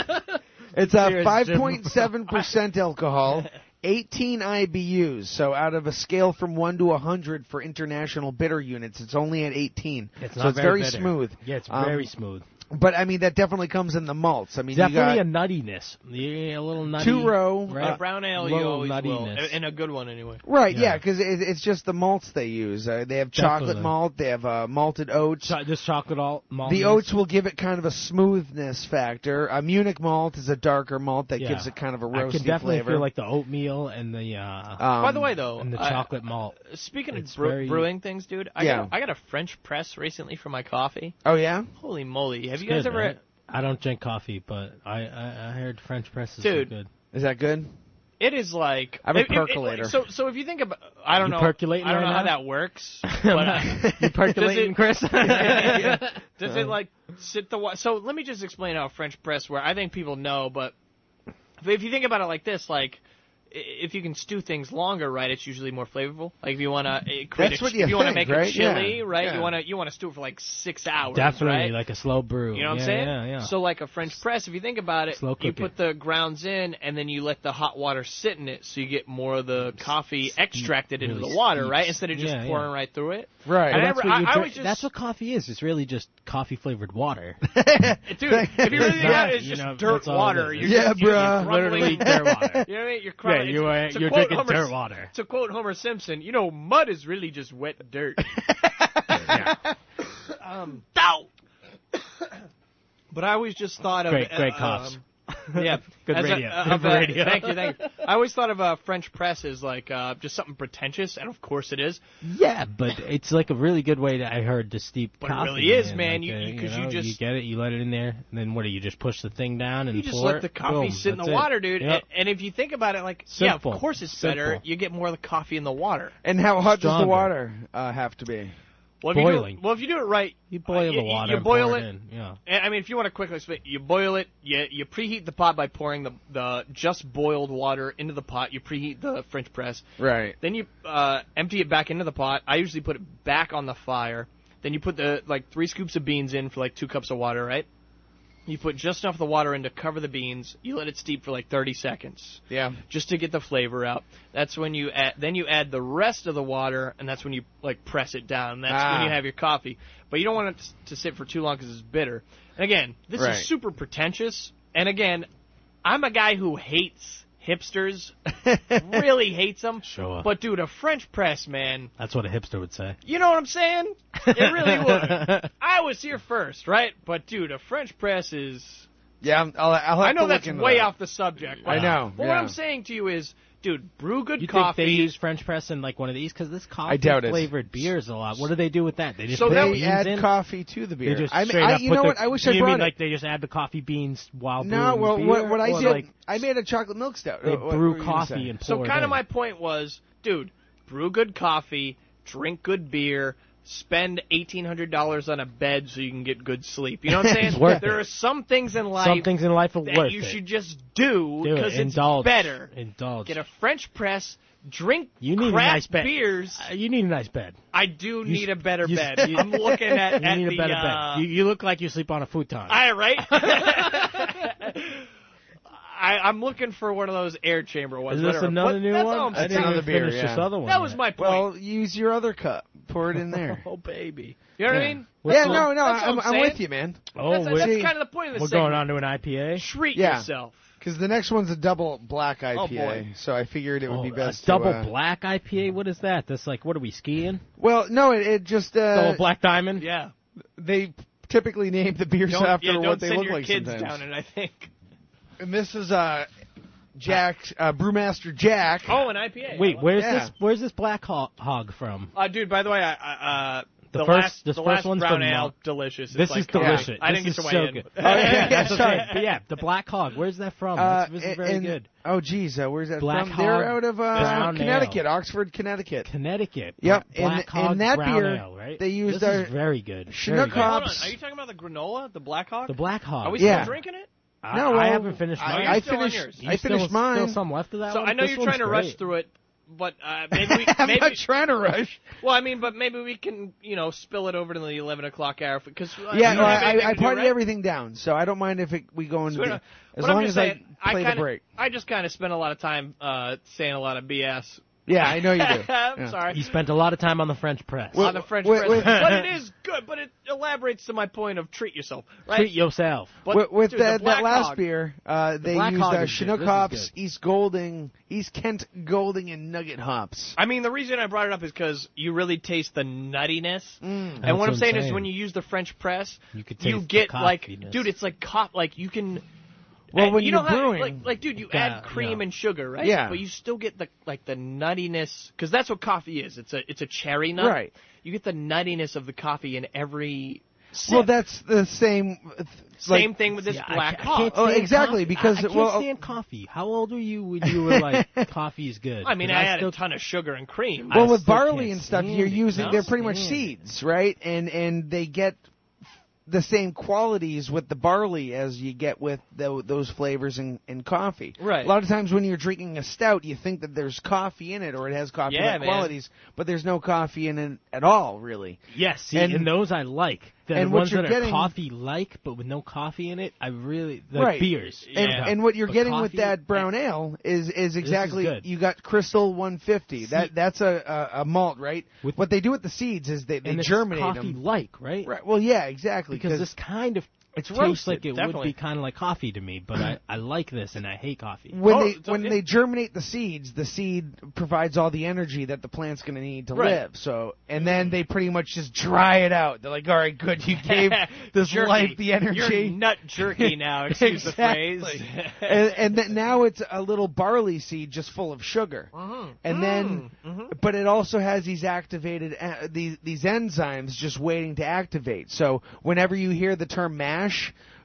It's a Cheers, five Jim. point seven percent alcohol, eighteen IBUs. So out of a scale from one to hundred for international bitter units, it's only at eighteen. It's so not it's very, very, bitter. smooth. Yeah, it's Um, very smooth. But I mean, that definitely comes in the malts. I mean, Definitely you a nuttiness. Yeah, a little got nutty. two row. Uh, Right. A brown ale, you Uh, Low always will, nuttiness. and a good one anyway. Right, Yeah. yeah, because it, it's just the malts they use. Uh, they have chocolate Definitely. malt, they have uh, malted oats. Cho- just chocolate all malt. the oats will give it kind of a smoothness factor. A Munich malt is a darker malt that Yeah. gives it kind of a I roasty can definitely flavor. feel like the oatmeal and the uh, Um, By the way, though, and the I- uh, chocolate malt. Speaking It's of brew- very- brewing things, dude, I, Yeah. got, I got a French press recently for my coffee. oh yeah, Holy moly! Have It's you guys good, ever? right? I don't drink coffee, but I I, I heard French presses Dude, are good. is that good? It is like I have a it- it- it- percolator. so so if you think about, I don't You know. percolating I don't right know how now? that works. But I, you percolating, Chris? does it like sit the wa- so? Let me just explain how French press works. I think people know, but if you think about it like this, like. i- If you can stew things longer, right, it's usually more flavorful. Like if you want to create, That's a, what ch- you if you want to think, make right? a chili, Yeah. right, Yeah. you want to you want to stew it for like six hours, Definitely, right? like a slow brew. You know what yeah, I'm saying? Yeah, yeah. So like a French press, if you think about it, Slow you cooking. put the grounds in and then you let the hot water sit in it so you get more of the coffee extracted into really the water, steep. right? Instead of just Yeah, yeah. pouring right through it. Right. I Well, that's, never- what you I- I drink- always just- that's what coffee is. It's really just coffee flavored water. Dude, if you really think about it, it's You just know, dirt that's all it water. is. You're Yeah, just, you're just bruh. crumbling- Literally dirt water. Yeah, You know what I mean? You're crumbling. you are it's, to you're quote drinking Homer, dirt water. To quote Homer Simpson, you know, mud is really just wet dirt. um, ow. But I always just thought of Great, great uh, coughs. um, yeah, Good As a- radio. uh, Good of a- radio. Thank you, thank you. I always thought of uh, French press as like uh, just something pretentious, and of course it is, Yeah, but it's like a really good way to I heard to steep But it coffee. really is, in, man. like, You- uh, you- 'cause you know, just- you get it, you let it in there, and then what do you just push the thing down and You just pour let the it? coffee Boom, sit in the that's it. water, dude. Yep. And, uh, and if you think about it, like, yeah, Simple. of course it's better. Simple. You get more of the coffee in the water. And how hot does the Stronger. water uh, have to be? Well, if You Boiling. do, well, if you do it right, You uh, boil you, the water. You and boil pour it. in, Yeah. and, I mean, if you want to quickly explain, you boil it. You you preheat the pot by pouring the the just boiled water into the pot. You preheat the French press. Right. Then you uh, empty it back into the pot. I usually put it back on the fire. Then you put the like three scoops of beans in for like two cups of water, right? You put just enough of the water in to cover the beans. You let it steep for like 30 seconds, Yeah. just to get the flavor out. That's when you add. Then you add the rest of the water, and that's when you like press it down. That's Ah. when you have your coffee. But you don't want it to- to sit for too long because it's bitter. And again, this Right. is super pretentious. And again, I'm a guy who hates hipsters. really hates them. Sure. But dude, a French press, man. That's what a hipster would say. You know what I'm saying? It really would. I was here first, right? But dude, a French press is. Yeah. I'll, I'll have I to know look that's into way that. off the subject. I but- know, But yeah. what I'm saying to you is, dude, brew good You coffee. think they use French press in like one of these? Because this coffee doubt it. flavored beers a lot. What do they do with Oh, that? They just So put that beans we add in. coffee to the They beer. just I, mean, straight I- up you put know the- what? I wish I you brought mean it. like they just add the coffee beans while no, brewing well, beer? what, what I Or, did, like I made a chocolate milk stout. Oh, they What- what were brew you gonna coffee say? and So pour it kind in. of my point was, dude, brew good coffee, drink good beer, spend eighteen hundred dollars on a bed so you can get good sleep. You know what I'm saying? It's worth there it. are some things in life some things in life are that worth you it. should just do do it. because it's Indulge. better. Indulge. Get a French press, drink you need craft a nice bed. beers. Uh, You need a nice bed. I do You need s- a better you s- bed. I'm looking at, You at need the a better uh, bed. You, you look like you sleep on a futon. I right. I, I'm looking for one of those air chamber ones. Is this whatever. another But new that's one? all I'm I didn't saying. another even beer, finish this yeah. other one. That was my point. Well, use your other cup. Pour it in there. oh baby. you know what I mean? What's yeah, the- no, no, that's what I'm, I'm I'm with saying. you, man. Oh, that's, that's we're, kind of the point of this. we're segment. going on to an IPA. Treat Yeah. yourself. Because the next one's a double black IPA, boy. so I figured it would Oh, be a best. to, double uh, black IPA. What is that? That's like what are we skiing? Well, no, it, it just uh, double black diamond. Yeah. they typically name the beers Don't, after yeah, don't what they send look your like kids sometimes. down it. I think. And this is uh, Jack, Ah. uh, Brewmaster Jack. Oh, an IPA. Wait, where's Yeah. this? Where's this black ho- hog from? Uh, dude, by the way, I, I, uh, the, The first- last, this the first last one's brown from ale, Malt. delicious. It's This like, is delicious. I didn't This get to is weigh so in. good. Oh, yeah, That's sorry. okay. But yeah, the black hog. Where's that from? Uh, That's this and- is very and- good. Oh, geez, uh, where's that Black from? They're Hog out of uh, Brown Ale. Connecticut, Oxford, Connecticut. Connecticut. Yep, Black and- hog and that brown beer, ale, right? they used this our is very good. Chinook very good. Wait, hold on. Hops. Are you talking about the granola, the Black Hawk? The black hog. Are we Yeah. still drinking it? I, No, I well, haven't finished I- mine. You're I still on finished- yours. You I still- finished mine. Still some left of that So one? I know This you're one's trying to rush great. through it, but uh, maybe we, I'm maybe not trying to rush. well, I mean, but maybe we can you know spill it over to the eleven o'clock hour because uh, yeah, you no, don't have I, anything I to do, partied right? everything down, so I don't mind if it, we go into So, uh, the, as but I'm long just as saying, I play kinda, the break. I just kind of spent a lot of time uh, saying a lot of BS. Yeah, I know you do. I'm Yeah. sorry. You spent a lot of time on the French press. on the French wait, press. wait. but it is good. But it elaborates to my point of treat yourself. Right? Treat yourself. But, with with dude, that, the that Black last Hog, beer, uh, they Black used Hog uh, is good. Chinook This is hops, good. East Golding, East Kent Golding, and Nugget hops. I mean, the reason I brought it up is because you really taste the nuttiness. and That's what I'm saying, is, saying. when you use the French press, You could you taste the get like, coffiness. dude, it's like cop, like you can. Well, uh, when you you're know how, brewing- like, like, dude, you Yeah, add cream yeah. and sugar, right? Yeah. But you still get the like the nuttiness because that's what coffee is. It's a it's a cherry nut. Right. You get the nuttiness of the coffee in every. Sip. Well, that's the same. uh, th- same like- thing with this Yeah, I black ca- I can't hog. Oh, stand exactly, coffee. because, I, I can't well, stand coffee. How old were you when you were like coffee's good? I mean, 'Cause I add still a ton of sugar and cream. Well, I with still barley can't and stuff, stand you're it. using No, they're pretty much stand it. seeds, right? And and they get the same qualities with the barley as you get with tho- those flavors in, in coffee. Right. A lot of times when you're drinking a stout, you think that there's coffee in it or it has coffee Yeah, man. qualities, but there's no coffee in it at all, really. Yes, see, And- and, those I like. The and what ones you're that getting- are coffee like, but with no coffee in it, I really like Right. beers. And, Yeah. and what you're But getting with coffee, that brown I- ale is is exactly good. you got Crystal 150. that that's a, a a malt, right? With- what they do with the seeds is they, they and it's germinate coffee them. like, right? Right. Well, yeah, exactly. Because this kind of It's tastes roasted, like it would definitely. be kind of like coffee to me, but I, I like this and I hate coffee. when Oh, they it's when okay. they germinate the seeds, the seed provides all the energy that the plant's going to need to Right. live. So, and then they pretty much just dry it out. They're like, "All right, good, you gave this Jerky. life the You're energy." nut jerky now. Excuse Exactly. the phrase. and and then now it's a little barley seed just full of sugar. Mm-hmm. And then but it also has these activated uh, these these enzymes just waiting to activate. So whenever you hear the term mash,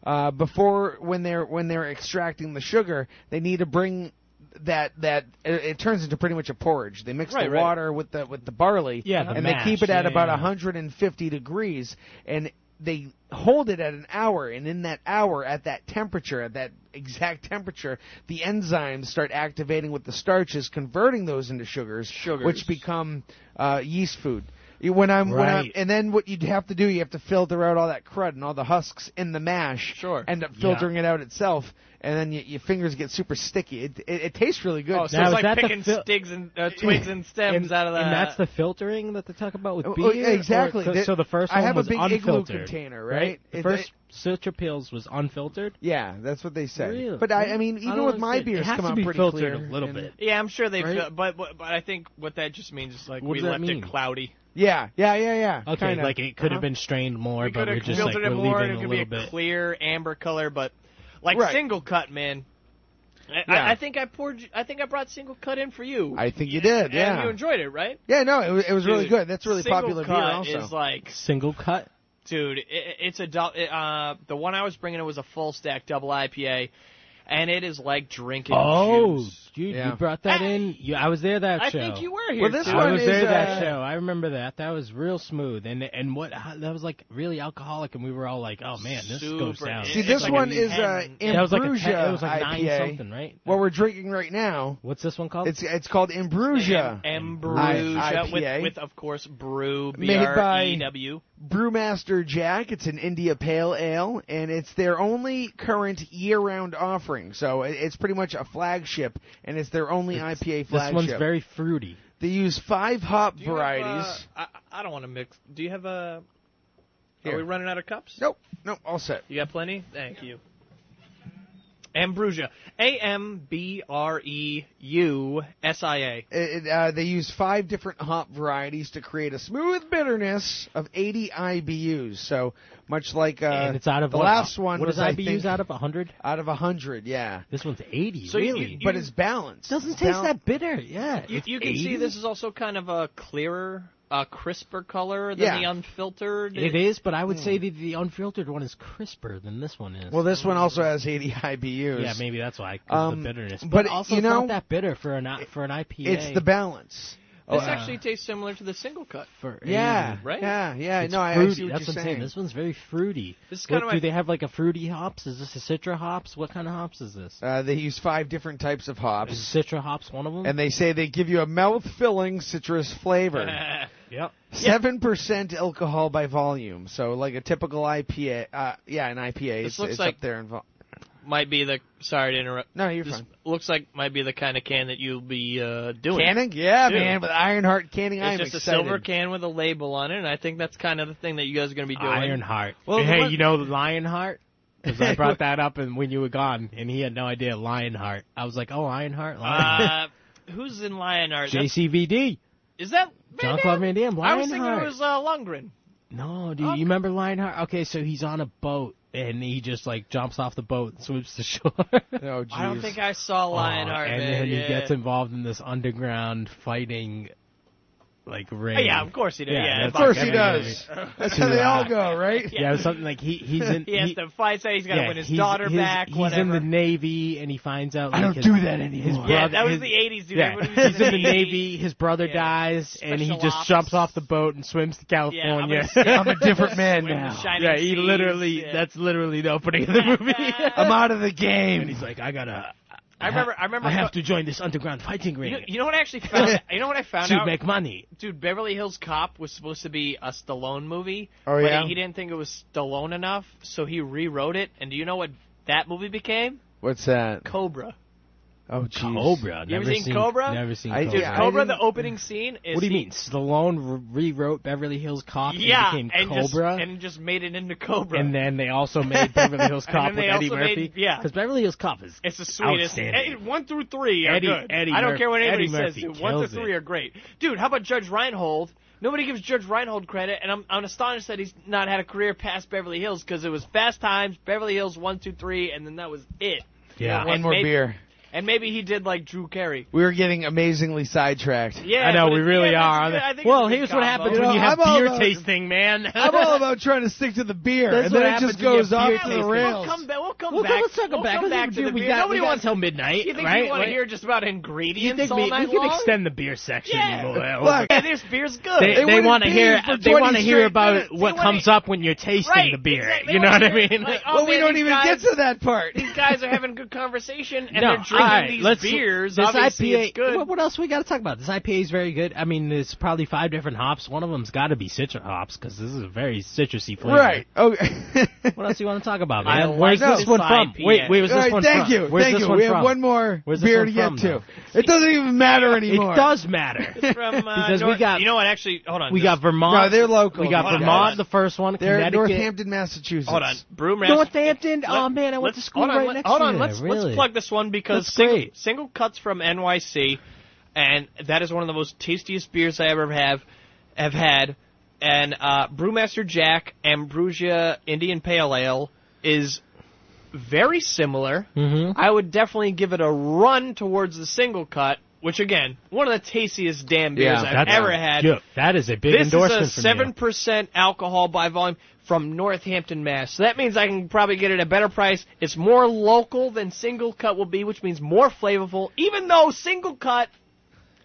uh, before when they're when they're extracting the sugar, they need to bring that that it, it turns into pretty much a porridge. They mix Right, the right. water with the with the barley, Yeah, the and mash. they keep it at Yeah, about yeah, yeah. 150 degrees, and they hold it at an hour, and in that hour, at that temperature, at that exact temperature, the enzymes start activating with the starches, converting those into sugars, Sugars. which become uh, yeast food. You- When I'm, when I'm, Right. and then what you'd have to do, you have to filter out all that crud and all the husks in the mash. Sure. End up filtering it out itself, and then y- your fingers get super sticky. It, it, it tastes really good. Oh, so Now, it's is like that the picking fil- stigs and uh, twigs and stems and, out of the. and that's the filtering that they talk about with uh, Oh, beer. oh, yeah, or- exactly. so- That- so the first I one have a was big igloo unfiltered, container, right? right? The It- first Citra Pills was unfiltered. Yeah, that's what they say. Really? But I, I mean, even don't with my understand. beers, it has come to out be pretty filtered clear, a little and- bit. yeah, I'm sure they. Right? fil- But, but but I think what that just means is like What we does that left mean? it cloudy. Yeah, yeah, yeah, yeah. Okay, Kinda. Uh-huh. like it could have been strained more, We but could we're have just like filtered we're it more. and leaving It a could be little a bit. clear amber color, but like Right. single cut, man. I, Yeah. I, I think I poured. I think I brought single cut in for you. I think you did. And Yeah. you enjoyed it, right? yeah. No, it was, it was really Dude, good. That's really single popular beer. cut Also. is like Single cut. dude. It, it's a dou- it, uh, the one I was bringing it was a full stack double IPA, and it is like drinking Oh, juice. you, Yeah. you brought that in. You, I was there that I show. think you were here. Well, this too. one I was is, there uh, that show. I remember that. That was real smooth, and and what that was like really alcoholic, and we were all like, "Oh man, this goes Super. down." See, See, it's this like a one is uh, 10. E- that was like a Ambrosia ten, it was like nine IPA. something, right? What we're drinking right now, What's this one called? it's it's called Ambrosia. I- Ambrosia IPA. with, with, of course, brew B Made R by- E W. Brewmaster Jack. It's an India Pale Ale, and it's their only current year-round offering. So it, it's pretty much a flagship, and it's their only IPA this flagship. one's very fruity. they use five hop Do you have, varieties. uh, I, I don't want to mix. Do you have a? Are Here. we running out of cups? nope, nope, all set. You got plenty. Thank you. Ambrosia, A M B R E U S I A. It, it, uh, they use five different hop varieties to create a smooth bitterness of 80 IBUs. So much like uh, and it's out of the what, last one What was does I IBUs think, out of hundred? out of 100, yeah. This one's eighty. So you- really? you- but it's balanced. doesn't It's taste bal- that bitter. Yeah. You, it's you can see 80. this is also kind of a clearer, a crisper color than Yeah. the unfiltered. It is, but I would say Hmm. the, the unfiltered one is crisper than this one is. Well, this one also has 80 IBUs. yeah, maybe that's why 'cause Um, the bitterness. but, also you it's know, not that bitter for an I- for an IPA. It's the balance. uh, This Oh, yeah. actually tastes similar to the single cut. for Yeah, mm. right? Yeah, yeah. It's no, I, I fruity. see what That's you're what I'm saying. This one's very fruity. This is What- kinda do my- they have like a fruity hops? Is this a citra hops? What kind of hops is this? Uh, they use five different tyes of hops, Is citra hops one of them? and they say they give you a mouth-filling citrus flavor. yep. Seven percent alcohol by volume, so like a typical IPA. Uh, yeah, an IPA. This it's, looks it's like- up there. In vol- Might be the. Sorry to interrupt. no, you're This fine. looks like might be the kind of can that you'll be uh, doing. Canning, yeah, Dude. man, with Ironheart canning. It's I'm just excited. a silver can with a label on it, and I think that's kind of the thing that you guys are going to be doing. Ironheart. Well, hey, what- you know Lionheart? Because I brought that up and when you were gone, and he had no idea Lionheart. I was like, oh, Lionheart, Lionheart. Uh, who's in Lionheart? That's- JCVD, Is that Van John Damme? Claude Van Damme, I was thinking Lionheart. it was uh, Lundgren. No, dude, Oh. you remember Lionheart? Okay, so he's on a boat and he just like jumps off the boat and swims to shore. Oh, jeez. I don't think I saw Lionheart. and man, then yeah. he gets involved in this underground fighting, like ring. Oh, yeah, of course he did. Yeah, Yeah, that's Of course he Fuck does. That's how they all go, right? Yeah, it was something like he he's in. He has he- to fight. He's got to yeah, win his he's- daughter his- back. He's whatever. in the navy and he finds out. Like, I don't his, do that anymore. brother- yeah, that was his- the '80s, dude. Yeah, Everybody he's was in the navy. His brother Yeah. dies, and he Special just ops. jumps off the boat and swims to Yeah, I'm California. gonna see- I'm a different man Swim the now. shining Yeah, he seas, literally. yeah. That's literally the opening of the movie. I'm out of the game. and he's like, I gotta. I remember. I remember. I have to join this underground fighting You ring know, you know what I actually found? you know what I found to out? make money. Dude, Beverly Hills Cop was supposed to be a Stallone movie. Oh, but yeah? He didn't think it was Stallone enough, so he rewrote it. And do you know what that movie became? What's that? Cobra. Oh, jeez. Cobra. You ever never seen Cobra? Never seen I- Cobra. Dude, Yeah, Cobra. didn't- The opening scene is. What do you he- mean? Stallone re- rewrote Beverly Hills Cop Yeah, and became and just- Cobra, and just made it into Cobra. And then they also made Beverly Hills And then Cop with they Eddie also made- Murphy. yeah. because Beverly Hills Cop is It's the sweetest. Outstanding. Eh, one through three are Eddie- good. Eddie I don't Murphy- care what anybody Eddie says, Murphy dude. One through kills three it. are great. Dude, how about Judge Reinhold? Nobody gives Judge Reinhold credit, and I'm, I'm astonished that he's not had a career past Beverly Hills because it was Fast Times, Beverly Hills, one, two, three, and then that was it. yeah. One And more maybe- beer. And maybe he did like Drew Carey. We were getting amazingly sidetracked. Yeah, I know but we it- really yeah, that's are. a good- I think well, it's a good here's what combo. happens You when know, you have I'm all beer about- tasting, man. I'm all about trying to stick to the beer, That's and then what it happens just when you goes have off beer to the tasting. We'll rails. come back. We'll come We'll back. come, let's talk we'll back. come Let's- back to dude, the we beer. got, we Nobody got wants. till midnight, You think right? you want to Like, hear just about ingredients you think all we, night we can long? extend the beer section? Yeah. Well, Look, Yeah, this beer's good. they, They wouldn't want to be hear for they 20 want to hear straight about minutes. what They wanna- comes up when you're tasting right, the beer. exactly. They You know what wanna I hear, mean? like, oh, well, we man, don't these even guys- get to that part. these guys are having good conversation and no, they're drinking all right, these let's, beers. This Obviously, IPA. it's good. What, what else we got to talk about? This IPA is very good. I mean, there's probably five different hops. One of them's got to be citrus hops because this is a very citrusy flavor. Right. Okay. What All else do you want to talk about, I man? like Where's this this one from? IPA. Wait, wait, was this right, one thank from? you. Where's thank this you. one we have from? one more Where's this beer one to get from, to. though? It doesn't even matter anymore. It does matter. from uh, Because we North- got- you know what? Actually, hold on. we just- got Vermont. No, they're local, We got these Vermont, guys. the first one. They're in Connecticut. Northampton, Massachusetts. Hold on, Brewmaster. Northampton. Let- Oh man, I went to let's- school hold on, right let- next Hold to on, it. let's Really. let's plug this one because That's single, great. single cuts from NYC, and that is one of the most tastiest beers I ever have have had. And uh, Brewmaster Jack Ambrosia Indian Pale Ale is very similar. Mm-hmm. I would definitely give it a run towards the single cut, which again, one of the tastiest damn beers Yeah, I've That's ever a- had. yeah, that is a big This endorsement is a from seven you. percent alcohol by volume from Northampton, Mass. So that means I can probably get it at a better price. It's more local than single cut will be, which means more flavorful. Even though single cut,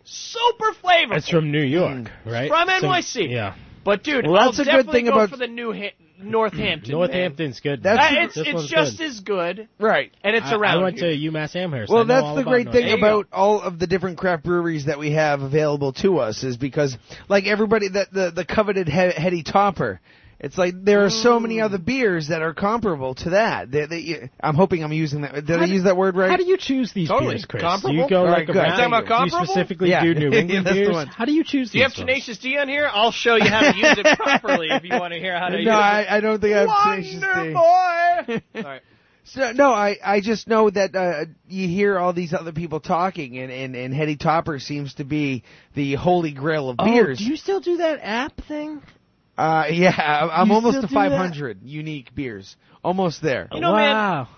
super flavorful. It's from New York, right? From So- NYC. yeah. But dude, Well, that's I'll a good definitely thing go about- for the new ha- Northampton. man. Northampton's good. That's That- the- it's This it's one's just good. as good, Right. and it's I- around. I went here. to UMass Amherst. I Well, know that's all the about great Northampton. thing There you go. about all of the different craft breweries that we have available to us is because, like everybody, the the, the coveted he- heady topper. It's like there are so many other Mm. beers that are comparable to that. They, they, I'm hoping I'm using that. Did I do- use that word right? How do you choose these Totally. beers, Chris? Do Comparable? you go All like right, good. around? Talking about Do you comparable? specifically Yeah. do New Yeah, England that's the beers? one. How do you choose Do you these? have Tenacious D on here? I'll show you how to use it properly if you want to hear how to use no, it. I, I don't think I'm tenacious D. Wonder boy. All right. So, no, I, I just know that uh, you hear all these other people talking, and, and, and Hetty Topper seems to be the holy grail Oh, of beers. still do that app thing? Uh, yeah, I- I'm You almost still to do that? 500 unique beers. Almost there. know, man, wow.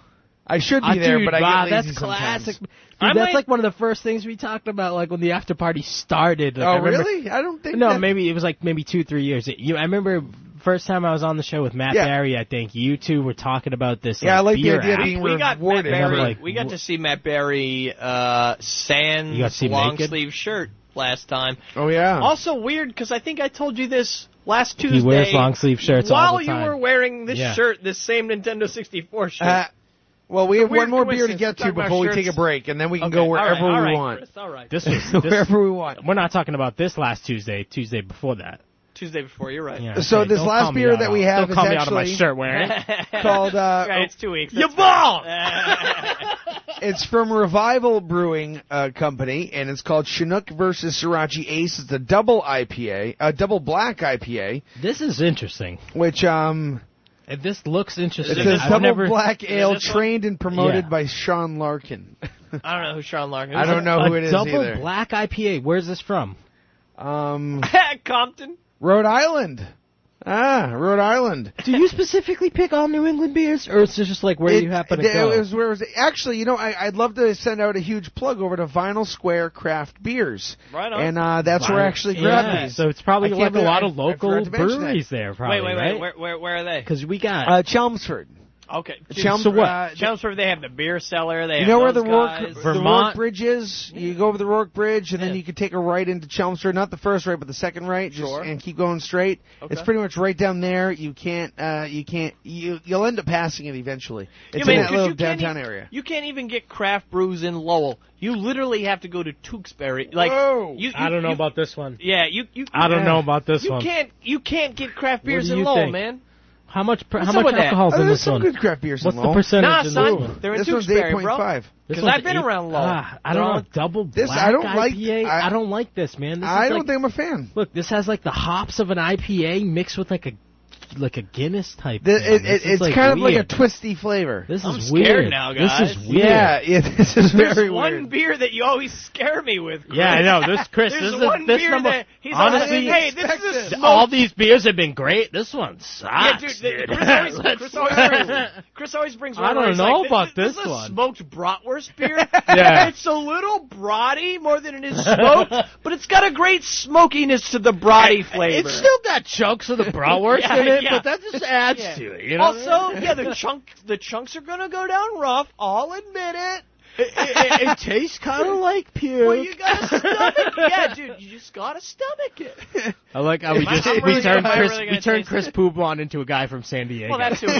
I should be Ah, there, dude, but I wow, get lazy that's sometimes. classic. Dude, I that's might- like one of the first things we talked about, like when the after party started. Like, I oh, remember- really? I don't think. No, that- maybe it was like maybe two, three years. It- You, I remember first time I was on the show with Matt Yeah. Barry. I think you two were talking about this. Yeah, I like the beer idea of app. being we got Matt rewarded. Berry. Like, we got wh- to see Matt Berry uh, You got to sans see him long naked? sleeve shirt last time. Oh yeah. Also weird because I think I told you this last Tuesday. He wears long sleeve shirts while all the time. you were wearing this Yeah. shirt, this same Nintendo 64 shirt. Uh, well, we have one weird more beer to coincidence. get We're to talking before we about take a shirts. break, and then we can Okay, go all right, wherever all we right, want. Chris, all right. this was this, wherever we want. we're not talking about this last Tuesday. Tuesday before that. Tuesday before, you're right. Yeah, So okay, this don't last call me beer out that on- we have don't call is me out of my actually- shirt wearing. it. Called uh, Right, it's two weeks. you That's bald. it's from Revival Brewing uh, Company, and it's called Chinook versus Sriracha Ace. It's a double IPA, a double black IPA, This is interesting. which um, Uh, This looks it interesting. says I've double never- black ale this one? trained and promoted Yeah. by Sean Larkin. I don't know who Sean Larkin is. I don't know a who it is double either. black IPA. Where's this from? Um, Compton. Rhode Island. Ah, Rhode Island. Do you specifically pick all New England beers, or is this just like where It- you happen to it, go? It was where it was actually, you know, I, I'd love to send out a huge plug over to Vinyl Square Craft Beers, Right on. and uh, that's where I Right. actually yeah. grabbed these. So it's probably I can't like a believe lot I- of I forgot local to mention that. breweries there, probably. Wait, wait, wait. right? Where, where, where are they? Because we got uh, Chelmsford. Okay. Chelms- so what? uh, Chelmsford, they have the beer cellar. They you have know where the those Rourke, guys. the Rourke Vermont. Bridge is? You go over the Rourke Bridge, and then Yeah. you can take a right into Chelmsford. Not the first right, but the second right, just, Sure. and keep going straight. It's Okay. pretty much right down there. You can't, uh, you can't, you, you'll end up passing it eventually. It's mean, in that 'cause little you can't downtown e- area. You can't even get craft brews in Lowell. You literally have to go to Tewksbury. Like, Whoa. You, you- I don't know you- about this one. Yeah, you you. I don't Yeah. know about this you one. can't you can't get craft What beers do in you Lowell, think? man. How much? pr- How What's up much with that? alcohol's Oh, in there's this some one? good craft beers What's in the Lowell. percentage Nah, in son, this one? they're in This one's Tewksbury, bro. 8.5. This Because one's I've been eight- around Lowell. Ah, I They're don't know. all- Double black This- I don't like- IPA. I- I don't like this, man. This is I don't like- think I'm a fan. Look, this has like the hops of an IPA mixed with like a like a Guinness type. The, thing. it, This it, is, it's like, kind of like a weird. twisty flavor. This I'm is scared weird. now, This guys. is weird. Yeah, yeah, this is There's very one weird. beer that you always scare me with. Chris. Yeah, I know. This Chris, There's this is one this beer number. that he's honestly, like, hey, this is a expected. smoke. all these beers have been great. This one yeah, sucks. dude. dude. the- Chris, always, Let's- Chris, always brings, Chris always brings. one I where don't he's know like, about this, this is one. a smoked bratwurst beer. Yeah. it's a little brody more than it is smoked, but it's got a great smokiness to the brody flavor. It's still got chunks of the bratwurst Yeah, in it, yeah. but that just adds Yeah. to it. You know? Also, yeah, the chunk the chunks are gonna go down rough. I'll admit it. it, it, it tastes kind of like puke. Well, you gotta stomach it. Yeah, dude, you just gotta stomach it. I like how we Am I- just I'm we really turned gonna- am I Chris really we gonna turned taste Chris it? Poubon into a guy from San Diego. Well, that's who he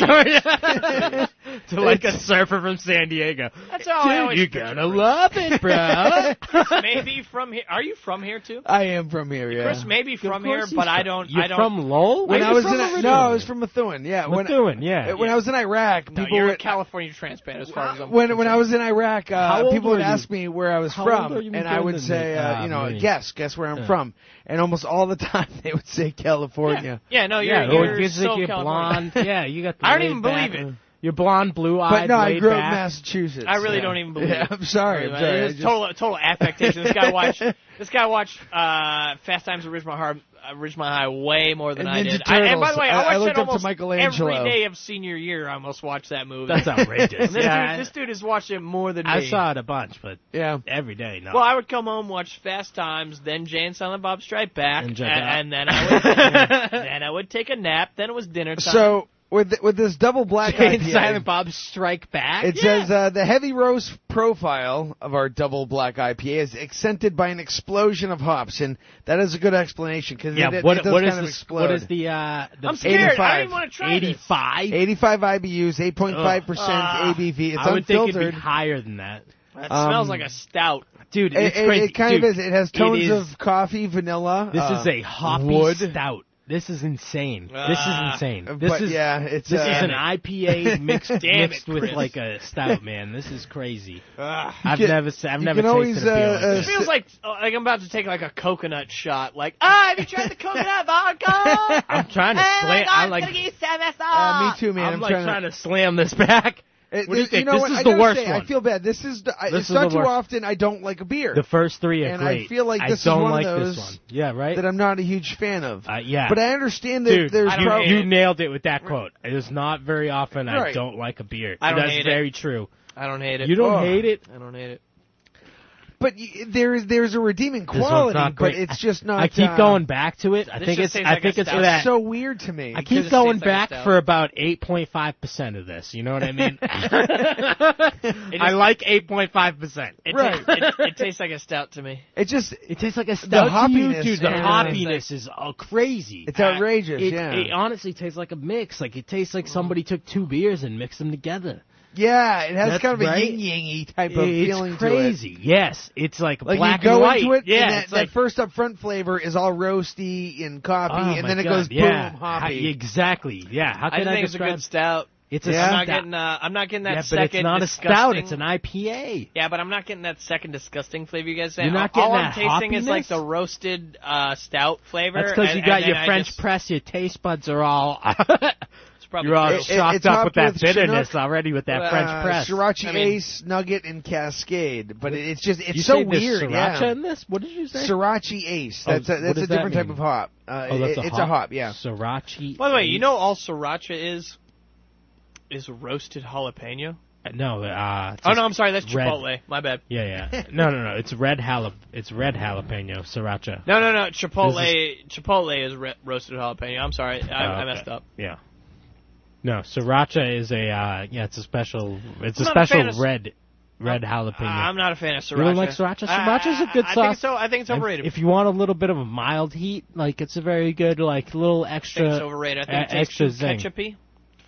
to like a surfer from San Diego. That's how I Dude, always you're picture gonna love it, bro. maybe from here. Are you from here too? I am from here, yeah. Chris may be from here, but I don't. You're I don't. from Lowell? when Where I you was in from no, originally? I was from Methuen. Yeah, when Methuen, yeah. uh, when I was in Iraq, no, people you're would, a California transplant as far as I'm when when I was in Iraq, How uh, old people would were you? ask me where I was How old from, are you and I then would then? say, Ah, uh, you know, me. guess guess where I'm from, and almost all the time they would say California. Yeah, no, you're, yeah, you're, or you so you're California. blonde. yeah, you got the I don't even laid-back- believe it. You're blonde, blue But eyed. no, I grew up in Massachusetts. I really yeah. don't even believe Yeah, it. I'm sorry. I'm Anyway, sorry. I It was just- total total affectation. This guy watched this guy watched uh, Fast Times at Ridgemont Har- uh, Ridgemont High way more than And I Ninja did. I, and by Turtles. the way, I- I I, watched looked that up to almost Michelangelo. every day of senior year. I almost watched that movie. That's outrageous. this, yeah, dude, this dude has watched it more than I me. saw it a bunch, but Yeah. every day, no. Well, I would come home, watch Fast Times, then Jane Silent Bob Strike Back, And and, check out. and then I would then I would take a nap. Then it was dinner time. So with th- with this double black Jane IPA, Silent Bob Strike Back. It says uh, the heavy roast profile of our double black IPA is accented by an explosion of hops, and that is a good explanation because yeah, it, it what, does what kind is of this, explode. what is the, uh, the I'm scared. 85. I don't even want to try this. 85. 85 IBUs, 8.5 percent Ah, ABV. It's I would think it'd unfiltered. be higher than that. That Um, smells like a stout. Dude, It, it's it- crazy. it kind Dude, of is. It has tones is- of coffee, vanilla. This uh, is a hoppy wood. Uh, stout. This is insane. this Ah. is insane. This But is yeah, it's this uh, is an IPA mixed, Damn mixed it, with Chris. Ah, like a stout, man. This is crazy. I've can- never se- I've you never can always, tasted a uh, beer like uh, It this. feels like oh, like I'm about to take like a coconut shot. Like, ah, have you tried the coconut vodka? I'm trying to Oh my slam. God, I'm like, cookies, MSR. uh, me too, man. I'm, I'm, like trying, to to slam this back. It- What do you it- think? know This what? is I the gotta worst say, I one. feel bad. This is. The, I- This it's is not too the worst. often I don't like a beer The first three are And I great. feel like this is don't one of like those this one. Yeah, right. that I'm not a huge fan of. Uh, yeah, But I understand that dude, there's I don't you, prob- hate you it. nailed it with that quote. It is not very often I Right. don't like a beer. I don't That's hate it. very true. I don't hate it. You don't Ugh. hate it. I don't hate it. but y- there's there's a redeeming one's quality, not but great. it's just not. I keep uh, going back to it. I This think just it's. tastes I like a think it's stout. that. It's so weird to me. I Because keep it going tastes like a back stout. for about 8.5% of this. You know what I mean? I like 8.5%. It, Right. tastes, it, it tastes like a stout to me. It just It tastes like a stout stout. to you, dude, dude. the Yeah. hoppiness is uh, crazy. it's outrageous. it, yeah, it honestly tastes like a mix. Like it tastes like somebody took two beers and mixed them together. yeah, it has That's kind of a right. yin yangy type of feeling It's to it. crazy. Yes, it's like, Like black you go and white. into it, yeah, and that, it's like, that first up front flavor is all roasty and coffee, oh and my then it God, goes yeah. boom hoppy. How- exactly. Yeah. How I can just I, think it's a describe? good stout. It's Yeah. I'm a not stout. getting. Uh, I'm not getting that yeah, second. but it's not disgusting, a stout. It's an IPA. Yeah, but I'm not getting that second disgusting flavor you guys said. You're not All- getting All that I'm tasting is like hoppiness? the roasted uh, stout flavor. That's because and- you got and your then I French just- press. Your taste buds are all. it's probably You're all It- gross. it- shocked it's up with hopped that with bitterness Chinook, already with that uh, French press. Sriracha I mean- Ace, Nugget, and Cascade, but it, it's just it's you so say there's weird. Sriracha yeah. in this? What did you say? Sriracha Ace. Oh, That's a, what that's a does that different type mean? of hop. Uh, oh, that's it- a it's hop? a hop. Yeah. Sriracha. By the way, you Ace. know all sriracha is is roasted jalapeno. Uh, No. Uh, it's Oh a- no, I'm sorry, that's red. chipotle. My bad. Yeah, yeah. No, no, no. It's red jalap. It's red jalapeno sriracha. No, no, no. Chipotle, chipotle is re- roasted jalapeno. I'm sorry, I, Oh, I okay. messed up. Yeah. No, sriracha is a uh, yeah. It's a special. It's I'm a not a fan special of s- red, red jalapeno. I'm not a fan of sriracha. You don't like sriracha? Sriracha's a good I, I sauce. Think so. I think it's And overrated. If you want a little bit of a mild heat, like it's a very good, like little I think it's extra. overrated. I uh, think it tastes extra too zing. ketchupy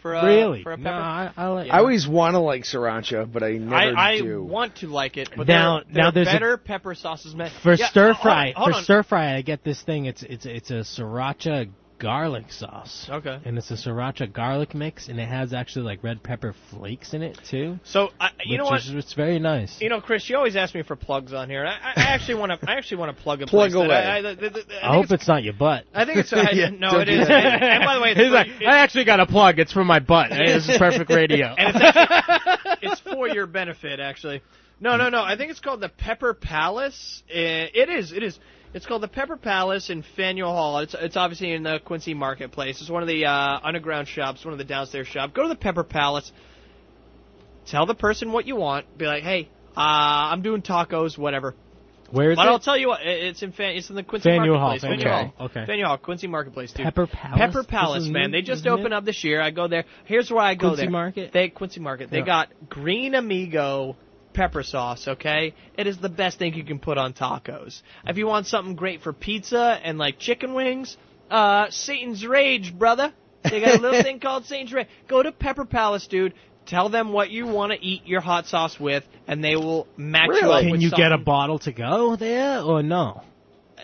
for a really? uh, for a No, pepper. I, I like. I always want to like sriracha, but I never I, I do. want to like it, but Now- there, there now are there's a- better pepper sauces. Me- for Yeah, oh, stir hold- fry. hold for on. stir fry, I get this thing. It's it's it's a sriracha garlic sauce. Okay. And it's a sriracha garlic mix, and it has actually like red pepper flakes in it too. So I, you which know what? Is, it's very nice. You know, Chris, you always ask me for plugs on here. and I, I I actually want to. I actually want to plug a Plug place that away. I, I, th- th- th- I think I hope it's. it's not your butt. I think it's. I, Yeah, no, don't it do is. that. And, and by the way, it's He's for, like, it- I actually got a plug. It's for my butt. Hey, this is perfect radio. and it's, actually, it's for your benefit, actually. No, no, no. I think it's called the Pepper Palace. Uh, It is. It is. It's called the Pepper Palace in Faneuil Hall. It's it's obviously in the Quincy Marketplace. It's one of the uh, underground shops, one of the downstairs shop. Go to the Pepper Palace. Tell the person what you want. Be like, hey, uh, I'm doing tacos, whatever. Where is But I'll it? tell you what, it- it's in Fan, it's in the Quincy Faneuil Hall, Marketplace. Faneuil Faneuil Hall, okay. Faneuil Hall, Quincy Marketplace, dude. Pepper Palace? Pepper This Palace, is man. new, They just isn't opened it? up this year. I go there. Here's where I go Quincy there. Market? They Quincy Market. They Yeah. got Green Amigo pepper sauce. Okay, it is the best thing you can put on tacos. If you want something great for pizza and like chicken wings, uh, Satan's Rage, brother. They got a little thing called Satan's Rage. Go to Pepper Palace, dude. Tell them what you want to eat your hot sauce with, and they will match you up Can with you get a something. bottle to go there or no?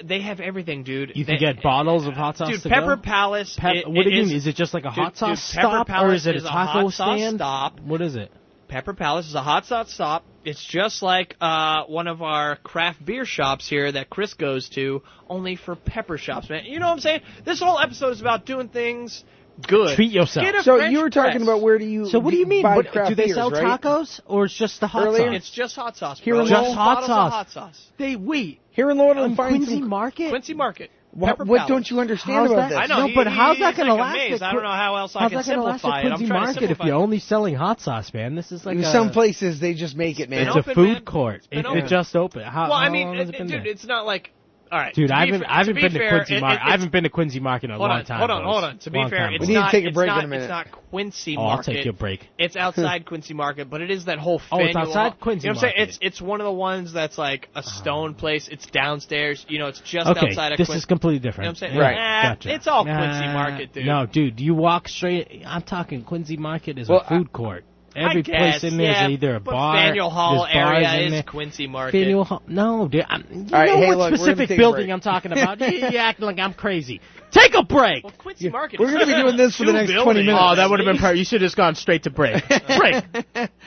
They have everything, dude. You can They- get bottles of hot sauce Dude, to Pepper go? Palace. Pep- it- what do it you is- mean? Is it just like a dude, hot sauce dude, Pepper stop, or Palace is it is a taco hot sauce stand? stop. What is it? Pepper Palace is a hot sauce stop. It's just like uh, one of our craft beer shops here that Chris goes to, only for pepper shops, man. You know what I'm saying? This whole episode is about doing things good. Treat yourself. Get a so French you were talking press. about where do you? So what do you mean? Buy What- craft do they beers, sell right? tacos or it's just the hot Earlier? sauce? It's just hot sauce. Here bro. in Just Lowell? bottles of Hot sauce. hot sauce. They wait. Here in Laurel, On and find Quincy some. Market. Quincy Market. What, pepper what pallets. don't you understand How's about that- this? I know. No, he- but he- how's that he's, gonna like, last amazed. if I Quin- don't know how else I How's can that going to last simplify at it. I'm Quincy trying to Market if simplify you're it. only selling hot sauce, man? This is like In a, some places they just make it, man. It's been a open, food man. court. It's been it, open. it just opened. How, Well, how I mean, long has it it- been dude, there? it's not like. All right, Dude, to be I haven't, fair- I haven't be been fair, to Quincy it- it- Market. I it's- haven't been to Quincy Market in a Hold long on, time. hold on, boys. hold on. To be Long fair, time, it's boys. We need to not, take a it's break in not- a minute. It's not Quincy Oh, I'll Market. take your break. It's outside Quincy Market, but it is that whole. Oh, it's fanu- outside Quincy You know what I'm Market. saying? It's it's one of the ones that's like a stone place. It's downstairs. You know, it's just Okay, outside of this Quincy. is completely You know what I'm different. saying? Yeah, Right. Nah, gotcha. It's all Nah, Quincy Market, dude. No, dude, you walk straight. I'm talking Quincy Market is Well, a food court. I Every guess, place in there is yeah, either a but bar. Faneuil Hall there's bars area in is there. Quincy Market. Faneuil Hall. No, dude. I'm, you All right, know hey, what look, we're gonna specific take a building break. I'm talking about? You- You're acting like I'm crazy. Take a break. Well, Quincy Market. We're gonna be doing this for the next 20 minutes. Oh, that would have been perfect. You should have just gone straight to break. break.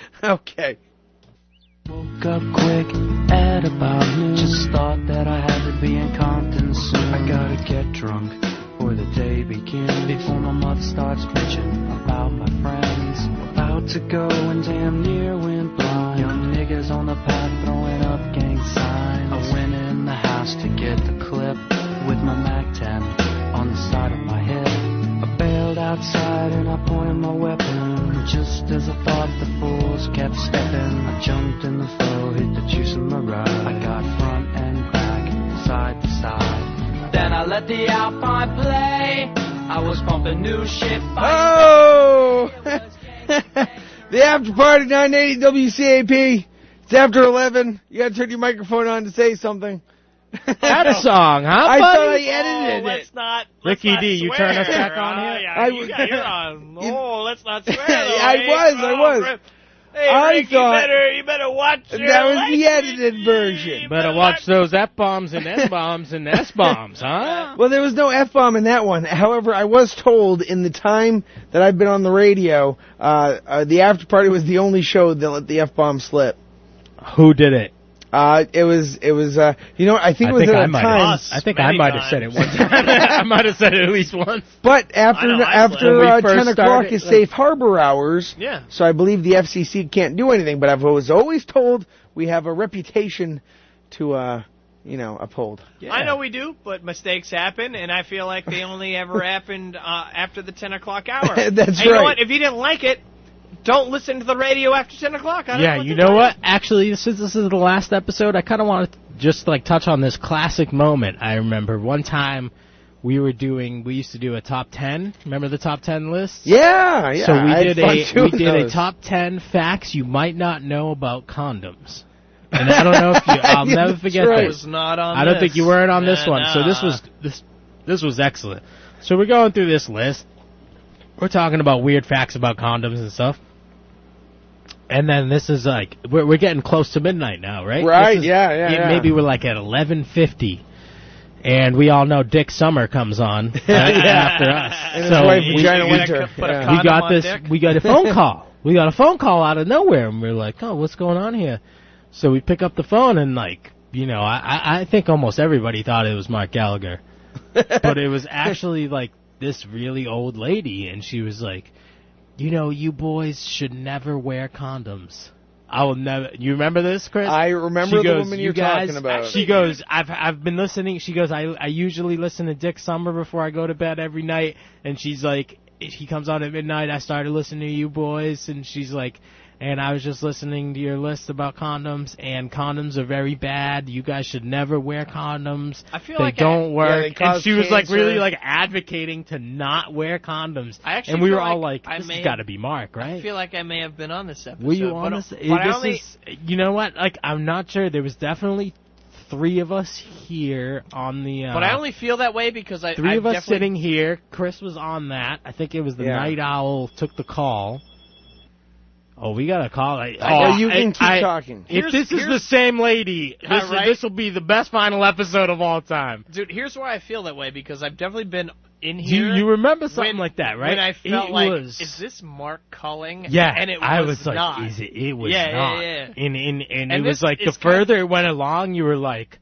okay. Woke up quick at about noon. Just thought that I had to be in Compton soon. I gotta get drunk before the day begins. Before my mother starts bitching about my friends. About to go and damn near went blind. Young niggas on the path throwing up gang signs. I went in the house to get the clip with my Mac 10 on the side of my head. I bailed outside and I pointed my weapon. Just as I thought the fools kept stepping, I jumped in the flow, hit the juice in my ride. I got front and back, side to side. Then I let the Alpine play. I was pumping new shit. by- Oh! the after party 980 WCAP. It's after 11. You gotta turn your microphone on to say something. Had a song, huh, I thought I buddy? edited it. Oh, Let's not. Ricky let's not D, you swear. turn us back on Ah, here? yeah, I- you got- you're on. You- Oh, let's not swear. though, I eh? was, I Oh, was. Rick- Hey, I Rick, thought- you better, you better watch your That was the language. edited You version. Better watch those F bombs and S bombs and S bombs, huh? Well, there was no F bomb in that one. However, I was told in the time that I've been on the radio, uh, uh, the after party was the only show that let the F bomb slip. Who did it? Uh, it was, it was, uh, you know, I think it I was think at I a might. time. Have, I think I many might have said it times. once. I might have said it at least once. But after I know, I after slept. uh, When ten we first o'clock started, is like- safe harbor hours. Yeah. So I believe the FCC can't do anything. But I was always told we have a reputation to, uh, you know, uphold. I know we do, but mistakes happen, and I feel like they only ever happened uh, after the 10 o'clock hour. That's and You know right. what? If you didn't like it, don't listen to the radio after 10 o'clock. I don't Yeah, what you to know tell what? Actually, since this is the last episode, I kind of want to just like touch on this classic moment. I remember one time we were doing, we used to do a top ten. Remember the top ten list? Yeah, yeah. so we I had did fun a we doing did a those. top ten facts you might not know about condoms. And I don't know if you, I'll Yeah, never that's forget right. I It this. was not on I don't this. think you weren't on this Nah, one. So this nah. was this this was excellent. So we're going through this list. We're talking about weird facts about condoms and stuff. And then this is like we're we're getting close to midnight now, right? Right, This is- yeah, yeah, yeah. Maybe we're like at eleven fifty. And we all know Dick Summer comes on right after us. And his so wife, we- Vagina we gotta Winter. c- put a Yeah. con- we condom got on this. dick? We got a phone call. We got a phone call out of nowhere, and we are like, "Oh, what's going on here?" So we pick up the phone, and like, you know, I- I I think almost everybody thought it was Mark Gallagher, but it was actually like this really old lady, and she was like, "You know, you boys should never wear condoms." I will never. You remember this, Chris? I remember She the goes, woman "You you're guys- talking about. She goes, I've I've been listening. She goes, I I usually listen to Dick Summer before I go to bed every night, and she's like, he comes on at midnight. I started listening to you boys, and she's like, and I was just listening to your list about condoms, and condoms are very bad. You guys should never wear condoms. I feel they like I- don't work. they cause and she was like cancer. really like advocating to not wear condoms. I actually and we feel were all like like, I this may- has got to be Mark, right? I feel like I may have been on this episode. Were you but, uh, on this? But I this only, is, you know what? Like, I'm not sure. There was definitely three of us here on the. Uh, but I only feel that way because I three I of us definitely- sitting here. Chris was on that. I think it was the Yeah. night owl took the call. Oh, we got a call. I, Oh, oh, you can I- keep I- talking. If this is the same lady, this Yeah, right? this will be the best final episode of all time. Dude, here's why I feel that way because I've definitely been in Do here. you, you remember something when- like that, right? When I felt it like, was, is this Mark Culling? Yeah, and it was I was not. like, is it, it was Yeah, yeah, not. yeah. And and and, And it was this like the is kind of- further it went along, you were like,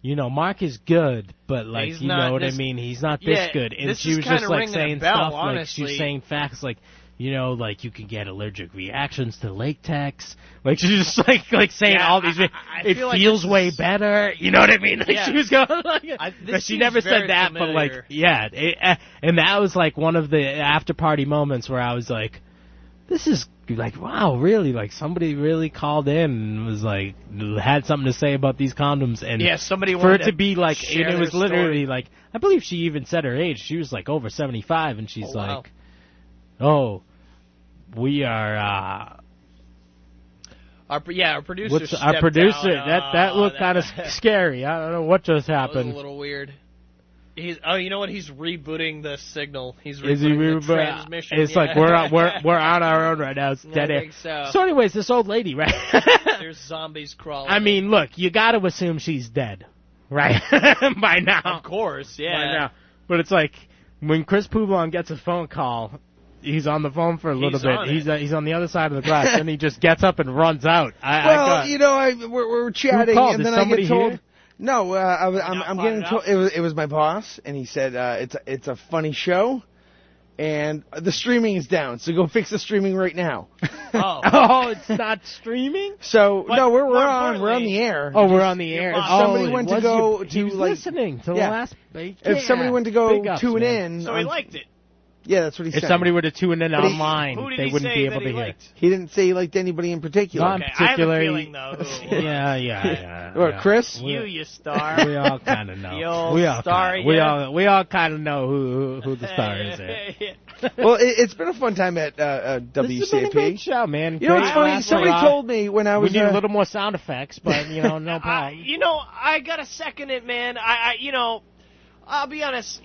you know, Mark is good, but like He's you not know what this- I mean. He's not this Yeah, good. And this she is was kinda just like ringing a saying bell, stuff like she honestly. was saying facts like you know, like you can get allergic reactions to latex. Like she was just like like saying Yeah, all these. I- I- I it feel like feels this way is- better. You know what I mean? Like Yeah. she was going. Like, I- this but she seems never said very that. But like, familiar. yeah, it, uh, and that was like one of the after party moments where I was like, this is like wow, really? Like somebody really called in and was like had something to say about these condoms and Yeah, somebody for wanted it to to be like share and it their was literally story. like I believe she even said her age. She was like over seventy five and she's Oh, wow. like, oh, we are. uh Our pro- yeah, our producer. What's our stepped producer? out. that that Oh, looked that- kind of scary. I don't know what just That was a happened. little weird. He's oh, you know what? He's rebooting the signal. He's rebooting Is he the re- transmission. It's like Yeah. we're on, we're we're on our own right now. It's I dead air. think so. anyways, this old lady, right? There's zombies crawling. I mean, look, you got to assume she's dead, right? By now, of course, yeah. By now. But it's like when Chris Poulon gets a phone call, he's on the phone for a little He's bit. on he's uh, he's on the other side of the glass, and he just gets up and runs out. I, I Well, got- you know, I, we're, we're chatting, called? and Is then I somebody get told. here? No, uh, I, was- I'm, Not I'm far getting enough? told. It was, it was my boss, and he said uh, it's a, it's a funny show, and the streaming is down, so go fix the streaming right now. Oh. oh, it's not streaming. So But no, we're more we're on we're on importantly- the air. Oh, we're on the air. boss- Oh, somebody it went to was go you- he to, was like- listening to the yeah. last. If If somebody went to go tune in, so he on- liked it. yeah, that's what he If said. somebody were to tune in But he- online, Who did they he wouldn't say be able that to he hear. liked? he didn't say he liked anybody in particular. Not in Okay, I have a particular. feeling, though, who it yeah, yeah, yeah. Or yeah. Chris? We- You, you star. we all kind of know. You old we all star, kinda, we yeah. all we all kind of know who, who who the star is. There. well, it, it's been a fun time at uh, uh, This has been a great WCAP. show, man. You know, Great it's funny. laugh Somebody laugh. told me when I we was need uh, a little more sound effects, but you know, no I, problem. Uh, you know, I gotta second it, man. I, I, you know, I'll be honest.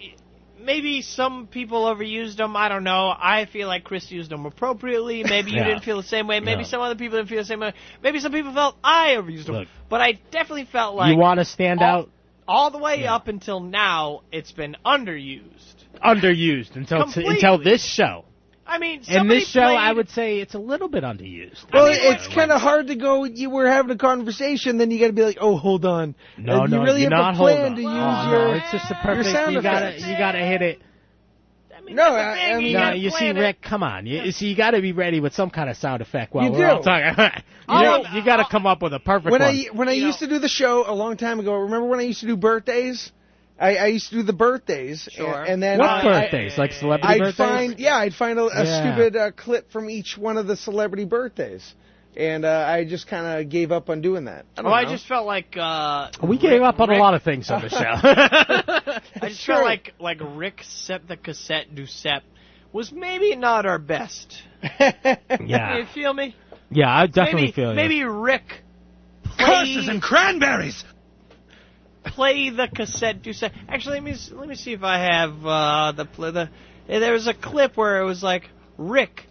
Maybe some people overused them. I don't know. I feel like Chris used them appropriately. Maybe you Yeah. didn't feel the same way. Maybe Yeah. some other people didn't feel the same way. Maybe some people felt I overused them. Look. but I definitely felt like you want to stand all, out all the way Yeah. up until now, it's been underused. underused until t- Completely. until this show. I mean, In somebody this show, played, I would say it's a little bit underused. Well, I mean, like- it's kind of hard to go. You were having a conversation, then you got to be like, "Oh, hold on." No, And no, you really you're have not a plan to holding. Oh, use no, your. it's just the perfect. sound you gotta, effects. you gotta hit it. I mean, No, that's the I- thing, I'm you not- No, gotta you see, plan it. Rick, come on. You, you see, you got to be ready with some kind of sound effect while You we're all do. talking. you You know, know, you got to come up with a perfect When one. I when I You used know. to do the show a long time ago, remember when I used to do birthdays? I, I used to do the birthdays, Sure. and, and then what I, birthdays? like celebrity I'd birthdays? find yeah, I'd find a, a Yeah. stupid uh, clip from each one of the celebrity birthdays, and uh, I just kind of gave up on doing that. I don't Well, Oh, I know. just felt like uh, we gave up on a Rick- lot of things on the show. I just Sure. felt like like Rick set the cassette Ducep was maybe not our best. You yeah, feel me? yeah, I definitely maybe feel you. maybe Rick Curses play, and cranberries! play the cassette Ducep. Actually, let me s- let me see if I have uh, the pl- the. eh, There was a clip where it was like Rick.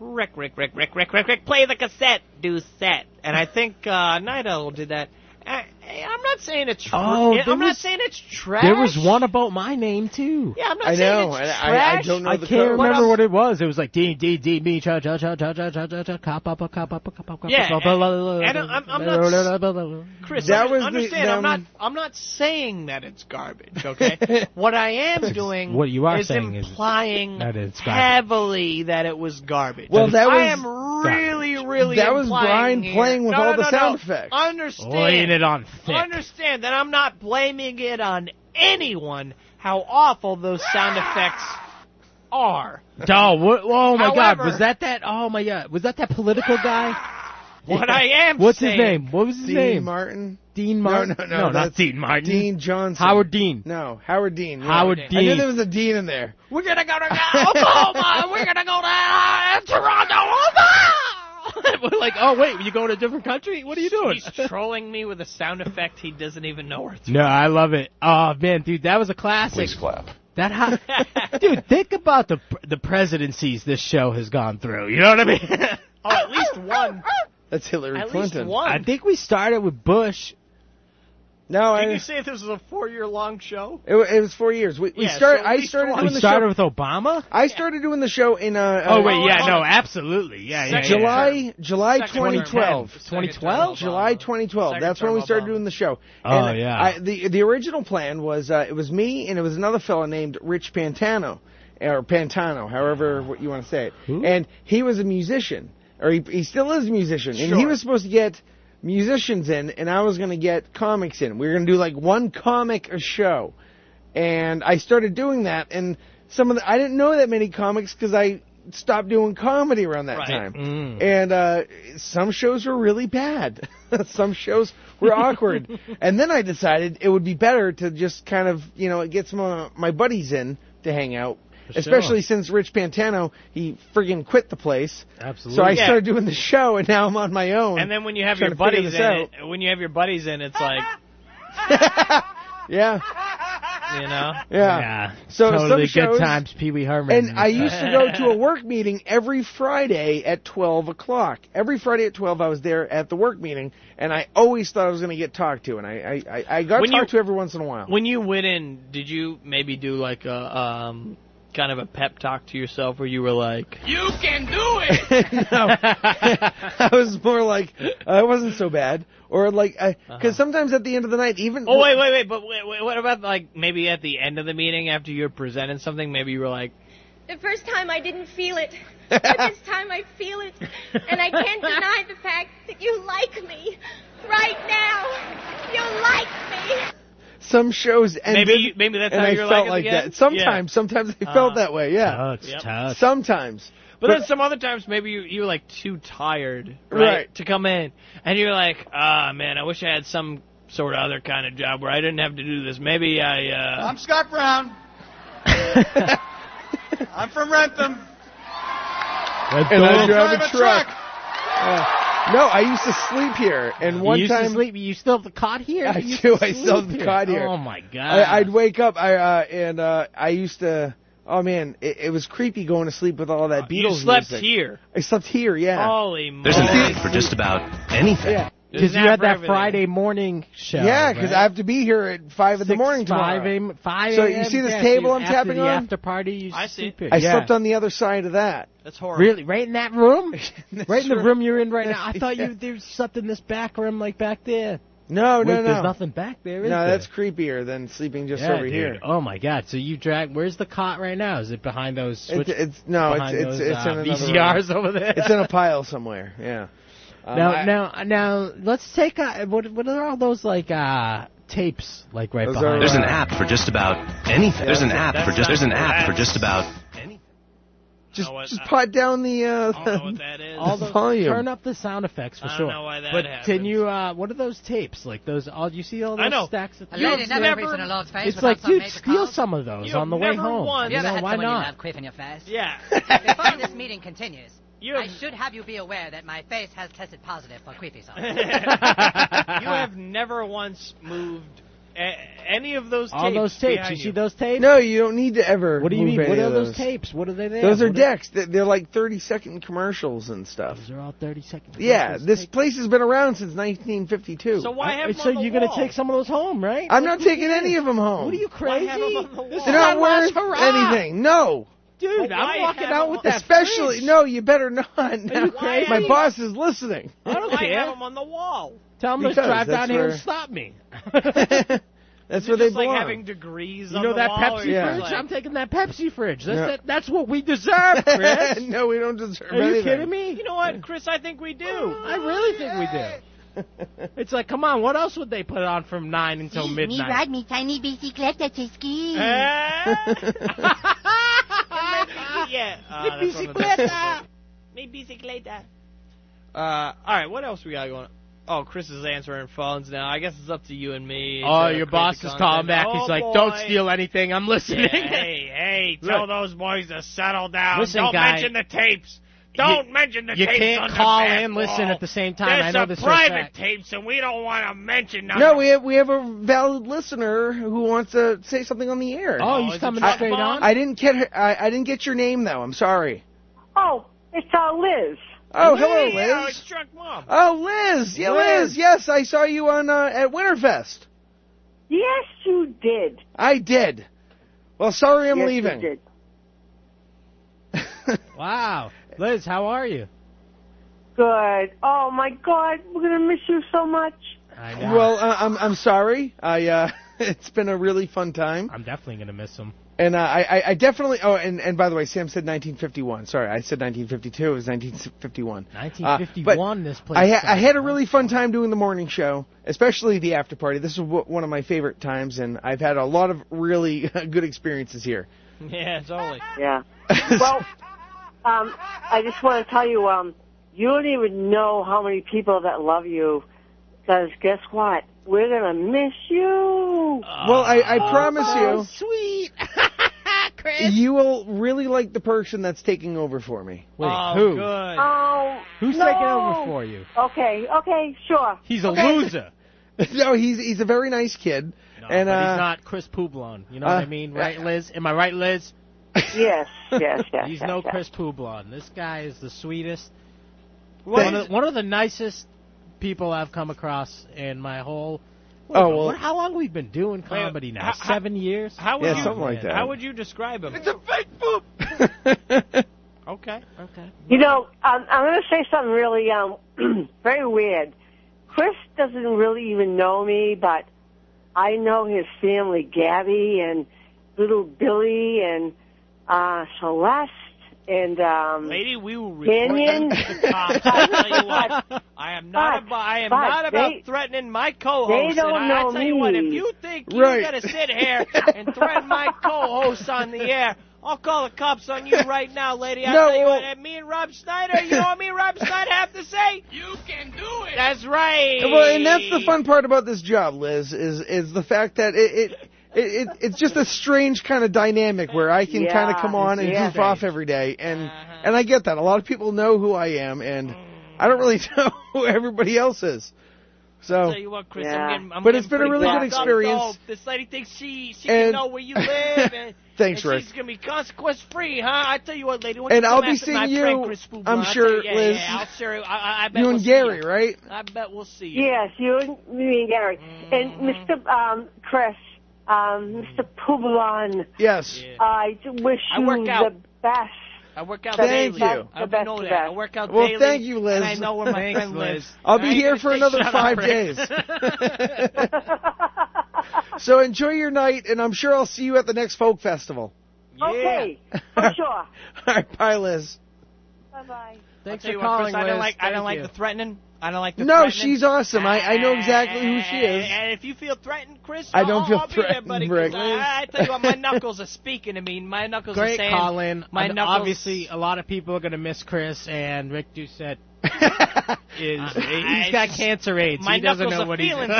Rick, Rick, Rick, Rick, Rick, Rick, Rick, play the cassette, do set. And I think uh, Night Owl did that. I, eh, I'm not saying it's. Tr- Oh, there I'm not was- saying it's trash. there was one about my name too. Yeah, I'm not I saying know, it's and trash. I, I don't know I the can't code. remember what it was. It was like D D D me cha cha cha cha cha cha cha cha cop up cop up cop up cop up. Yeah, and- and I'm- I'm not- Chris, That under- was the- understand. I'm not. them- I'm not saying that it's garbage. Okay. what I am doing. What you are is saying is implying that it's garbage. heavily that it was garbage. Well, that I was- am really, really. That was implying Brian here- playing with No, all no, the no, sound no. effects. Understand. Laying it on thick. Understand that I'm not blaming it on anyone. How awful those sound effects are. Oh, what, oh my God! However- Was that that? Oh my God! Was that that political guy? What I am. What's saying, his name? What was his Dean name? Martin, Dean No, Martin? no, no, not that's Dean Martin. Dean Johnson, Howard Dean. No, Howard Dean. yeah. Howard I knew Dean. there was a Dean in there. We're gonna go to Oklahoma. We're gonna go to uh, Toronto. Oklahoma! We're like, oh wait, you going to a different country? What are you doing? He's trolling me with a sound effect he doesn't even know where to. no, I love it. Oh man, dude, that was a classic. Please clap. That ho- Oh, dude, think about the pr- the presidencies this show has gone through. You know what I mean? Oh, at least one. That's Hillary At Clinton. least one. I think we started with Bush. No, I, Did you it, say this was a four-year-long show? wa- it was four years. We, we Yeah, started. so at I least started one. doing We the started show. with Obama. I started doing the show in. Uh, Oh uh, wait, yeah, Obama. no, absolutely, yeah, yeah, yeah. July July Second term. 2012. Second term 2012? Obama. July 2012. Second That's when we term uh, started Obama. doing the show. Oh, And yeah. I, the the original plan was uh, it was me and it was another fella named Rich Pantano, or Pantano, however what you want to say it. And he was a musician, or he, he still is a musician, and he Sure. was supposed to get musicians in, and I was going to get comics in. We were going to do like one comic a show, and I started doing that, and some of the I didn't know that many comics because I stopped doing comedy around that Right. Mm. time, and uh, some shows were really bad, some shows were awkward, and then I decided it would be better to just kind of you know get some of my buddies in to hang out. Especially since Rich Pantano, he friggin' quit the place. Absolutely. So I Yeah. started doing the show, and now I'm on my own. And then when you have Trying your to figure buddies this in, it, when you have your buddies in, it's like yeah, you know. yeah. Yeah. So some totally shows- good times, Pee Wee Herman. And I used to go to a work meeting every Friday at 12 o'clock. Every Friday at 12, I was there at the work meeting, and I always thought I was going to get talked to, and I I, I, I got When you- talked to every once in a while. When you went in, did you maybe do like a um, kind of a pep talk to yourself where you were like, You can do it. no, I was more like I wasn't so bad, or like because sometimes at the end of the night, even Uh-huh. "Oh wait, wait, wait!" But wait, wait, what about like maybe at the end of the meeting after you're presenting something, maybe you were like, The first time I didn't feel it. But this time I feel it. And I can't deny the fact that you like me. Right now, you like me. some shows ended, Maybe you- maybe that's and how I you're felt like it like again? Uh-huh. that. Sometimes, sometimes I felt that way. Yeah, Touch, touch. sometimes. But then some other times, maybe you you were like too tired, right, Right. to come in, and you're like, ah, man, I wish I had some sort of other kind of job where I didn't have to do this. Maybe I, uh, I'm Scott Brown. I'm from Rentham. and I Don't drive drive a a truck. Uh, no, I used to sleep here, and one you used time to sleep. You still have the cot here. I You used do. to I still sleep have the cot here. Oh my god. Ah. I, I'd wake up, I uh, and uh, I used to. Oh man, it, it was creepy going to sleep with all that Beatles you slept music. here. Oh. I slept here, yeah. Holy moly! just about anything. Yeah, because you had that Everything. Friday morning show. yeah, because right? I have to be here at five in the Six, morning tomorrow. five a.m. Five So you a.m., see this yeah, table so I'm after tapping the on? After party, you I see. sleep here. I yeah. slept on the other side of that. That's horrible. Really, right in that room, That's right in the right. room you're in right now. I That's- thought yeah. you there was something this back room, like back there. No, Wait, no, no. there's nothing back there. no, Is there? that's creepier than sleeping just Yeah, over dude. here. Oh my god! So you drag? Where's the cot right now? Is it behind those switch? It's, it's no, it's behind it's those, it's uh, in another room. VCRs over there. It's in a pile somewhere. Yeah. Um, now, I- now, now, let's take a, what? What are all those like uh tapes like right Those are, behind? There's an app for just about anything. There's an app for just. There's an app for just about. just know what- just pot down the uh, I don't know what that is. all the the volume. Turn up the sound effects for I sure. don't know why that but happens. can you? Uh, what are those tapes like? Those all you see all those I know. stacks of I tapes? laid another never- never, in a lord's face It's without like, some dude, major steal cause. some of those You've on the way never home. won. You You ever know, had why someone you not? love quiff in your face? Yeah. Before this meeting continues, You I have- should have you be aware that my face has tested positive for queefy sauce. you have never once moved a- any of those tapes. all those tapes. behind You see those tapes? No, you don't need to ever. What do you move mean? any What are of those tapes? What are they there? Those are What decks. They- They're like 30 second commercials and stuff. Those are all thirty seconds. Yeah, Those this tapes. place has been around since 1952. So why have Uh, them so on the you're wall? gonna take some of those home, right? I'm Like, not you taking did. any of them home. What are you Why crazy? have them on the This wall? is They're my not last worth hurrah. anything. No. dude. But why I'm walking have out them with on- that. Especially fridge. no, you better not. crazy? My boss is listening. I don't Why care. have them on the wall? Tell them to Because drive that's down here where- and stop me. That's where they Just like belong. having degrees You on know the that wall, or Pepsi you're Yeah. fridge? like- I'm taking that Pepsi fridge. That's Yeah. it. That's what we deserve, Chris. no, we don't deserve Are you anything. kidding me? You know what, Chris? I think we do. I really think we do. It's like, come on, what else would they put on from nine until Me midnight? ride me tiny bicicleta to ski. Eh? yeah. Uh, that's one of the best ones. Uh, all right, what else we got going? on? Oh, Chris is answering phones now. I guess it's up to you and me. Oh, to your create boss the is calling back. content. Oh, He's like, boy. "Don't steal anything. I'm Yeah, listening." hey, hey, tell Look. those boys to settle down. Listen, Don't guy, mention the tapes. Don't mention the you tapes. can't on the call back and listen wall. at the same time. I There's know some this for a private fact. tapes, and we don't want to mention them. No, we have we have a valid listener who wants to say something on the air. Oh, is he's it coming Chuck straight Vaughn? on. I didn't get her, I, I didn't get your name though. I'm sorry. Oh, it's uh, Liz. Oh, hello, Hey, oh, Liz. it's Chuck Mom. Oh, Liz. Yeah, Liz. Liz. Yes, I saw you on uh, at Winterfest. Yes, you did. I did. Well, sorry, I'm yes, leaving. You did. Wow, Liz, how are you? Good. Oh my God, we're gonna miss you so much. I know. well, uh, I'm I'm sorry. I uh, it's been a really fun time, I'm definitely gonna miss him. And uh, I, I- I definitely. Oh, and, and by the way, Sam said 1951. Sorry, I said 1952. It was 1951. Uh, but 1951, this place I, ha- I sucked. had a really fun time doing the morning show, especially the after party. This was wh- one of my favorite times, and I've had a lot of really good experiences here. Yeah, oh, totally. Yeah. well, um, I just want to tell you, um, you don't even know how many people that love you, because guess what? We're gonna miss you. Uh. well, I, I promise you, Oh, Sweet. you will really like the person that's taking over for me. Wait, Oh, who? Oh, Who's no. taking over for you? Okay, okay, sure. He's a Okay. loser. no, he's he's a very nice kid, and but uh, he's not Chris Poublon. You know uh, what I mean, right, Liz? Am I right, Liz? Yes, yes, yes. He's yes, no yes. Chris Poublon. This guy is the sweetest. Well, One he's- of, one of the nicest people I've come across in my whole. Oh, well- what- how long we've been doing comedy now? how- how- Seven years. How would Yeah, you, something like that. How would you describe him? It's a fake poop. okay. Okay. You know, um, I'm going to say something really um, very weird. Chris doesn't really even know me, but I know his family, Gabby and little Billy and uh, Celeste and um, Lady, we will report you Canyon. to the cops. I tell you what, I am not. But- about, I am but not about they- threatening my co-host. they don't and I, I know tell you what, if me. you think Right. you're gonna sit here and threaten my co-host on the air, I'll call the cops on you right now, lady. I No, tell you well- what, and me and Rob Snyder, you know what me and Rob Snyder have to say? You can do it. That's right. Well, and that's the fun part about this job, Liz, is is the fact that it it, it, it it's just a strange kind of dynamic where I can Yeah, kind of come on and yeah. goof off every day, and Uh-huh. and I get that. A lot of people know who I am, and I don't really know who everybody else is. So, Tell you what, Chris, Yeah. I'm getting, I'm But it's getting been a pretty really good fucked up, experience. though. This lady thinks she she And- can know where you live, and Thanks, and Rick. she's gonna be consequence free, huh? I tell you what, lady. why don't and you I'll come be after my seeing you. friend Chris Fublon? I'm I'll sure, tell you, yeah, Liz. Yeah, I'll sure. I, I, I bet You we'll and see Gary, you. right? I bet we'll see you. Yes, you and me and Gary and Mm-hmm. Mr. Um, Chris, um, Mr. Poublon. Yes. I wish I you work out. the best. I work out Thank daily. you. I The best know of that. best. I work out well, daily. thank you, Liz. And I know where my Thanks, friend Liz. lives. I'll be I ain't here gonna for say another shut up, five Rick. days. so enjoy your night, and I'm sure I'll see you at the next folk festival. Okay, for sure. All right, bye, Liz. Bye bye. Thanks Tell for you what, calling, Chris, I Liz. don't like. I Thank don't like you. the threatening. I don't like the. No, threatening. she's awesome. I, I know exactly who she is. And if you feel threatened, Chris, I don't I'll, feel I'll be there, threatened, buddy. 'cause Rick. I, I tell you what, my knuckles are speaking to me. My knuckles are Great saying. call in. My And knuckles. obviously, a lot of people are going to miss Chris and Rick Doucette. is Uh, I- he's got cancer AIDS. My he doesn't knuckles know are what he's feeling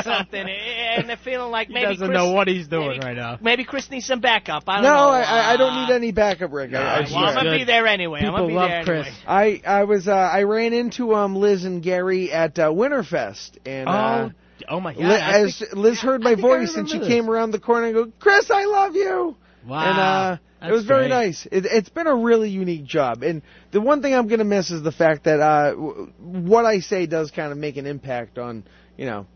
something, eh, and they're feeling like He maybe doesn't Chris, know what he's doing maybe, right now. Maybe Chris needs some backup. I no, don't know. Uh, I, I, I don't need any backup, Rick. I, I well, I'm swear. gonna be there anyway. I'm gonna People be love there Chris. anyway. I I was uh, I ran into um Liz and Gary at uh, Winterfest and uh, Oh, oh my God! Li- I as think- Liz heard my think I voice and she remember came around the corner and go, Chris, I love you. Wow, And uh, it that's was very great. nice. It, it's been a really unique job. And the one thing I'm going to miss is the fact that uh, w- what I say does kind of make an impact on, you know,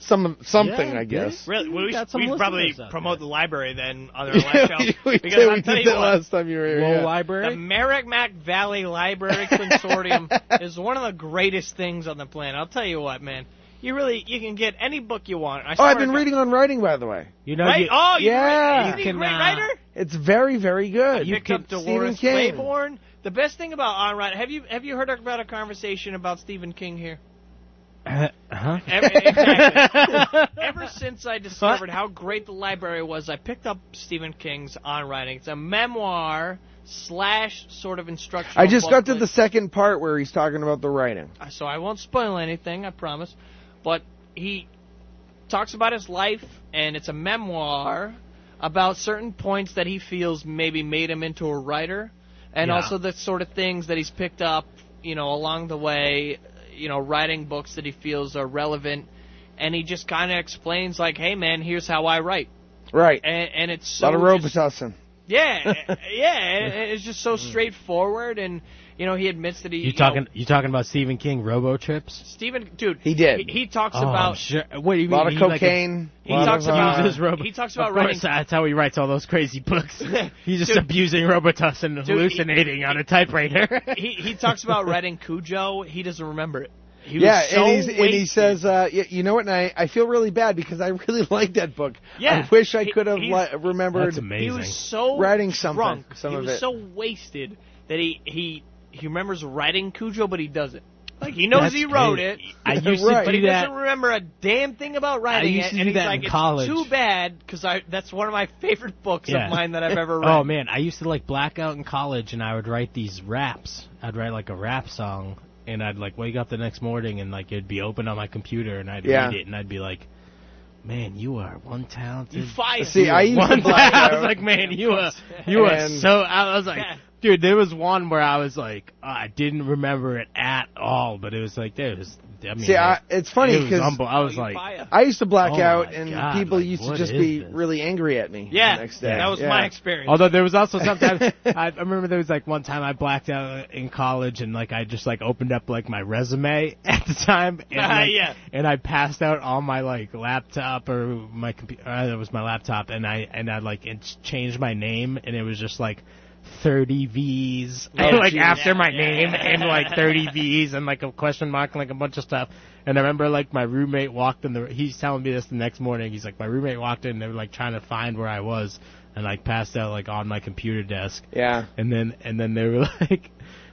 some something, Yeah, I guess. Really, well, we Got should- some we should probably listeners out promote the library then on their Yeah, live show. we because did, I'll we tell did you that what, last time you were here. Lowell yeah. The Library. Merrimack Valley Library Consortium is one of the greatest things on the planet. I'll tell you what, man. You really you can get any book you want. I Oh, swear I've been to God. reading on writing, by the way. You know, Right? you, oh, you yeah. Isn't he You a can, great uh, writer? It's very, very good. You picked up Stephen Dolores King. Claiborne. The best thing about Onrod, have you have you heard about a conversation about Stephen King here? huh? Ever, exactly. Ever since I discovered how great the library was, I picked up Stephen King's On Writing. It's a memoir slash sort of instructional. I just got to booklet. the second part where he's talking about the writing. Uh, so I won't spoil anything, I promise. But he talks about his life, and it's a memoir about certain points that he feels maybe made him into a writer, and Yeah. also the sort of things that he's picked up, you know, along the way, you know, writing books that he feels are relevant. And he just kind of explains, like, "Hey, man, here's how I write," Right. and, and it's a so lot of just- Robitussin. yeah, yeah, and it's just Mm. so straightforward, and you know, he admits that he You you know, talking? You talking about Stephen King Robo Trips? Stephen, dude, He did. He, he talks Oh, I'm about sure- What do you A mean? lot of he like a- cocaine. he lot talks of, about- uh, abuses Robo. he talks Of about course, writing- that's how he writes all those crazy books. He's just Dude. abusing Robotus and hallucinating on a typewriter. he he talks about writing Cujo. He doesn't remember it. He was yeah, so and, he's, and he wasted. says, uh, y- "You know what? And I, I feel really bad because I really like that book. Yeah, I wish I he- could have he's- li- remembered. He was so writing something, drunk. some he of was it. so wasted that he he he remembers writing Cujo, but he doesn't. Like he knows That's he wrote great. it. I used to but he do doesn't remember a damn thing about writing used it. to do and he's that in like, "It's college." too bad because I that's one of my favorite books Yeah. of mine that I've ever read. Oh man, I used to like black out in college, and I would write these raps. I'd write like a rap song, and I'd like wake up the next morning, and like it'd be open on my computer, and I'd Yeah. read it, and I'd be like, "Man, you are one talented." fire. See, I used to one black I was out. like, "Man, you are you are And- so." I was like. Dude, there was one where I was like, uh, I didn't remember it at all, but it was like, there was. I mean, See, I, it's funny it was because unbe- I was like, I used to black Oh my out, and God, people like, used to what just is be this? really angry at me. Yeah, the next day. that was Yeah. my experience. Although there was also sometimes I I remember there was like one time I blacked out in college and like I just like opened up like my resume at the time and like, Ah, Yeah. and I passed out on my like laptop or my computer uh, it was my laptop and I and I like it changed my name and it was just like 30 V's Oh, like geez. after my Yeah. name and like 30 V's and like a question mark and like a bunch of stuff. And I remember like my roommate walked in the, he's telling me this the next morning. He's like, my roommate walked in and they were like trying to find where I was and like passed out like on my computer desk. Yeah. And then, and then they were like,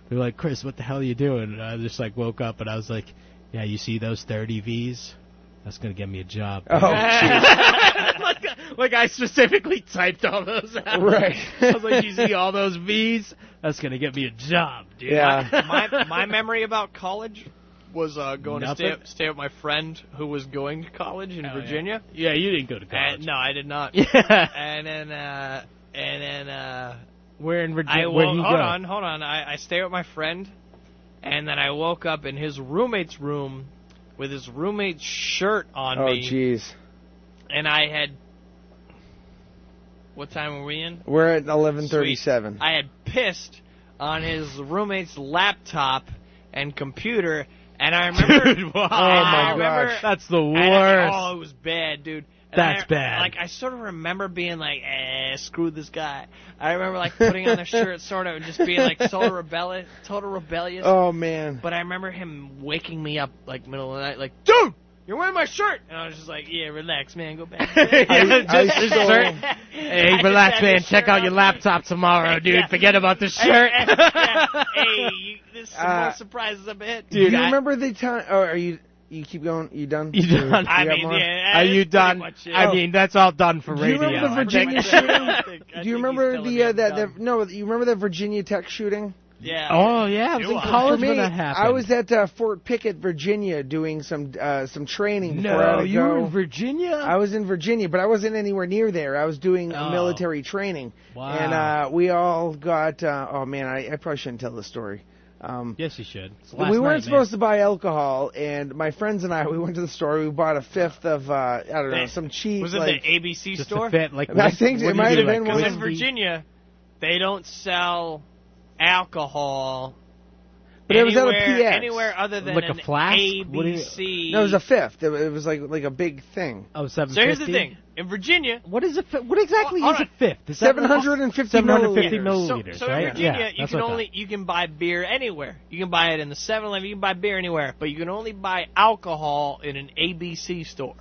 they were like, Chris, what the hell are you doing? And I just like woke up and I was like, yeah, you see those 30 V's? That's gonna get me a job. Oh, jeez. like, like I specifically typed all those out. Right. I was like, you see all those V's? That's gonna get me a job, dude. Yeah. my my memory about college was uh, going Nothing? to stay, stay with my friend who was going to college in Virginia. Yeah, you didn't go to college. And, no, I did not. Yeah. And then uh, and then uh, Where in Virginia? I where'd woke, you hold go? on, hold on. I, I stay with my friend, and then I woke up in his roommate's room with his roommate's shirt on Oh, me, jeez. and I had. What time were we in? We're at 11:37. I had pissed on his roommate's laptop and computer, and I remember. Dude, wow. and I Oh, my Oh remember- gosh. That's the and I- worst. oh, it was bad, dude. And That's I- bad. Like I sort of remember being like, "Eh, screw this guy." I remember like putting on the shirt, sort of, and just being like total rebellious, total rebellious. Oh man. But I remember him waking me up like middle of the night, like, "Dude, you're wearing my shirt," and I was just like, "Yeah, relax, man, go back." to bed." Yeah, I just his saw- shirt. I Hey, just relax, had man. this Check shirt out your on. laptop tomorrow, Oh, dude. Yeah. Forget about the Hey, shirt. hey, yeah. hey, you, there's some Uh, more surprises up ahead. Do Dude, you I- remember the time? Oh, are you? You keep going. You done? You Do done? do I you have mean, more? yeah, Are you that's pretty done? much it. I mean, that's all done for Do you radio. remember the I think. Virginia I shooting? think- I Do you think remember he's telling the me uh, I'm that, done. that? No, you remember the Virginia Tech shooting? Yeah. Oh yeah, I was Do in I? college For me, when that happened. I was at uh, Fort Pickett, Virginia, doing some uh, some training. before I had No, to you were go. in Virginia. I was in Virginia, but I wasn't anywhere near there. I was doing uh, Oh. military training. Wow. And uh, we all got. Uh, oh man, I, I probably shouldn't tell the story. Um, yes, you should. It's we last weren't night, supposed to buy alcohol, and my friends and I, we went to the store. We bought a fifth of uh, I don't know They- some cheap. Was it like, the ABC man. Just store? a fit, like I what- think what it do might you have do, been like, Because one whiskey? in Virginia, they don't sell alcohol. But it was at a anywhere, PX. anywhere other than Like a an flask? What do you- ABC. No, it was a fifth. It, it was like like a big thing. Oh, 750? so here's the thing: in Virginia, What is a fi- what exactly Hold is on. a fifth? Is that Seven like- hundred and fifty. 750 so, milliliters, so right? in Virginia, yeah, you that's can what I only you can buy beer anywhere. You can buy it in the 7-Eleven. You can buy beer anywhere, but you can only buy alcohol in an ABC store.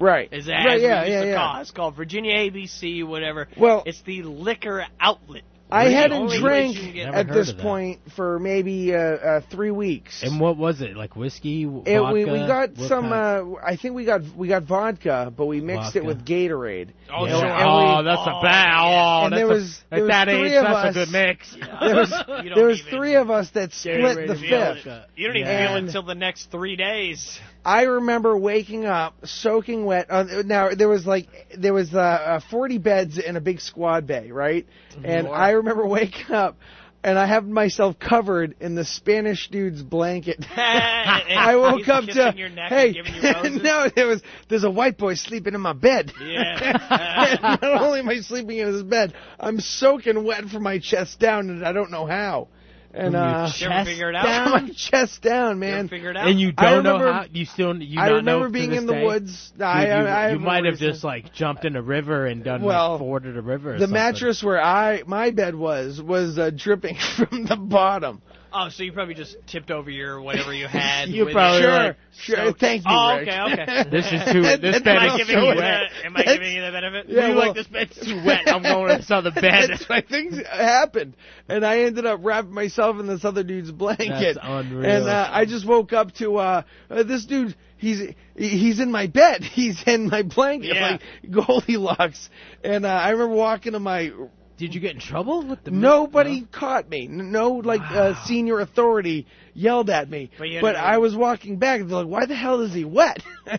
Right. Is that right? as Yeah, we used yeah, to yeah. call it. It's called Virginia ABC, whatever. Well- it's the liquor outlet. I It's the hadn't only place drank you can get- Never at heard this of that. point for maybe uh, uh, three weeks. thought. And what was it? Like whiskey, w- It- vodka? we, we got What some. Uh, kind? I think we got we got vodka, but we mixed it Vodka. with Gatorade. Oh, And- Yeah. sure. and Oh, we- that's a oh, bad. Oh, And that's there a- was- at there was that three age, of that's us. a good mix. There was, You don't there was even- three of us that split the Gatorade and fifth. vodka. You don't Yeah. even feel it And- until the next three days. I remember waking up soaking wet. Uh, now there was like there was uh, uh, 40 beds in a big squad bay, right? Mm-hmm. And I remember waking up and I had myself covered in the Spanish dude's blanket. I woke He's up kissing to your neck and hey, giving you roses. no, there was there's a white boy sleeping in my bed. Yeah. And Not only am I sleeping in his bed, I'm soaking wet from my chest down, and I don't know how. And From your uh, you ever figure it out? my chest down, You ever man. figure it out? And you I don't know remember- how you still you I not remember know being to this in the day? woods. Dude, I, you, I, I you have no might have reason. just like jumped in a river and done Well, like, forded a river. or the something. mattress where I my bed was was uh, dripping from the bottom. Oh, so you probably just tipped over your whatever you had. You with probably it. were like, Sure, sure, thank you, Oh, Rick. okay, okay. This is too- this That's am bed's I giving too you wet. the, Am I That's- giving you the benefit? Yeah, you well- like this bed's too wet. I'm going to this other bed. That's why things happened, and I ended up wrapping myself in this other dude's blanket. That's unreal. And uh, I just woke up to uh, uh, this dude. He's he's in my bed. He's in my blanket, Yeah. like Goldilocks. And uh, I remember walking to my. Did you get in trouble with the? Nobody caught me. N- No, like uh, senior authority yelled at me. But you but had to- I was walking back. and They're like, "Why the hell is he wet?"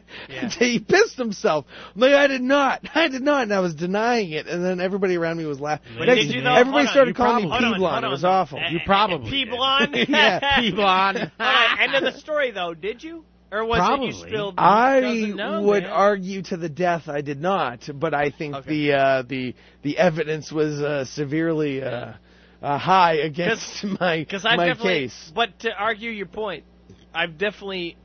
he pissed himself. I'm like I did not. I did not, and I was denying it. And then everybody around me was laughing. But Next- did you though? Hold everybody on, started you calling probably- me hold on, P-blonde. It hold was on. awful. Eh, You probably P did. blonde. Yeah, P blonde. All right, end of the story though. Did you or was Probably. it you spilled? I Doesn't know, would man. argue to the death I did not, but I think the uh, the the evidence was uh, severely uh, uh, high against my Because I've my definitely, case. but to argue your point, I've definitely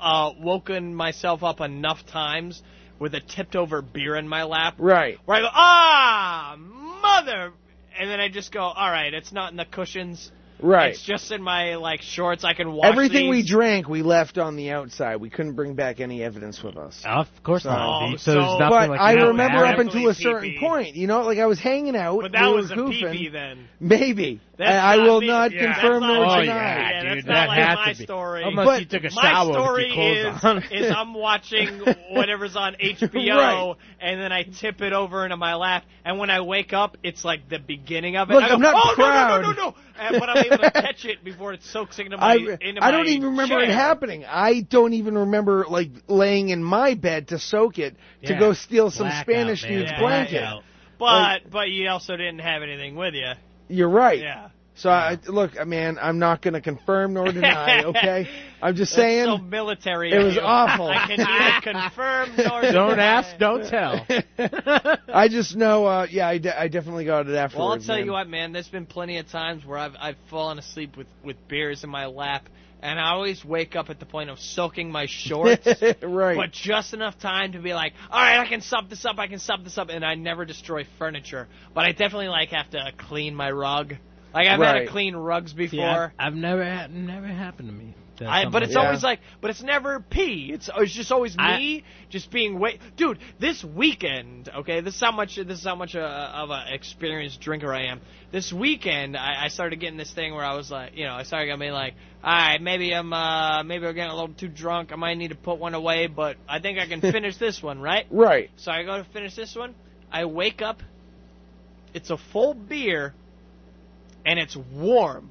uh, woken myself up enough times with a tipped over beer in my lap, Right. Where I go, ah, mother, and then I just go, all right, it's not in the cushions, Right. It's just in my like shorts. I can wash Everything we these. drank, we left on the outside. We couldn't bring back any evidence with us. Of course Oh, not. So, there's so- nothing but like I that. remember up until Definitely a certain pee-pee. point, you know, like I was hanging out. But that we was were a goofing. pee-pee then. Maybe. That's I, I not will me. not Yeah, confirm that's nor not Oh me. deny. Yeah, yeah, dude, that's not that like had my to be. story. Unless But- you took a My shower story with your is clothes on. is I'm watching whatever's on HBO, and then I tip it over into my lap, and when I wake up, it's like the beginning of it. Look, I go, I'm not oh, proud." No, no, no, no, no. And, but I'm able to catch it before it soaks into I, my into I don't my even remember it chair. happening. I don't even remember like laying in my bed to soak it to Yeah. go steal some Blackout, Spanish man. dude's Yeah, blanket. blackout. But Like- but you also didn't have anything with you. You're right. Yeah. So I, look, uh, man, I'm not going to confirm nor deny. Okay, I'm just That's saying. so military. It of was you. awful. I can neither confirm nor Don't deny. ask, don't tell. I just know. Uh, yeah, I, de- I definitely got it afterwards. Well, I'll tell man. you what, man. There's been plenty of times where I've I've fallen asleep with with beers in my lap, and I always wake up at the point of soaking my shorts, right. but just enough time to be like, all right, I can sub this up, I can sub this up, and I never destroy furniture. But I definitely like have to clean my rug. Like I've had Right. to clean rugs See, I, before. I've never had, never happened to me. That's I, but something it's like always that. like, but it's never P. It's it's just always I- me, just being way. Dude, this weekend, okay, this is how much this is how much uh, of an experienced drinker I am. This weekend, I, I started getting this thing where I was like, you know, I started getting like, all right, maybe I'm uh maybe I'm getting a little too drunk. I might need to put one away, but I think I can finish this one, right? Right. So I go to finish this one. I wake up. It's a full beer, and it's warm.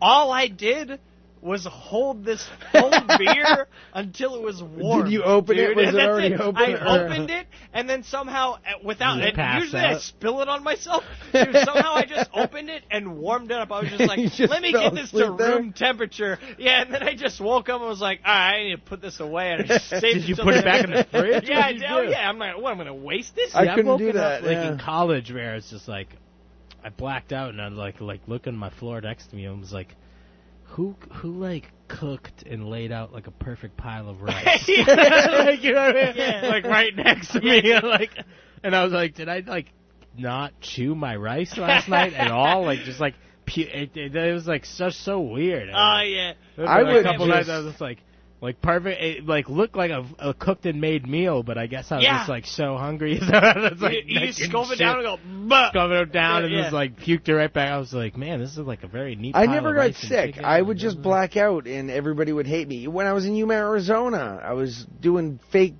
All I did was hold this whole beer until it was warm. Did you open it? dude. Was it That's already open? I Or- opened it, and then somehow, uh, without You and passed usually I out. spill it on myself. Dude, somehow I just opened it and warmed it up. I was just like, You just let me fell get this to asleep there? room temperature. Yeah, and then I just woke up and was like, all right, I need to put this away. And I just saved Did it you till put the it back next in the day. fridge? Yeah, I What'd did. you Oh, do? yeah. I'm like, what? I'm gonna waste this? I See, I've couldn't do woken up, that, like yeah. in college, where it's just like I blacked out and I like like look on my floor next to me and was like, who who like cooked and laid out like a perfect pile of rice? like, you know what I mean? Yeah. Like right next to me, and, like, and I was like, did I like not chew my rice last night at all? Like just like pu- it, it, it was like such so weird. And, Oh like, yeah. there I was would a couple just- nights I was just like, like perfect. It like looked like a, a cooked and made meal, but I guess I was Yeah. just like so hungry. So I was, like, you you just naked scope it shit. down and go, Buh. Scope it down and Yeah. just like puked it right back. I was like, man, this is like a very neat. I pile never of got rice and sick. chicken I and would just blah, blah, black out, and everybody would hate me. When I was in Yuma, Arizona, I was doing fake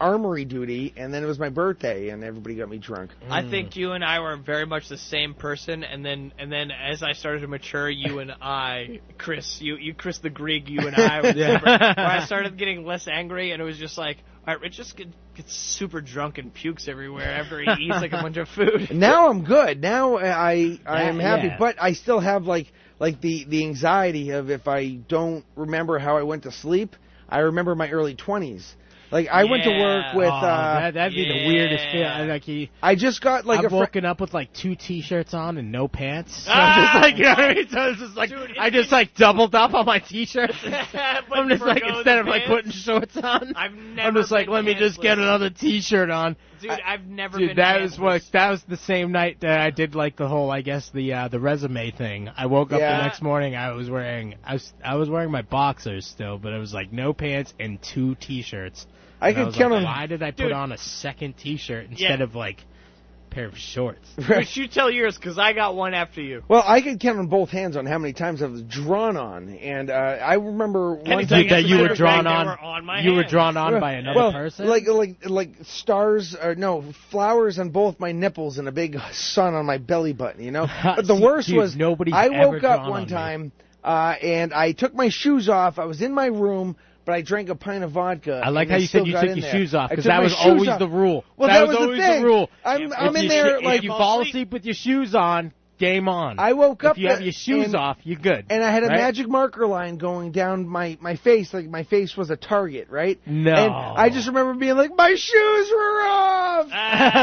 armory duty, and then it was my birthday, and everybody got me drunk. I think you and I were very much the same person, and then and then as I started to mature, you and I, Chris, you you Chris the Greek, you and I, were Yeah. super, where I started getting less angry, and it was just like, all right, Rich just get, gets super drunk and pukes everywhere after he eats like a bunch of food. now I'm good. Now uh, I I Yeah, am happy, yeah. but I still have like like the the anxiety of if I don't remember how I went to sleep, I remember my early 20s. Like I went to Yeah. work with. Oh, uh, that, that'd be the weirdest feeling. Like he, I just got like I've a. Fr- woken up with like two t-shirts on and no pants. So I'm Ah! just like, you know what I mean? So it's just like I just like doubled up on my t-shirts. I'm just like forgo instead the of like pants? putting shorts on, I've I'm never just like been let me just get pantsless. another t-shirt on. Dude, I've never been Dude, that was pantsless. what that was the same night that I did like the whole I guess the uh, the resume thing. I woke up Yeah. the next morning. I was wearing I was I was wearing my boxers still, but it was like no pants and two t-shirts. I And could was count like, on- Why did I put Dude. on a second t-shirt instead of like a pair of shorts? Which you tell yours, because I got one after you. well, I could count on both hands on how many times I was drawn on, and uh, I remember one time Anything That you were drawn on- you were drawn on by another well, person? Like like like stars or no flowers on both my nipples and a big sun on my belly button. You know. But the See, worst dude, was nobody's I ever woke up drawn on one me. time uh, and I took my shoes off. I was in my room. But I drank a pint of vodka. I like and how I you still said you got took in your there. shoes off I because took that my was shoes always off. the rule. Well, that, that was, was the always thing. the rule. I'm- if I'm in you- there, if like- you fall asleep with your shoes on, game on. I woke up If you have the- your shoes and- off, you're good. and I had a right? magic marker line going down my my face, like my face was a target, right? No. And I just remember being like, my shoes were off.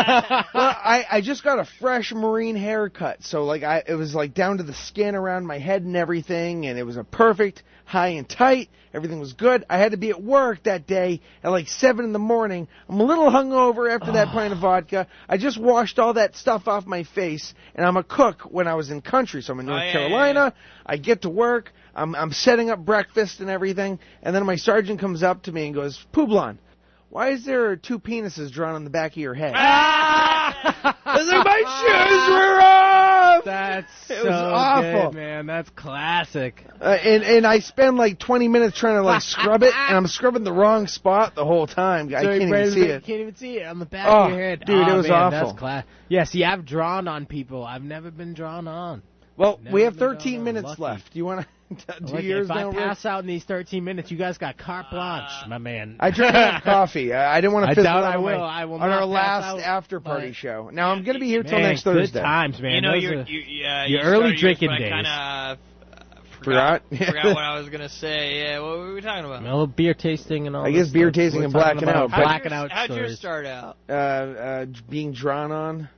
well, I I just got a fresh marine haircut, so like I it was like down to the skin around my head and everything, and it was a perfect high and tight. Everything was good. I had to be at work that day at like seven in the morning. I'm a little hungover after that pint of vodka. I just washed all that stuff off my face, and I'm a cook when I was in country, so I'm in North Oh, yeah, yeah, yeah. Carolina. Carolina. I get to work. I'm, I'm setting up breakfast and everything. And then my sergeant comes up to me and goes, Poublon, why is there two penises drawn on the back of your head? I was like, my shoes were off! That's It was so awful. good, man. That's classic. Uh, and, and I spend like 20 minutes trying to like scrub it, and I'm scrubbing the wrong spot the whole time. I So can't even Brandon's see like, it. You can't even see it on the back Oh, of your head. dude, it Oh, was man, awful. That's class. Yeah, see, I've drawn on people. I've never been drawn on. Well, Never we have been drawn 13 on. minutes Lucky. left. Do you want to do Like, yours if I now? Rick? pass out in these 13 minutes, you guys got carte blanche, my man. I drank enough coffee. I, I didn't want to I fizzle doubt out I on my- will. I will on not our pass out, last after party but- show. Now I'm going to be here till Man, next Thursday. Good times, man. You know, Those your, are- you, yeah, your you early started yours, drinking but I days. Kinda, uh, Forgot? forgot what I was gonna say. Yeah, what were we talking about? A little beer tasting and all. I guess this beer stuff. tasting We're and talking blacking about out, but- Blacking out How'd yours stories. start out? uh, uh, being drawn on.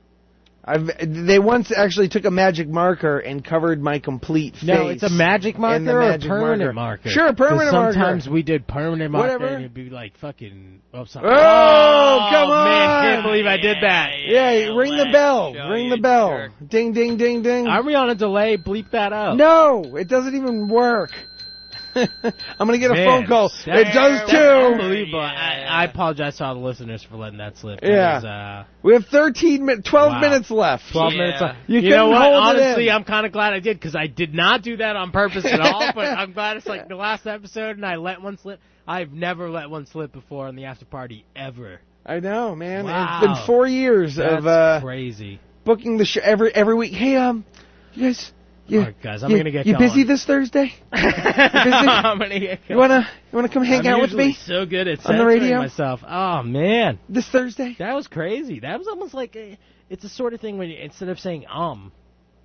I've they once actually took a magic marker and covered my complete face. No, it's a magic marker and the or a magic permanent marker. Sure, a 'Cause permanent marker. Sometimes we did permanent marker Whatever. and it'd be like fucking. Oh, Oh, something. come on! Man, can't believe I did that. yeah, ring the bell. Ring the bell. Ding, ding, ding, ding. Are we on a delay? Bleep that out. Oh. No, it doesn't even work. I'm gonna get a phone call. It does too. Unbelievable. I, I apologize to all the listeners for letting that slip. That Yeah. is, uh, We have 13, min- 12 Wow. minutes left. 12 minutes. left. You, you know couldn't what? hold it in. Honestly, I'm kind of glad I did because I did not do that on purpose at all. but I'm glad it's like the last episode and I let one slip. I've never let one slip before on the after party ever. I know, man. Wow. It's been four years That's of uh, crazy. booking the show every every week. Hey, um, you guys, you, All right, guys, I'm you, gonna get you busy going. this Thursday? You I'm gonna get You wanna you wanna come hang I'm out with usually me So good at on the censoring radio? myself. Oh man, this Thursday? that was crazy. That was almost like a, it's the sort of thing when you, instead of saying um,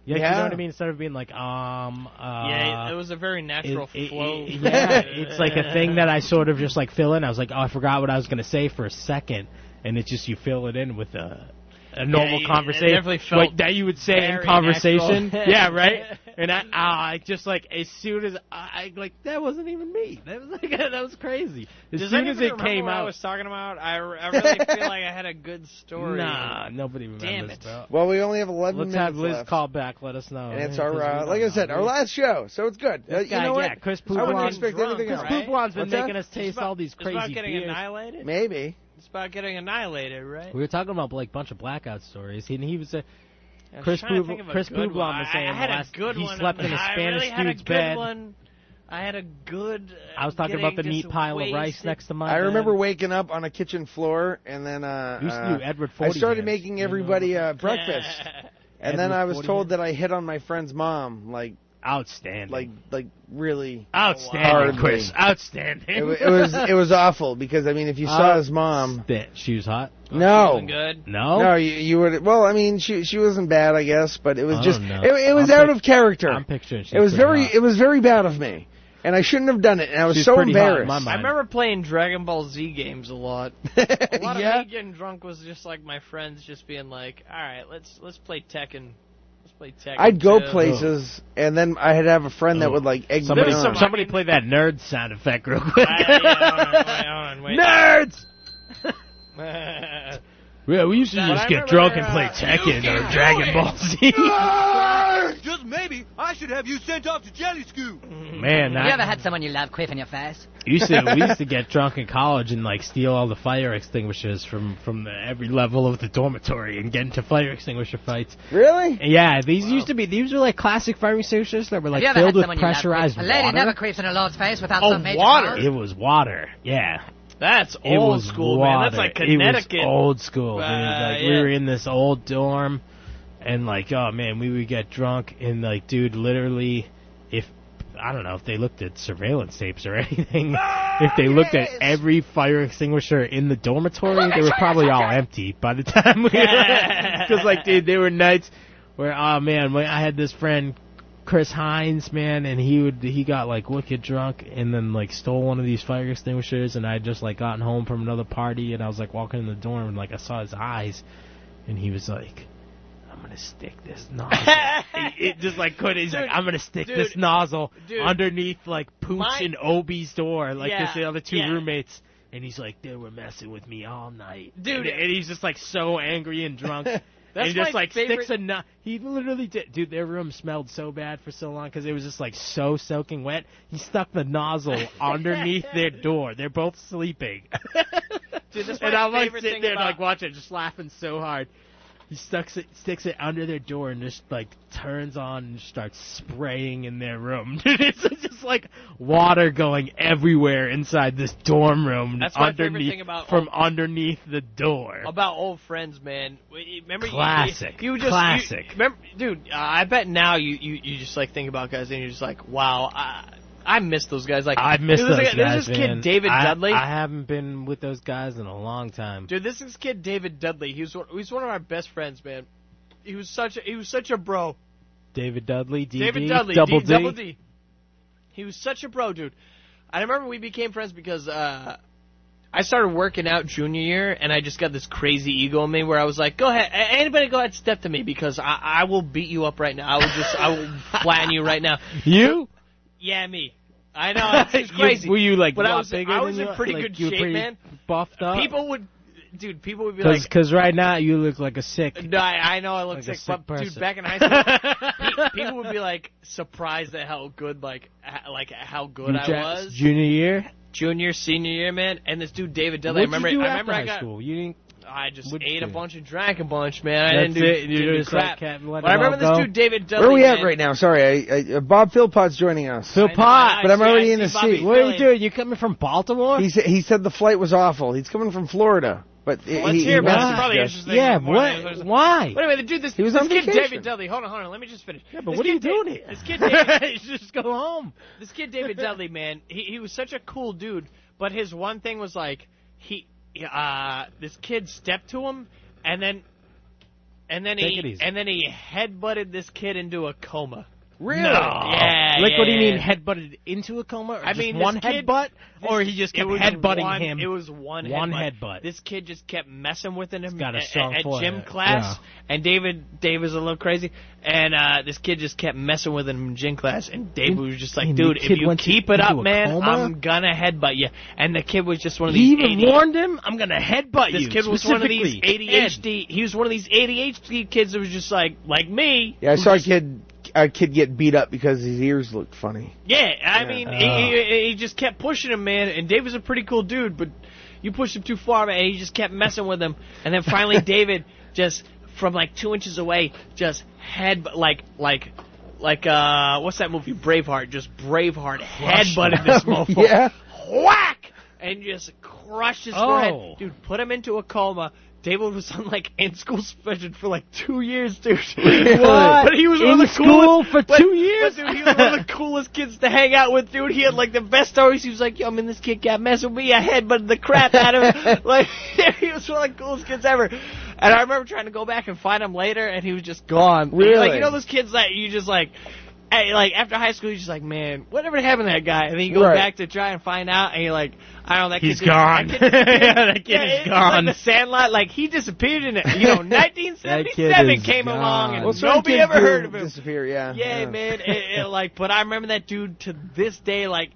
you, you Yeah. know what I mean. Instead of being like um, uh, yeah, it was a very natural it- it- flow. yeah, it's like a thing that I sort of just like fill in. I was like, oh, I forgot what I was gonna say for a second, and it's just you fill it in with a a normal it- it conversation, definitely felt like that you would say in very conversation. natural. yeah, right. And I, ah, I just like as soon as I, I like that wasn't even me. That was like that was crazy. As Does soon anybody as it remember came what I out, was talking about. I, I really feel like I had a good story. nah, nobody remembers. it. Bro. Well, we only have 11 Let's minutes have Liz left. call back. Let us know. And it's Yeah, our, 'cause we uh, don't like I said, know. our last show, so it's good. Uh, This you guy, know what? yeah, Chris I wouldn't Poublon. expect anything Chris else. Poublon's been What's that? making us taste all these It's about crazy getting beers. annihilated. Maybe. It's about getting annihilated, right? We were talking about like a bunch of blackout stories, and he was uh, a I was Chris trying to Poub- think of a Chris good one. Poublon was I- saying I had the a last- good he one slept on in a the- I Spanish really had a dude's good bed. One. I had a good. uh, I was talking about the getting neat just pile of rice wasted. next to mine. I remember waking up on a kitchen floor, and then uh, You used to uh, do Edward I 40 started hands. making You know everybody uh, about breakfast, Oh, and Edward then I was 40 told that hands. I hit on my friend's mom, like outstanding, like like really outstanding, hardly. Chris, outstanding. It, wa- it was it was awful because I mean if you Uh, saw his mom, that she was hot. no, Feeling good. No, no, you, you would. Well, I mean she she wasn't bad, I guess, but it was I just don't know. it, it was Oh, I'm out pic- of character. I'm picturing. she's It was pretty very hot. it was very bad of me. and I shouldn't have done it. And I was She's so pretty hot in embarrassed. my mind. I remember playing Dragon Ball Z games a lot. a lot of me getting drunk was just like my friends just being like, "All right, let's let's play Tekken." Let's play Tekken. I'd go 2." places, and then I'd have a friend that would like egg Somebody, me on. somebody play that nerd sound effect real quick. uh, Nerds. Yeah, we used to just get drunk uh, and play Tekken or Dragon Ball Z. Just maybe I should have you sent off to jelly school. Man, you that- ever had someone you love quiff in your face? We used to we used to get drunk in college and like steal all the fire extinguishers from from the, every level of the dormitory and get into fire extinguisher fights. Really? Yeah, these used to be these were like classic fire extinguishers that were like have you ever filled had with someone pressurized you love quiff? A lady water. never creeps in her lord's face without Oh, some major cause. It was water. Yeah. That's It old was school, man. That's water. like Connecticut. It was old school, dude. Uh, Like we yeah. were in this old dorm, and like, oh man, we would get drunk and like, dude, literally, if I don't know if they looked at surveillance tapes or anything, if they looked at every fire extinguisher in the dormitory, they were probably all empty by the time we because like, dude, there were nights where, oh man, when I had this friend. Chris Hines, man, and he would he got like wicked drunk and then like stole one of these fire extinguishers and I had just like gotten home from another party and I was like walking in the dorm and like I saw his eyes and he was like I'm gonna stick this nozzle. he, it just like couldn't. He's like, I'm gonna stick dude, this nozzle dude. underneath like Poots My- and Obi's door, like Yeah, this the other two yeah. roommates. And he's like, they were messing with me all night, Dude. And, and he's just like so angry and drunk. That's and he just my like favorite- sticks a nut. He literally did, dude. Their room smelled so bad for so long because it was just like so soaking wet. He stuck the nozzle underneath their door. They're both sleeping. Dude, that's and my I'm like favorite sitting thing there and, about- like watching, it, just laughing so hard. He sticks it sticks it under their door and just like turns on and starts spraying in their room. Dude, it's just like water going everywhere inside this dorm room That's my favorite underneath thing about- from underneath the door. About old friends, man. We- Remember you- Classic. You, you just you- Classic. remember, dude. Uh, I bet now you, you you just like think about guys and you're just like, wow, I I miss those guys. Like I miss dude, those there's guys. like a- There's this man. kid David I- Dudley. I haven't been with those guys in a long time. Dude, this is kid David Dudley. He was one, he was one of our best friends, man. He was such a, he was such a bro. David Dudley, DD, David Dudley, double D, D. double D. He was such a bro, dude. I remember we became friends because uh, I started working out junior year, and I just got this crazy ego in me where I was like, "Go ahead, a- anybody, go ahead, step to me because I, I will beat you up right now. I will just, I will flatten you right now." You? Yeah, me. I know it's, it's You- crazy. were you like But a I lot was, bigger I was than in you- pretty like, good you were shape, pretty man. Buffed up. People would, dude, people would be like, Because right now you look like a sick. No, I, I know I look Like a sick, sick but dude, person. back in high school, pe- people would be like surprised at how good, like, h- like how good You I dra- was. Junior year. Junior, senior year, man, and this dude David Dudley. I What'd remember, you do I remember after I high got, school? You didn't. I just What'd you ate a do? bunch and drank a bunch, man. I That's didn't do, it. You didn't do just crap. like kept letting but I it all remember this go. dude David Dudley. Where are we at man. right now? Sorry, I, I, uh, Bob Philpott's joining us. Philpott, but I'm already in the seat. What are you doing? You coming from Baltimore? He said he said the flight was awful. He's coming from Florida, but he- Let's he, hear he about it. wants It's to probably discuss. interesting. Yeah, more than- what? Why? Wait a minute, dude. This, He was this on kid vacation. David Dudley. Hold on, hold on. Let me just finish. Yeah, but what are you doing here? This kid David, you should just go home. This kid David Dudley, man, he he was such a cool dude, but his one thing was like he uh this kid stepped to him and then and then Take it he easy. and then he headbutted this kid into a coma. Really? No. Yeah. Like, yeah, what do you yeah. mean headbutted into a coma? Or I just mean, one this kid- headbutt, or this- he just it kept was headbutting one- him. It was one One headbutt. headbutt. This kid just kept messing with him got a at, strong at, at gym forehead. class, and David Dave was a little crazy, and uh, this kid just kept messing with him in gym class, and David was just like, and the "Dude, kid if you went to- keep it into up, a man, coma? I'm gonna headbutt you." And the kid was just one of He even these. 80 warned him, "I'm gonna headbutt this you," This kid was one of these specifically. ADHD. He was one of these ADHD kids that was just like, like me. Yeah, I who saw a just- kid a kid get beat up because his ears looked funny. Yeah, I Yeah. mean, Oh. he, he, he just kept pushing him, man. And Dave was a pretty cool dude, but you pushed him too far, man. And he just kept messing with him. And then finally, David just from like two inches away, just head like like like uh, what's that movie? Braveheart. Just Braveheart headbutted this mofo. yeah. Whack! And just crushed his Oh. forehead, dude. Put him into a coma. David was on like in school suspension for like two years, dude. What? But he was one In of the school coolest for but- two but, years? dude, he was one of the coolest kids to hang out with, dude. He had like the best stories. He was like, "Yo, man, this kid got messing with me. I headbutted the crap out of him." like, he was one of the coolest kids ever. And I remember trying to go back and find him later, and he was just gone. Really? Like, you know those kids that you just like hey, like after high school, you're just like, man, whatever happened to that guy? And then you go Right. back to try and find out, and you're like, I don't know, that He's kid dis- gone. That kid, disappeared. Yeah, that kid Yeah, is it's gone. Like the Sandlot, like he disappeared in it. You know, 1977 came along, and Well, certain nobody kids ever do heard of him. Disappear, yeah. Yeah, man. It, it, like, but I remember that dude to this day. Like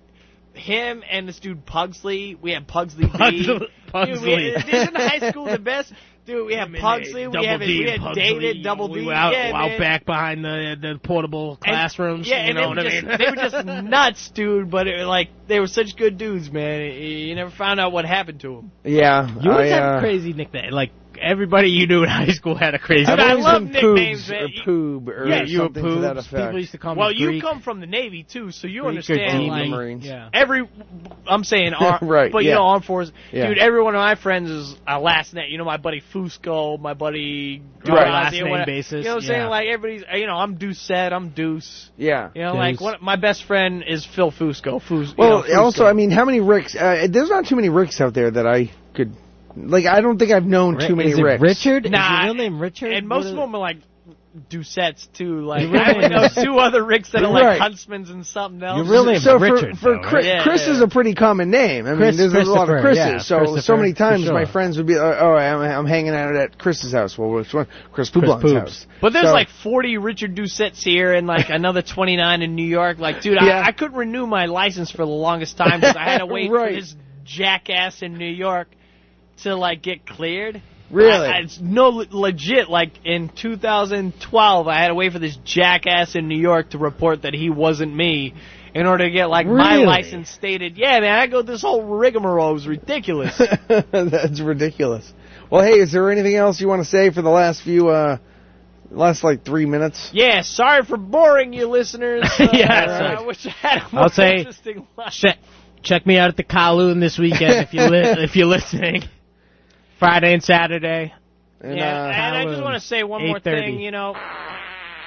him and this dude Pugsley. We had Pugsley. B. Pugsley- Dude, Pugsley. we, this in high school the best. Dude, we had Him and, uh, Pugsley. We Double had D we had and Pugsley. dated Double D. We were out, yeah, out man. back behind the the portable And- classrooms. yeah, you know and what I they, mean? were just, they were just nuts, dude. But it, like they were such good dudes, man. You- You never found out what happened to them. Yeah. You always I, have uh, a crazy nickname. Like everybody you knew in high school had a crazy. I've nickname. always been Poobs or Poob or Yeah, you were something to that Poobs. effect. People used to call me well, you Greek. come from the Navy too, so you Greek or understand. Dean Like, Marines. Yeah. Every, I'm saying, ar- Right, But yeah. you know, armed forces, Yeah. dude. Every one of my friends is a last name. You know, my buddy Fusco, my buddy Right. Grazia, Last name whatever. basis, You know what I'm yeah. saying? Like everybody's, uh, you know, I'm Doucette, I'm Deuce. Yeah. You know, like Deuce. one, my best friend is Phil Fusco. Fus, you Well, know, Fusco. also, I mean, how many Ricks? Uh, there's not too many Ricks out there that I could. Like, I don't think I've known Ri- too many is it Ricks. Richard? Nah, Is your real name Richard? and What most is- of them are like Doucettes too. Like Your real I only name know is- two other Ricks that are Right. like Huntsmans and something else. Your real name is so Richard, for, for though, Chris, right? Chris Yeah, is yeah. a pretty common name. I mean, Chris- there's a lot of Christopher, Chrisses. yeah, so, so many Christopher, for times my sure. friends would be, like, oh, I'm, I'm hanging out at Chris's house. Well, which one? Chris Poublon's Poobs. house. But there's So- like 40 Richard Doucettes here and like another 29 in New York. Like, dude, Yeah. I, I couldn't renew my license for the longest time because I had to wait Right. for this jackass in New York to like get cleared. Really? I, I- it's no le- legit. Like in 2012, I had to wait for this jackass in New York to report that he wasn't me in order to get like my Really? license stated. Yeah, man, I go this whole rigmarole. It was ridiculous. That's ridiculous. Well, hey, is there anything else you want to say for the last few, uh, last like three minutes? yeah, sorry for boring you listeners. Uh, Yeah, I wish I had a more I'll say- interesting life. Check, check me out at the Kowloon this weekend if you li- if you're listening. Friday and Saturday. And, yeah, uh, and I just Halloween, want to say one more 8:30. thing. You know, uh,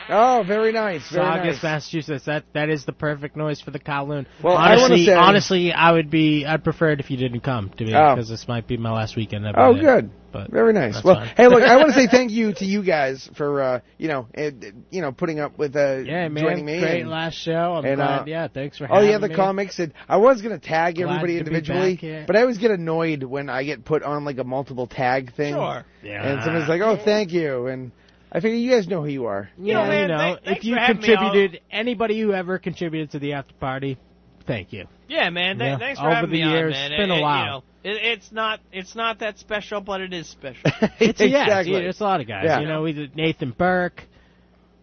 oh, very nice. Very Saugus, nice. Massachusetts. That that is the perfect noise for the Kowloon. Well, I wanna honestly, say- honestly, I would be. I'd prefer it if you didn't come to me Oh. because this might be my last weekend. I've Oh, been there. good. But Very nice. that's Well, fine. hey, look, I want to say thank you to you guys for uh, you know, and, you know, putting up with uh, yeah, man, joining me. great and last show. I'm and, glad. uh, yeah, thanks for all having the other me. comics, and I was gonna tag Glad everybody to be individually, back here. but I always get annoyed when I get put on like a multiple tag thing. Sure. Yeah. And somebody's like, "Oh, thank you," and I figure you guys know who you are. Yeah, know, man, you know, thank- if thanks you for having me. contributed, anybody who ever contributed to the after party, thank you. yeah, man. Th- Yeah, Thanks for over having the me years, on, man. it's been It- a it- while. you know, it, it's not it's not that special, but it is special. It's exactly. yeah, it's- it's a lot of guys. Yeah. You know, we did Nathan Burke.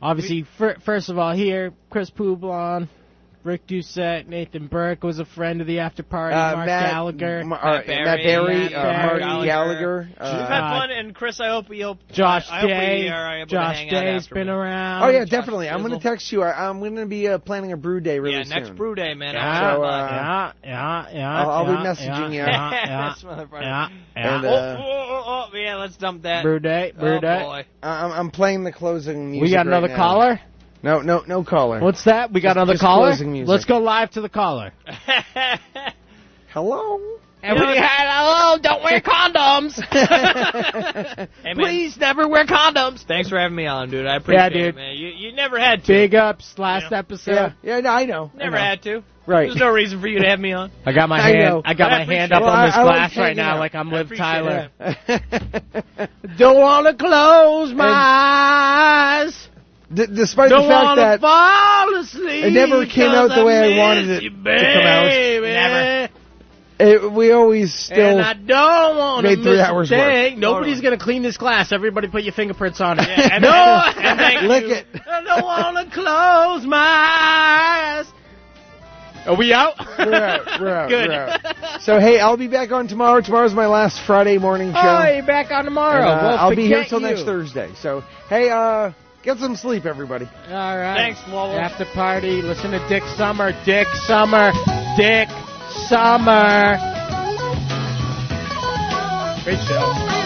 Obviously, fir- first of all, here Chris Poublon, Rick Doucette, Nathan Burke was a friend of the after party. Uh, Mark Matt, Gallagher, Ma- uh, Matt Berry, Matt Berry, Matt uh, Berry, Marty Gallagher. We've uh, had fun, and Chris, I hope you hope Josh I, I hope Day. we are able to Josh hang out Day's after been me. around. Oh yeah, Josh definitely. I'm gonna Sizzle. text you. I, I'm gonna be uh, planning a brew day really Yeah, soon. next brew day, man. Yeah, So, I'm uh, yeah, yeah, yeah. I'll- I'll be yeah, messaging yeah, you. Yeah, yeah, This motherfucker. yeah, And, yeah. oh, uh, oh, oh, oh, yeah, let's dump that. brew day, brew oh day. boy. I- I'm, I'm playing the closing music. We got right another now. caller. No, no, no caller. What's that? We got Just- another just caller. closing music. Let's go live to the caller. Hello. And we had hello. Don't wear condoms. Hey, man, Please never wear condoms. Thanks for having me on, dude. I appreciate dude. it, man. You you never had to. Big ups last episode. Yeah, yeah, no, I know. I Never know. had to. Right. There's no reason for you to have me on. I got my I hand. know. I, got I my hand appreciate up it. on this Well, I- I like glass right hanging now, out. like I'm Liv appreciate Tyler. Don't wanna Close my And- eyes. D- despite Don't the fact wanna that fall asleep. it never came out 'cause the way I wanted miss it you, to come out. baby. Never. it, we always still and I don't want to made three miss hours a worth. thing. Nobody's Totally. gonna clean this glass. Everybody, put your fingerprints on it. Yeah, and- no, and thank you. lick it. I don't want to close my eyes. Are we out? We're out. We're out. Good. We're out. So hey, I'll be back on tomorrow. Tomorrow's my last Friday morning show. Oh, you're back on And, tomorrow. uh, Well, I'll be here forget till next you. Thursday. So hey, uh, get some sleep, everybody. All right. Thanks, Lowell. After party, listen to Dick Summer. Dick Summer. Dick Summer. Great show.